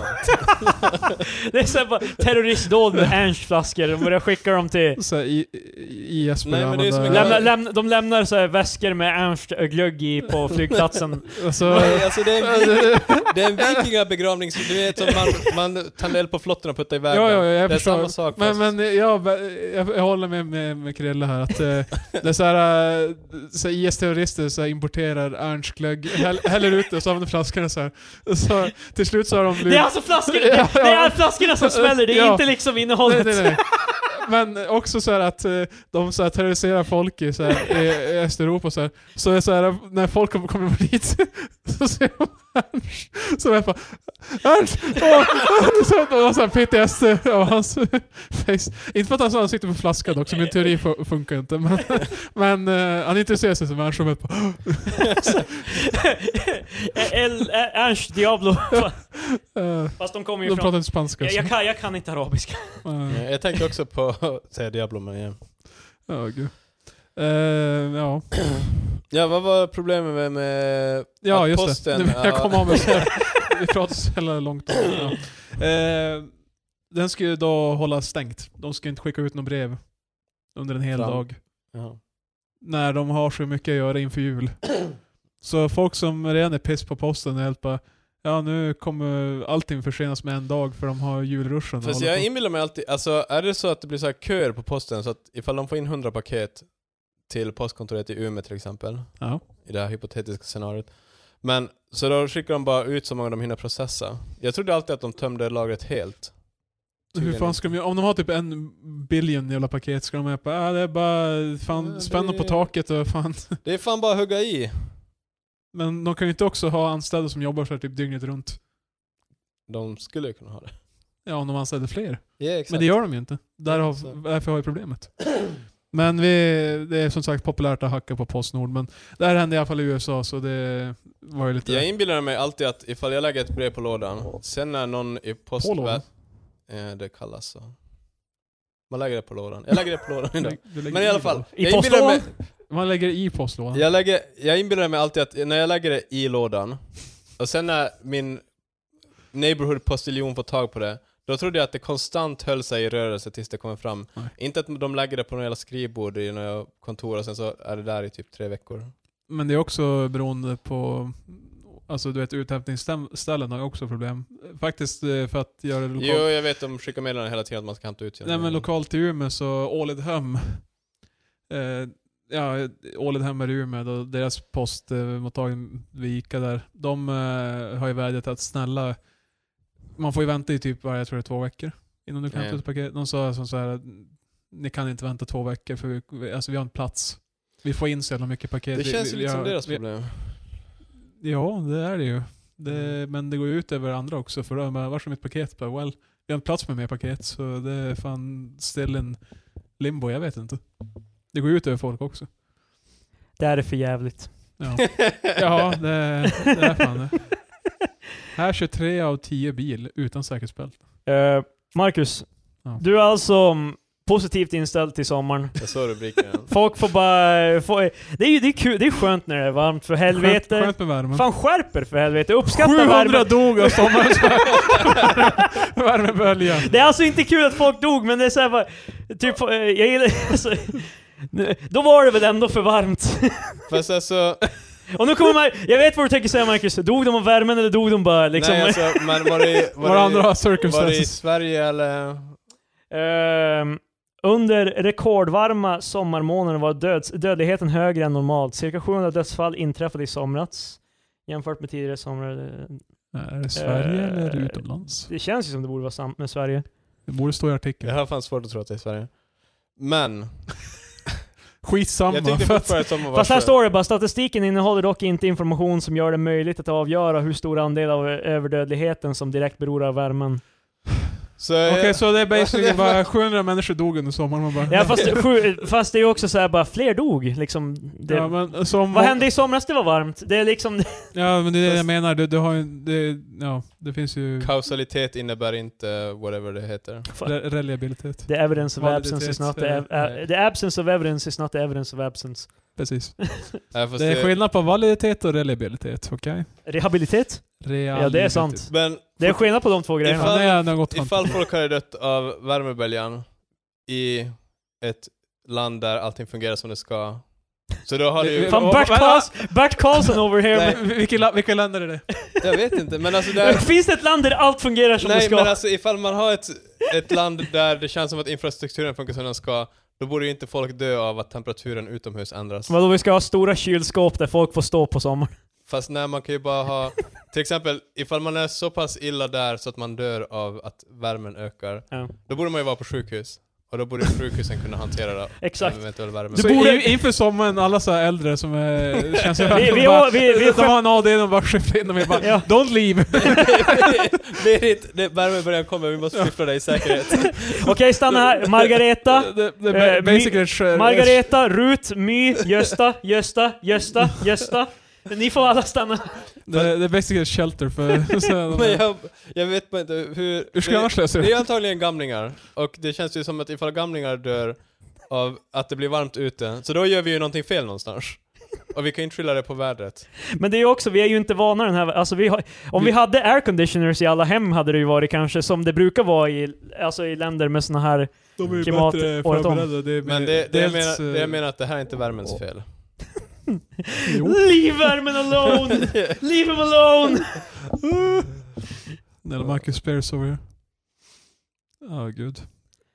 det är såhär bara terroristdåd med Ernstflaskor, de börjar skicka dem till...
så här, i, i IS
Nej, men det är
programmet,
som
eh,
en
Lämna, lämna, de lämnar så här väskor med Ernst-glögg i
[LAUGHS]
på flygplatsen.
[LAUGHS] alltså,
Nej, alltså det är
[LAUGHS]
en, vi- det är en vikingabegravning, du vet som man, man tar eld på flotten och puttar iväg
Ja, ja,
den.
jag
Det är
förstår.
samma sak
Men,
fast.
men jag, jag, jag håller med, med, med Krille här att eh, det är så här, eh, så här IS-terrorister så här importerar Ernst-glögg, häll- häller ut det och så använder flaskorna så här. Så till slut så har de blivit...
Det är alltså flaskorna,
Ja,
det, det
ja.
är flaskorna som smäller, det är
Ja.
inte liksom innehållet.
Nej, nej, nej. Men också så här att eh, de så här terroriserar folk i, så här, i, i Östeuropa och så här. Så, är så här, när folk kommer- kommer dit [LAUGHS] så ser de Ernst. Så är bara Ernst! Och, så, och, och så här PTSD av hans face. Inte för att hans ansikte var flaskan dock, så min teori fu- funkar inte. Men, [LAUGHS] men eh, han intresserar sig som Ernst och bara,
[LAUGHS] El, eh, Ernst Diablo.
eh,
Fast de kommer ju
de
från...
pratar inte spanska.
Jag,
Så.
jag, kan, jag kan inte arabiska.
Eh,
Nej, Mm. Jag tänkte också på, säga Diablo men igen.
ja, gud. Eh, ja.
[CLEARS THROAT] Ja, vad var problemet med, med
Ja,
att
just
posten...
det. Nu, [LAUGHS] jag
ja, [LAUGHS]
kom av mig så här. Vi pratade så jävla långt. Ja. Eh, den ska ju då hållas stängt. De ska inte skicka ut några brev under en hel
Fram.
dag.
Ja.
När de har så mycket att göra inför jul. Så folk som redan är piss på posten är helt bara Ja nu kommer allting försenas med en dag för de har julruschen. att
Fast
hålla
jag
på."
inbillar mig alltid, alltså är det så att det blir så här köer på posten så att ifall de får in 100 paket till postkontoret i Umeå till exempel,
Ja.
i det här hypotetiska scenariot. Men så då skickar de bara ut så många de hinner processa. Jag trodde alltid att de tömde lagret helt.
Hur fan ska de göra? Om de har typ en biljon jävla paket ska de hjälpa? Ja det är bara
Ja, det-
fan spänna på taket och fan. [LAUGHS]
Det är fan bara att hugga i.
Men de kan ju inte också ha anställda som jobbar så här typ dygnet runt.
De skulle ju kunna ha det.
Ja, om de anställde fler.
Ja, exakt.
Men det gör de ju inte. Där
Exakt.
har, därför har vi problemet. [CLEARS THROAT] Men vi, det är som sagt populärt att hacka på Postnord, men det här hände i alla fall i USA så det var ju lite...
Jag inbillar mig alltid att ifall jag lägger ett brev på lådan, sen när någon i
på lådan.
postväsendet... Eh, det kallas så. Man lägger det på lådan. Jag lägger det på lådan
[LAUGHS]
idag.
Du lägger
Men i alla fall.
I
jag inbillar
postlådan?
mig-
Man lägger i postlådan.
Jag, lägger, jag inbillar mig alltid att när jag lägger det i lådan, och sen när min neighborhood postiljon får tag på det, då trodde jag att det konstant höll sig i rörelse tills det kommer fram.
Nej.
Inte att de lägger det på något jävla skrivbord i något kontor och sen så är det där i typ tre veckor.
Men det är också beroende på... Alltså du vet, uthämtningsställen har ju också problem. Faktiskt eh, för att göra det lokalt.
Jo, jag vet de skickar meddelanden hela tiden att man ska hämta ut sina
Nej men
grejer.
lokalt i Umeå så Ålidhem. Eh, ja, Ålidhem är i Umeå då deras postmottagning vid Ica där. De eh, har ju vädjat att snälla, man får ju vänta i typ, vad jag tror det är två veckor innan du kan hämta
Nej.
ut paket. De sa som så här, ni kan inte vänta två veckor för vi, alltså, vi har en plats. Vi får in så jävla mycket paket.
Det
Vi-
känns ju
vi,
lite som
vi-
deras
vi-
problem.
Ja, det är det ju.
Mm.
Det, men det går ju ut över andra också, för de bara, vars är mitt paket? Bara, well, vi har en plats med mer paket, så det är fan still in limbo, jag vet inte. Det går ju ut över folk också.
Det här är för jävligt. [LAUGHS]
Ja, ja det, det är fan det. Här kör 3 av 10 bil utan säkerhetsbälte.
Eh, Marcus,
Ja.
du är alltså mm, positivt inställd till sommaren.
Jag såg rubriken.
Folk får bara... Få, det, är, ju- det, är kul, det är skönt när det är varmt, för
Skönt,
helvete.
skönt med värmen.
Fan skärper för helvete, uppskatta
700
värmen.
dog av sommarens värme- värmebölja.
Det är alltså inte kul att folk dog, men det är såhär bara... Typ, eh, jag gillar... [LAUGHS] Alltså, nu- då var det väl ändå för varmt.
Fast alltså,
Och nu kommer man, Jag vet vad du tänker säga Marcus, dog de av värmen eller dog de bara liksom...
nej alltså, men var det, var det,
Varandra har
var det i
circumstances.
Sverige eller?
Ehm, under rekordvarma sommarmånader var döds, dödligheten högre än normalt. Cirka 700 dödsfall inträffade i somras jämfört med tidigare somrar.
Är det Sverige
Eh,
eller utomlands?
Det känns ju som det borde vara sant med Sverige.
Det borde stå i
Jag
artikeln.
har fan svårt att tro att det är i Sverige. Men,
Skitsamma.
jag tyckte
för att-
fortfarande att sommaren var
Fast här
skön.
står det bara, statistiken innehåller dock inte information som gör det möjligt att avgöra hur stor andel av överdödligheten som direkt beror av värmen.
Så jag-
Okej, så det
[LAUGHS]
är basically bara 700 människor dog under sommaren. Man bara,
Ja fast, sju, fast det är ju också så här bara, fler dog liksom. Det,
Ja, men, som,
Vad hände i somras det var varmt? Det är liksom... [LAUGHS]
Ja, men det är det jag menar. Du, du har ju, det, ja, det finns ju
Kausalitet innebär inte whatever det heter.
re- reliabilitet.
The evidence of
Validitet,
absence is not the,
eh,
ev- eh, the absence of evidence is not the evidence of absence.
Precis.
Ja, Äh, fast
Det är
det-
skillnad på validitet och reliabilitet, okej?
Rehabilitet?
Realitet.
Ja, det är sant.
Men
Det är skillnad på de två grejerna.
Ifall-
Ja, det är nog gott
ifall folk hade dött av värmeböljan i ett land där allting fungerar som det ska, så då har det ju...
Fan.
Fan Bert, Karls, Bert Karlsson over here!
Nej.
man.
[LAUGHS] Vilka, la- vilka länder är det?
Jag vet inte, men alltså
[LAUGHS]
där...
Finns [LAUGHS] det ett land där allt fungerar som det
Nej
ska?
men alltså ifall man har ett, ett land där det känns som att infrastrukturen funkar som den ska, då borde ju inte folk dö av att temperaturen utomhus ändras.
Vadå, vi ska ha stora kylskåp där folk får stå på sommaren?
Fast nej, man kan ju bara ha... Till exempel, ifall man är så pass illa där så att man dör av att värmen ökar,
Ja.
då borde man ju vara på sjukhus. Och då borde ju sjukhusen kunna hantera det.
Exakt.
Eventuell värme.
Du
så
borde-
i- inför sommaren, alla så här äldre som är,
[LAUGHS]
känns
Vi, vi, vi, vi, vi,
[LAUGHS] De har en AD, de bara skyfflar in dem och bara
Ja.
Don't leave!
Berit, det- värmen börjar komma, vi måste skyffla dig i
[LAUGHS]
säkerhet.
Okej, stanna här. Margareta.
Det, det,
Eh,
det, basically ett skär-
Margareta, Rut, My, Gösta, Gösta, Gösta, Gösta. Ni får alla stanna.
Det, det är basically ett shelter för... [LAUGHS] så här, de
Men
är-
jag, jag vet bara inte hur...
Hur ska jag
det,
annars lösa
det är ju
det?
antagligen gamlingar. Och det känns ju som att ifall gamlingar dör av att det blir varmt ute, så då gör vi ju någonting fel någonstans. Och vi kan ju inte skylla det på vädret.
Men det är ju också, vi är ju inte vana den här, alltså vi har, om vi hade airconditioners i alla hem hade det ju varit kanske som det brukar vara i, alltså i länder med såna här,
De är ju
Klimat
bättre
året om.
förberedda. Det är
Men
mer-
det, det, jag,
dels,
menar, det
eh,
jag menar att det här är inte värmens fel.
jo.
Leave värmen alone! Leave him alone!
Eller Marcus Spears over here. Ja, gud.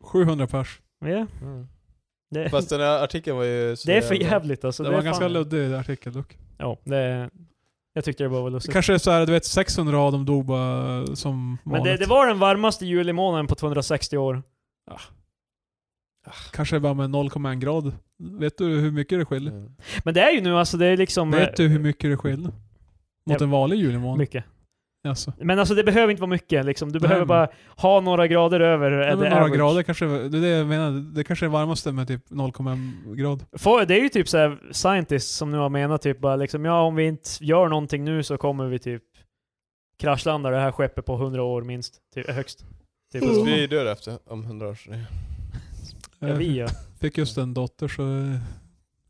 700 pers.
Ja,
Mm.
det,
Fast den här artikeln var ju... så
det är för
jävla-
jävligt alltså.
det, var en ganska
fan-
luddig artikel dock.
Ja, det, jag tyckte det bara var lustigt.
Kanske så här, du vet 600 av dem dog bara eh, som
Alltså- Men det,
vanligt.
det var den varmaste julimånaden på 260 år.
Kanske bara med 0,1 grad. Vet du hur mycket det skiljer?
Mm.
Men det är ju nu alltså, det är liksom... eh,
Vet du hur mycket det skiljer? Mot
Ja.
en vanlig julmånad?
Mycket.
Alltså.
Men alltså det behöver inte vara mycket liksom. Du
Nej,
behöver
men-
bara ha några grader över
Nej,
eh,
men
the
några
average.
grader kanske, det är det jag menar. Det kanske är varmaste med typ 0,1 grad.
För, det är ju typ så här scientists som nu har menat typ bara liksom, ja om vi inte gör någonting nu så kommer vi typ kraschlanda det här skeppet på 100 år minst. Typ, högst. Typ.
Fast vi dör efter om hundra år. så det-
Ja, vi ja.
Fick just en dotter så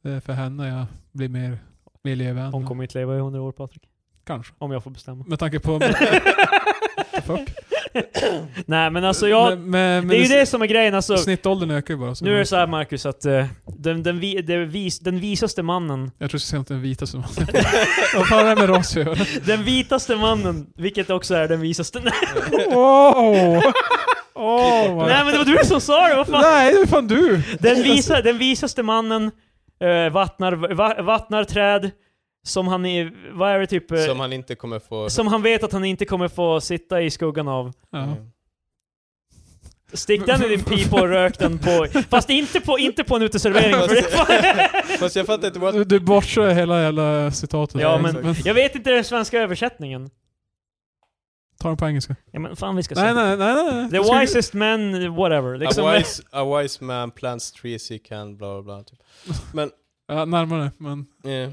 det är för henne jag blir mer miljövän.
Hon kommer inte leva i 100 år Patrik.
Kanske.
Om jag får
[LAUGHS]
bestämma.
Med tanke på... fuck?
Nej men [LAUGHS] alltså jag,
Men- men-
det är ju
men
det som är grejen alltså.
Snittåldern ökar ju bara. Så
Nu är det så här Marcus att eh, den, den, vi, den, vis, den visaste mannen,
Jag tror jag ska säga att den
[LAUGHS]
vita som... Vad fan är det med ras att göra?
den vitaste mannen, vilket också är den visaste. Nej,
Wow! Oh, my-
men det var du som sa det, vad fan.
Nej, det är fan du!
Den, visa, den visaste mannen eh, vattnar, va, vattnar träd som han, är, vad är det typ, eh,
Som han inte kommer få...
som han vet att han inte kommer få sitta i skuggan av.
Ja.
Stick den i din pipa och rök den på, fast inte på, inte på en uteservering. För det
Fast jag fattar inte what...
Du, du bortser hela jävla citatet.
ja,
Ja,
men, [LAUGHS]
exakt.
jag vet inte den svenska översättningen.
Ta den på engelska.
Ja, men fan vi ska se.
Nej, nej, nej. nej, nej.
The
Du ska-
wisest man, whatever. Liksom,
a, wise, a wise man plants trees he can, bla bla bla. Typ.
Ja, närmare, men...
Eh.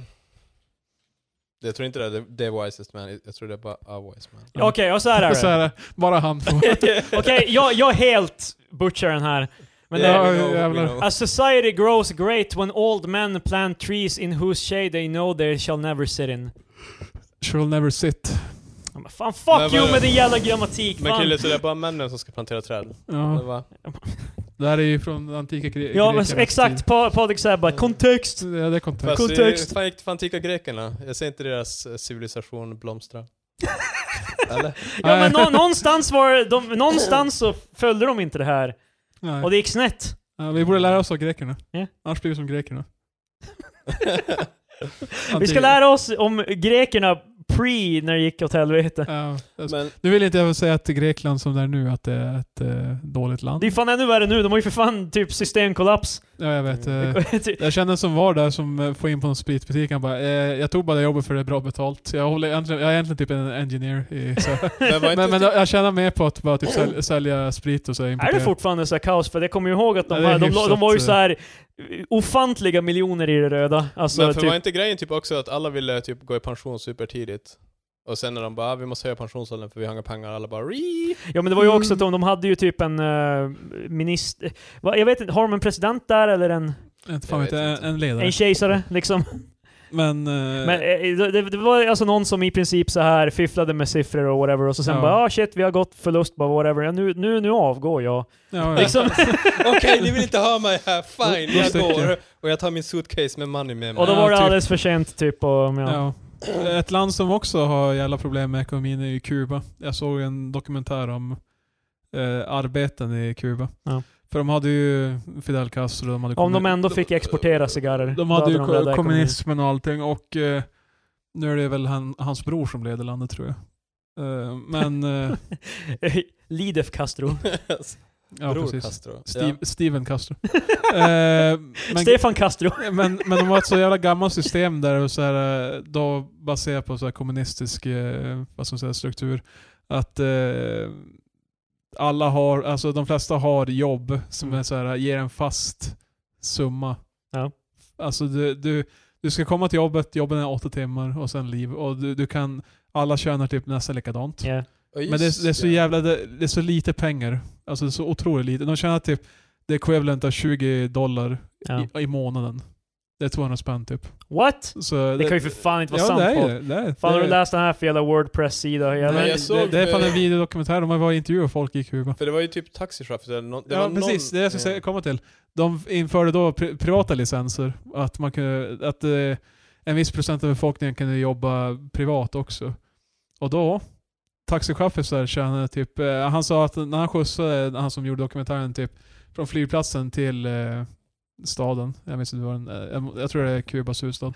Jag tror inte det är the, the wisest man, jag tror det är bara a wise man.
Okej, och så här är
Så
det.
här, bara han får...
[LAUGHS]
[LAUGHS]
Okej, jag, jag helt butchar den här. Men det, Alltså,
Ja,
we know, we
jävlar.
know.
A society grows great when old men plant trees in whose shade they know they shall never sit in.
She'll never sit.
Ja, men Fan fuck
Men
you
vad-
med din jävla grammatik!
Men
fan.
kille, så det är bara männen som ska plantera träd? Eller
Ja,
va?
det här är ju från antika gre-
ja men
grekernas
exakt,
tid.
Pa- Patrik säger bara kontext.
Ja, det är kontext.
Fast
Kontext.
det fan gick det för antika grekerna? Jag ser inte deras eh, civilisation blomstra.
[LAUGHS]
Eller?
Ja men
[LAUGHS]
nå- någonstans var de, någonstans så följde de inte det här.
Nej.
Och det gick snett.
Ja, vi borde lära oss av grekerna.
Ja.
Annars blir vi som grekerna.
Vi ska lära oss om grekerna pre när det gick åt helvete.
Ja, alltså.
Men
nu vill inte jag säga att Grekland som det är nu, att det är ett eh, dåligt land.
Det är fan ännu värre nu, de har ju för fan typ systemkollaps.
Ja, jag vet. eh,
[LAUGHS] Typ,
Jag känner en som var där som eh, får in på en spritbutik, han bara eh, jag tog bara det jobbet för det är bra betalt. Jag, håller, egentligen- jag är egentligen typ en engineer.
[LAUGHS]
I, så.
Men var inte
men men
typ-
jag tjänar mer på att bara typ sälja, sälja sprit och så.
Oh. är det fortfarande så här kaos? För jag kommer ju ihåg att de,
Ja, det är
här, de, de
hyfsat,
var ju
eh,
så här eh, ofantliga miljoner i det röda. Alltså,
men för
typ,
var inte grejen typ också att alla ville typ gå i pension supertidigt? Och sen när de bara ah, vi måste höja pensionsåldern för vi har inga pengar, alla bara Rii!
Ja men det var ju också att de,
Mm.
de hade ju typ en eh, minister... Va, jag vet inte, har de en president där eller en,
Inte fan
Jag
vet
vet
jag, en,
inte.
en ledare.
en kejsare liksom?
men, eh,
Men eh, det, det var alltså någon som i princip så här fifflade med siffror och whatever och så sen
Ja.
bara ah, shit vi har gått förlust bara whatever, ja, nu, nu, nu avgår jag.
ja, ja.
Liksom.
[LAUGHS] Okej, ni vill inte ha mig här, fine,
Då
jag
sticker jag.
går. Och jag tar min suitcase med money med mig.
och då
Ja,
var det
typ.
alldeles för sent typ och ja.
Ja. Ett land som också har jävla problem med ekonomin är ju Kuba. Jag såg en dokumentär om eh, arbeten i Kuba.
Ja.
För de hade ju Fidel Castro, de hade
Om de
kommuni-
ändå fick exportera cigarrer.
de
då
hade ju
räddat
ko- kommunismen och allting och eh, nu är det väl han, hans bror som leder landet tror jag. Eh, men, eh,
ekonomin. [LAUGHS] Lidef
[LAUGHS]
Castro.
ja
Bror
precis.
Castro.
Steve, Steven Castro. Eh, men,
Stefan Castro.
men, men de har ett så jävla gammalt system där det var så här, eh, då baserat på så här kommunistisk eh, vad ska man säga, struktur. Att eh, alla har, alltså de flesta har jobb som
Mm.
är så här, ger en fast summa.
Ja.
Alltså du, du, du ska komma till jobbet, jobben är åtta timmar och sen liv. Och du, du kan, alla tjänar typ nästan likadant.
Ja.
Ja, just
Men det är, det är så
ja.
jävla, det, det är så lite pengar. Alltså det är så otroligt lite. De tjänar typ det är equivalent av 20 dollar
Ja.
i, i månaden. Det är 200 spänn typ.
What?
Så
Det kan ju för fan inte vara
ja,
sant.
det är
folk.
ju det. det är-
Fan har
det
du
är-
läst den här för jävla Wordpress-sida?
Nej,
Jävla...
Men
det,
jag såg-
det är fan en videodokumentär. De har varit intervjuer och folk i Kuba.
För det var ju typ taxichaufför eller nå- det
Ja
var
precis, det
någon, Mm.
är det jag ska säga- komma till. De införde då pri privata licenser. Att, man kunde, att eh, en viss procent av befolkningen kunde jobba privat också. Och då, taxichaufförer tjänade typ, eh, han sa att när han skjutsade, han som gjorde dokumentären, typ från flygplatsen till eh, staden, jag minns inte vad den, eh, jag tror det är Kubas huvudstad.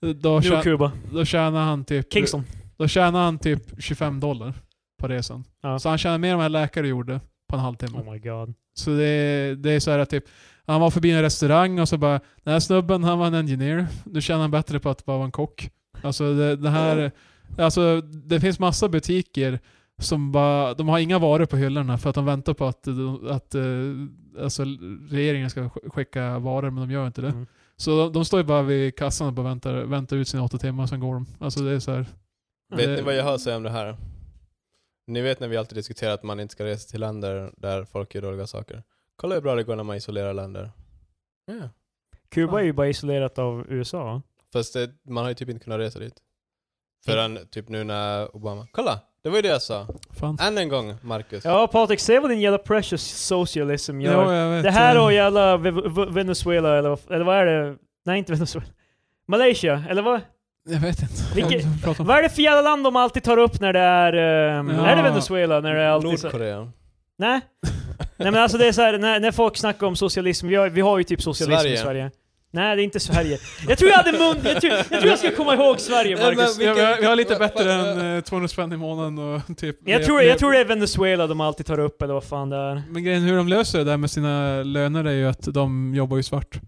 Då,
Nu
tjä,
Kuba.
då tjänar han typ...
Kingston.
Då tjänar han typ 25 dollar på resan.
Ja.
Så han tjänar mer än vad en läkare gjorde på en halvtimme.
Oh my god.
Så det, det är så här att typ, han var förbi en restaurang och så bara, den här snubben han var en engineer, nu tjänar han bättre på att bara vara en kock. Alltså det, det här, alltså det finns massa butiker som bara, de har inga varor på hyllorna för att de väntar på att, att eh, alltså, regeringen ska sk- skicka varor men de gör inte det.
Mm.
Så de, de står ju bara vid kassan och bara väntar, väntar ut sina åtta timmar sen går de. Alltså det är så här.
Vet
det-
ni vad jag har att säga om det här? Ni vet när vi alltid diskuterar att man inte ska resa till länder där folk gör dåliga saker. Kolla hur bra det går när man isolerar länder. Ja.
Kuba är ju bara isolerat av USA.
Fast det, man har ju typ inte kunnat resa dit.
Mm.
Förrän typ nu när Obama... Kolla! Det var ju det jag sa.
Fan.
Än en gång, Marcus.
Ja Patrik, se vad din jävla precious socialism gör.
Ja, jag vet.
det här och
Eh,
jävla Ve- Ve- Venezuela, eller, vad- eller vad är det? Nej, inte Venezuela. Malaysia, eller vad?
Jag vet inte.
Vilket-
Jag pratar om-
Vad är det för jävla land de alltid tar upp när det är... ehm,
Ja.
Är det Venezuela? När det är alltid så...
Nordkorea.
Nej? Nej men alltså det är så här, när, när folk snackar om socialism, vi har, vi har ju typ socialism i
Sverige.
Sverige. Nej, det är inte
[LAUGHS]
Sverige. Jag tror jag hade mun... Jag tror jag, tror jag ska komma ihåg Sverige,
Nej, men
Marcus.
Ja, vi, har, vi har lite
Va-
bättre
va-
än eh, 200 spänn i månaden och typ...
Jag
le-
tror,
le-
jag tror det är Venezuela de alltid tar upp, eller vad fan det är.
Men grejen hur de löser det där med sina löner är ju att de jobbar ju svart.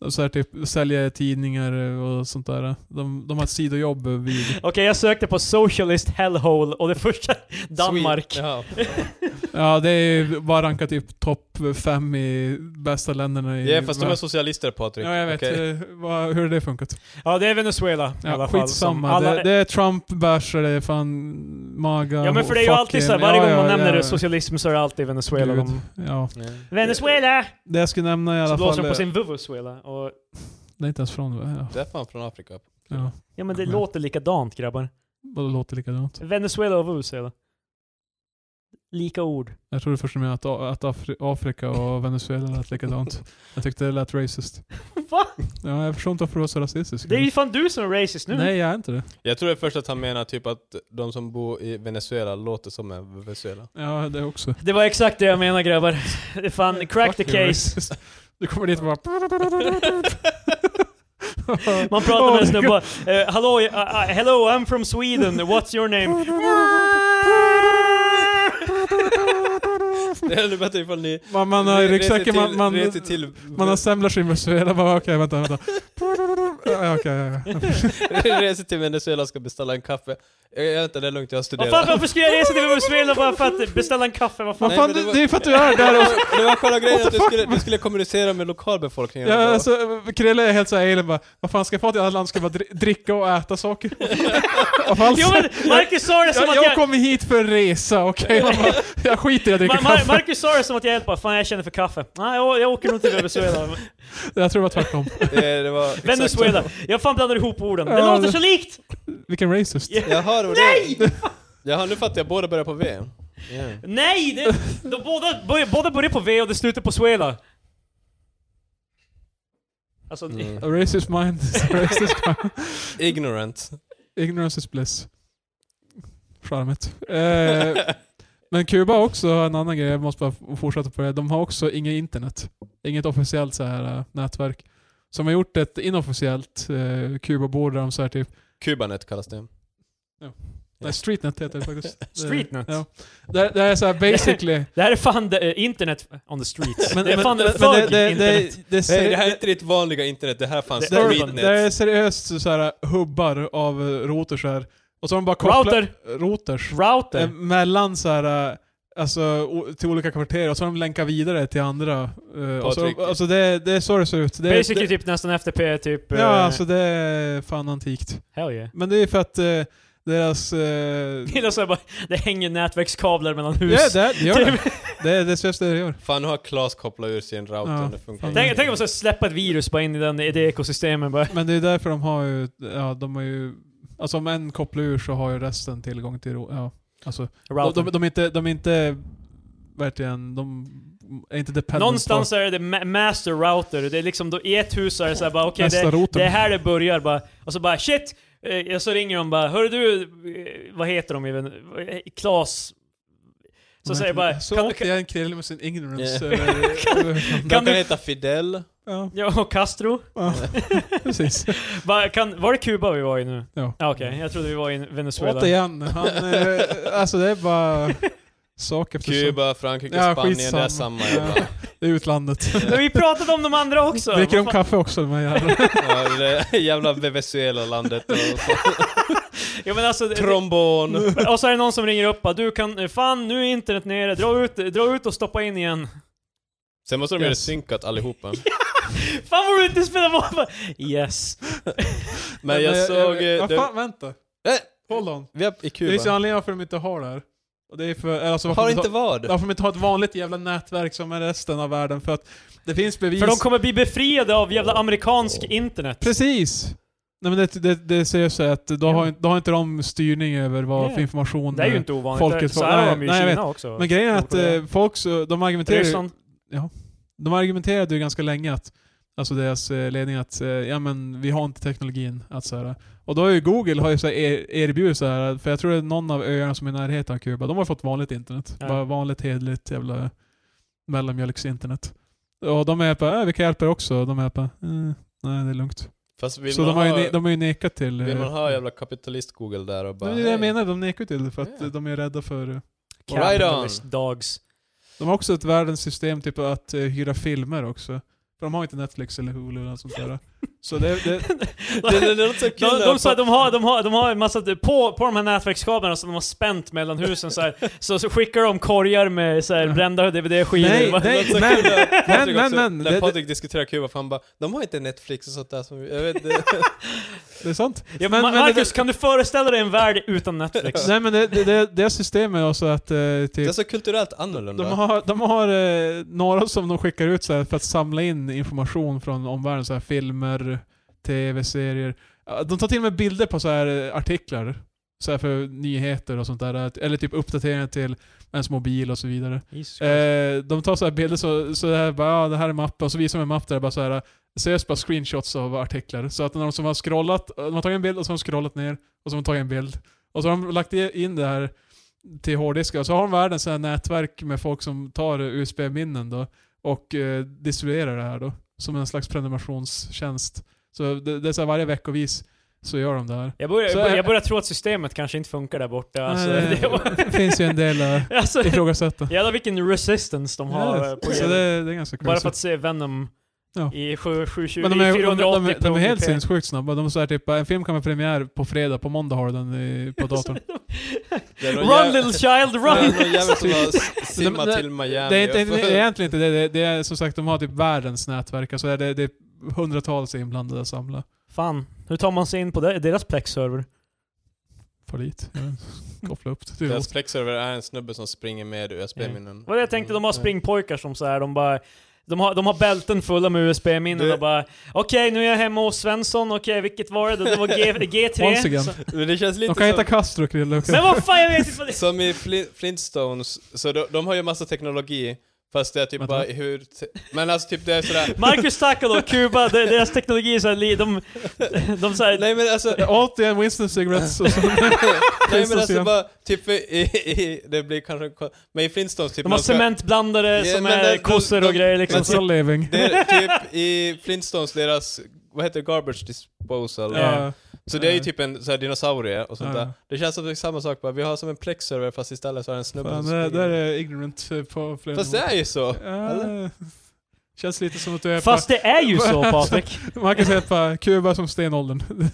De så här, typ, säljer tidningar och sånt där. De, de har ett sidojobb vid...
Okej, jag sökte på socialist hellhole och det första... Danmark.
Sweden. Ja.
Ja, det är ju bara rankat typ topp fem i bästa länderna i...
Ja, fast de är socialister Patrik.
Mm, Ja, jag vet.
Okej.
Eh, vad, hur har det funkat?
Ja, det är Venezuela i alla
Ja,
fall.
skitsamma.
som alla-
det, det är Trump bärs och det är fan MAGA.
Ja men för det är ju
fuck
alltid
him.
såhär, varje
Ja,
gång man
ja,
nämner
ja.
det, socialism så är det alltid Venezuela.
Gud.
De,
Ja.
Ja.
Venezuela!
Det jag skulle nämna i
Så
alla
blåser
fall... eh,
de på sin
är-
Vuvuzuela. Och,
Det är inte ens från... Ja.
Det är fan från Afrika.
Ja.
ja men det
Mm.
låter likadant grabbar.
Båda låter likadant.
Venezuela och Vuvuzuela. Lika ord.
Jag trodde först och främst att, att Afri Afrika och Venezuela lät likadant. Jag tyckte det lät racist.
Va?
Ja, jag förstår inte varför du var så rasistisk.
Det är ju fan du som är racist nu.
Nej, jag är inte det.
Jag tror det är först att han menar typ att de som bor i Venezuela låter som en Venezuela. [LAUGHS]
Ja, det också.
Det var exakt det jag menade grabbar. Det är Fan, crack the
Fuck you,
case.
racist. Du kommer dit och bara...
Man pratar
Oh
med en snubbe bara, eh, hallå, uh, uh, hello I'm from Sweden, what's your name?
Det är ännu bättre ifall ni...
Man, man har i
reser
ryggsäcken, man,
till-
man,
reser till,
man assemblar sin Venezuela, bara okej
[LAUGHS]
vänta, vänta. Ja, okej, ja, ja.
reser till Venezuela och ska beställa en kaffe. Jag, jag vänta, det är lugnt, jag har
Vad
studerat.
fan, varför skulle jag resa till Venezuela bara för att beställa en kaffe? Vad fan?
Vad
Nej,
fan,
men det
det,
var-
det är för att du är där
Det
och...
var- Det var själva grejen
What
att
the
du
fuck?
skulle, du skulle kommunicera med lokalbefolkningen.
Ja,
ändå.
alltså, Krille är helt såhär alien bara, vad fan ska jag få till alla land ska bara dri- dricka och
[LAUGHS]
äta saker? Vad fan,
Jo men Marcus sa det som
jag,
att
jag
jag...
kommer hit för en
[LAUGHS]
resa, okej? Man bara, Jag skiter i att dricka
Ma- Ma-
kaffe.
Marcus sa det som att jag helt bara, fan jag känner för kaffe. Nej, jag, jag åker nog till
[LAUGHS]
Venezuela.
Jag tror det var tvärtom.
Det, det var exakt
Venezuela.
så.
Jag fan blandar ihop orden. Det
Ja,
låter
det-
så likt!
Vilken racist.
Jaha, det var Nej! Jaha, nu fattar jag. Båda börjar på V. Yeah.
Nej! Det, de båda, börjar, båda börjar på V och det slutar på Suela. Alltså,
Mm.
A racist mind is a racist [LAUGHS] mind.
Ignorant.
Ignorance is bliss. Charmigt. Eh, men Kuba också har en annan grej, jag måste bara f- fortsätta på det. De har också inget internet. Inget officiellt så här eh, nätverk. Som har gjort ett inofficiellt eh, Kuba-bord där de så här typ
Kubanet kallas det.
Nej, streetnet heter det faktiskt.
[LAUGHS] Streetnet?
Ja. Det, det är såhär basically...
[LAUGHS] det här är fan det, eh, internet on the streets.
Men-
det är fan
men-
det,
men
för internet.
det, är
Nej, det här är
seri-
inte ditt vanliga internet. Det här fanns
Det är
streetnet.
urban.
det är seriöst såhär hubbar av eh, routers här. Och så har de bara kopplat...
Router!
Routers.
Router!
Eh, Mellan såhär... eh, Alltså o- till olika kvarter och så har de länkat vidare till andra. eh, Och så,
Patrik.
alltså det, det är så det ser ut. Det,
Basically
det,
typ nästan FTP, typ...
ja,
eh,
alltså det är fan antikt.
Hell yeah. [LAUGHS]
Men det är för att eh, deras... eh,
Det är så här bara, det hänger nätverkskablar mellan hus.
Ja, det, det gör
[LAUGHS]
det. Det är det seriöst det gör.
Fan, nu har Klas kopplat ur sin router.
Ja,
det funkar
fan.
inte.
Tänk, tänk om man ska släppa ett virus bara in i, den, i det ekosystemet bara.
Men det är därför de har ju, ja de har ju, alltså om en kopplar ur så har ju resten tillgång till, ro- ja. Alltså, de,
Router.
de, de är inte, de är inte, verkligen, de är inte dependent
Någonstans
på
är det ma- master router, det är liksom då i ett hus så är det såhär bara okej
nästa
det,
router.
det är här det börjar bara. Och så bara shit! Eh, Och så ringer de bara hör du, eh, vad heter de even? Eh, Klas? Så
Men
säger jag
jag-
bara
Så
kan,
åkte
kan,
jag en krille med sin ignorance.
Ja.
[LAUGHS]
Yeah.
De
kan
kan
du-
heta Fidel.
ja,
ja, och Castro?
ja, [LAUGHS] precis.
[LAUGHS]
Mm.
Bara, kan, var det Kuba vi var i nu?
Ja.
Ja, Okej, jag trodde vi var i Venezuela.
Återigen, han, eh, alltså det är bara sak efter sak.
Kuba, Frankrike,
Ja,
Spanien. Det
skitsamma.
är samma
Ja.
jävla...
Det är
[LAUGHS]
utlandet.
Men vi pratade om de andra
[LAUGHS]
också!
Dricker de
Vad fan-
kaffe också de här jävlarna?
Ja, det jävla Venezuela-landet och så.
ja, men alltså, det-
Trombon.
Och så är det någon som ringer upp och bara, du kan, eh, fan nu är internet nere, dra ut, dra ut och stoppa in igen. [LAUGHS]
Sen måste de göra det
Yes.
synkat
[LAUGHS]
allihopa.
Fan vad du inte spelar Volvo! [LAUGHS] Yes.
Men jag såg... eh,
Vad
det-
fan, vänta.
Eh,
Hold on.
Vi är i
Det finns ju
Kuba.
anledningar varför de inte har det här. Och det är för, alltså varför,
Har
de
inte
har,
vad?
varför de inte har ett vanligt jävla nätverk som är resten av världen. För att det finns bevis.
För de kommer bli befriade av jävla amerikansk internet.
Precis! Nej men det, det, det ser ju så att då,
Ja.
har, inte- då har inte de styrning över vad
Ja.
för information
Det är ju
eh,
inte ovanligt.
Folket
så
får-
här har
nej,
de ju i
nej, jag
Kina också.
Men grejen är att
Nordkorea.
eh, folk så, de argumenterar ju,
Ryssland.
de argumenterade ju ganska länge att, alltså deras eh, ledning att, eh, ja men vi har inte teknologin att så här. Och då har ju Google har ju så här er, erbjudit så här, för jag tror det är någon av öarna som är i närheten av Kuba, de har fått vanligt internet.
Ja.
Bara vanligt hederligt jävla mellanmjölksinternet. Och de är helt bara, äh, vi kan hjälpa er också. De är helt bara, eh, nej det är lugnt.
Fast vill
så
man
de har, ju,
ha-
ne- de har ju nekat till...
Vill
eh,
man ha jävla kapitalist-Google där och
det
bara...
är det jag
"Hej."
menar, de nekar ju till det för att
Ja.
eh, de är rädda för... eh,
Right on.
Capitalist dogs.
De har också ett världens system typ att eh, hyra filmer också. För de har inte Netflix eller Hulu eller något sånt där. Så det, det,
[LAUGHS] Det, det, det är något så kul
De,
när
de sa att de har, de har, de har en massa, på, på de här nätverkskablarna som de har spänt mellan husen
[LAUGHS]
så, här, så, så skickar de korgar med så här, brända DVD-skivor.
Nej,
Bara-
Det är något så kul
Men-
när Patrik
men- men-
också-
men- det-
När Patrik diskuterar Kuba, för han bara De har inte Netflix och sånt där som vi... Jag vet det.
[LAUGHS] det är sant.
[LAUGHS] Ja, men,
men- men-
Marcus, kan du föreställa dig en värld utan
[LAUGHS]
Netflix?
Nej men det, det, det, det systemet är också att eh,
det är
typ,
så kulturellt annorlunda.
de har, de har eh, några som de skickar ut så här, för att samla in information från omvärlden. Så här, filmer, tv-serier. Ja, De tar till och med bilder på så här eh, artiklar. Så här för nyheter och sånt där. Eller typ uppdateringar till ens mobil och så vidare.
Jesus Christ.
Eh, de tar så här bilder så, så det här bara, ja, det här är mappen, och så visar de en mapp där det bara så här seriöst bara screenshots av artiklar. Så att när de som har scrollat, de har tagit en bild och så har de scrollat ner, och så har de tagit en bild. Och så har de lagt i- in det här till hårddiskar, och så har de världens så här nätverk med folk som tar USB-minnen då, och eh, distribuerar det här då, som en slags prenumerationstjänst. Så det, det är så här varje veckovis så gör de det här.
Jag börjar,
Så-
jag börjar, jag börjar tro att systemet kanske inte funkar där borta. Alltså, [LAUGHS]
Nej,
det var,
Eh, det finns ju en del uh,
[LAUGHS] alltså,
ifrågasätta.
jävlar vilken resistance de har eh, på
så
grejer.
det, det är ganska crazy.
Bara för att se Venom
Ja.
i 7, 720,
Men de är,
i
de, de,
480
de, de är helt
p.
sinnessjukt snabba. De är såhär typ, en film kan vara premiär på fredag, på måndag har du den i,
[LAUGHS]
[LAUGHS]
på datorn.
Det är någon
Run
jävel-
little child,
Det är
run!
någon jävel
[LAUGHS]
som har s-
Men
simmat
det-
till Miami.
Det är, inte, det är
och-
egentligen inte det. det. Det är som sagt, de har typ världens nätverk. Alltså det, det är hundratals inblandade samla.
Fan, hur tar man sig in på det- deras plex-server?
För dit. Jag vet inte. Koppla upp det till
Deras
oss.
plexserver är en snubbe som springer med USB-minnen.
Vad jag tänkte, de har springpojkar som så här, de bara... De har, de har bälten fulla med USB-minnen
Det-
och bara Okej, nu är jag hemma hos Svensson, okej vilket var det? då? Det var G,
[LAUGHS]
Once
G3.
again.
Så,
Men det känns
De
lite
kan
som,
heta Castro och Krille också.
men vad fan, jag vet inte vad det
som i Flin- Flintstones, så de, de har ju massa teknologi, fast det är typ
Vänta,
bara
va?
hur... te- Men alltså typ det är
[LAUGHS]
sådär...
Marcus Takalo och Kuba, de, deras teknologi är såhär, de, de, de så här,
Nej men
[LAUGHS]
alltså...
Återigen Winston Cigarettes och så.
Nej men alltså
Flintstones
bara, typ i, i, i, det blir kanske, men i Flintstones typ...
de har
ska-
cementblandare
Ja,
som
men
är
de- de-
kossor och
de-
grejer liksom.
men
Så,
Still living.
det är typ i Flintstones, deras, vad heter det, garbage disposal?
Ja.
Ja.
Så det är ju typ en så här, dinosaurie och sånt
Ja.
där. Det känns som det är samma sak bara, vi har som en plexserver fast istället så är det en snubbe
Fan,
som
det, det
springer.
är ignorant eh, på flera
Fast det är ju så!
Ja. Känns lite som att du är
fast det är ju
[LAUGHS]
så Patrik.
på... Man kan säga på Kuba som stenåldern. [LAUGHS]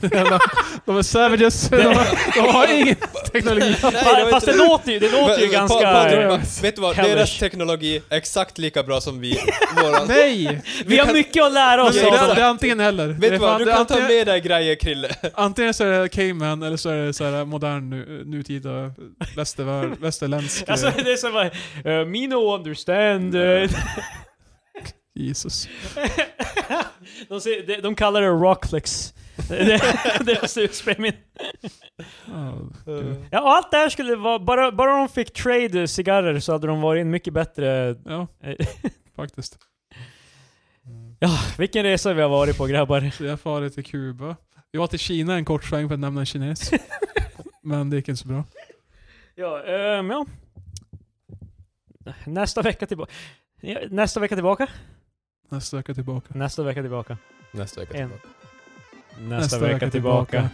de
[LAUGHS]
är savages. De, har- de har ingen teknologi.
Nej, det var
Fast
inte-
det låter ju, det låter ju
Pa- Patrik
ganska...
bara, Vet du vad,
hellish.
deras teknologi är exakt lika bra som vi, våran.
Nej!
Vi har
kan-
mycket att lära
Men
oss
det,
av
är,
dem.
det är antingen eller.
Alltså, Vet
det
du
är
vad,
fan-
du
det är
kan ta
antingen,
med dig grejer Krille.
antingen så är det Cayman eller så är det så här modern nu, nutida västervärld, västerländsk...
[LAUGHS] Alltså
eh,
det är så bara, uh, me no understand. eh,
Jesus.
[LAUGHS] de, säger, de, de kallar det rockflex. [LAUGHS] Det- det- Deras utspelning.
Ja, du.
Ja, och allt det här skulle vara, bara, bara de fick trade eh, cigarrer så hade de varit en mycket bättre...
ja,
eh,
faktiskt.
Ja, vilken resa vi har varit på grabbar.
Så jag far till Kuba. Vi var till Kina en kort sväng för att nämna
[LAUGHS]
en kines. Men det gick inte så bra.
Ja, ehm, ja. Nästa vecka tillbaka. Nästa vecka tillbaka?
Nästa vecka tillbaka.
Nästa vecka tillbaka.
Nästa vecka
En.
tillbaka.
Nästa, vecka, tillbaka.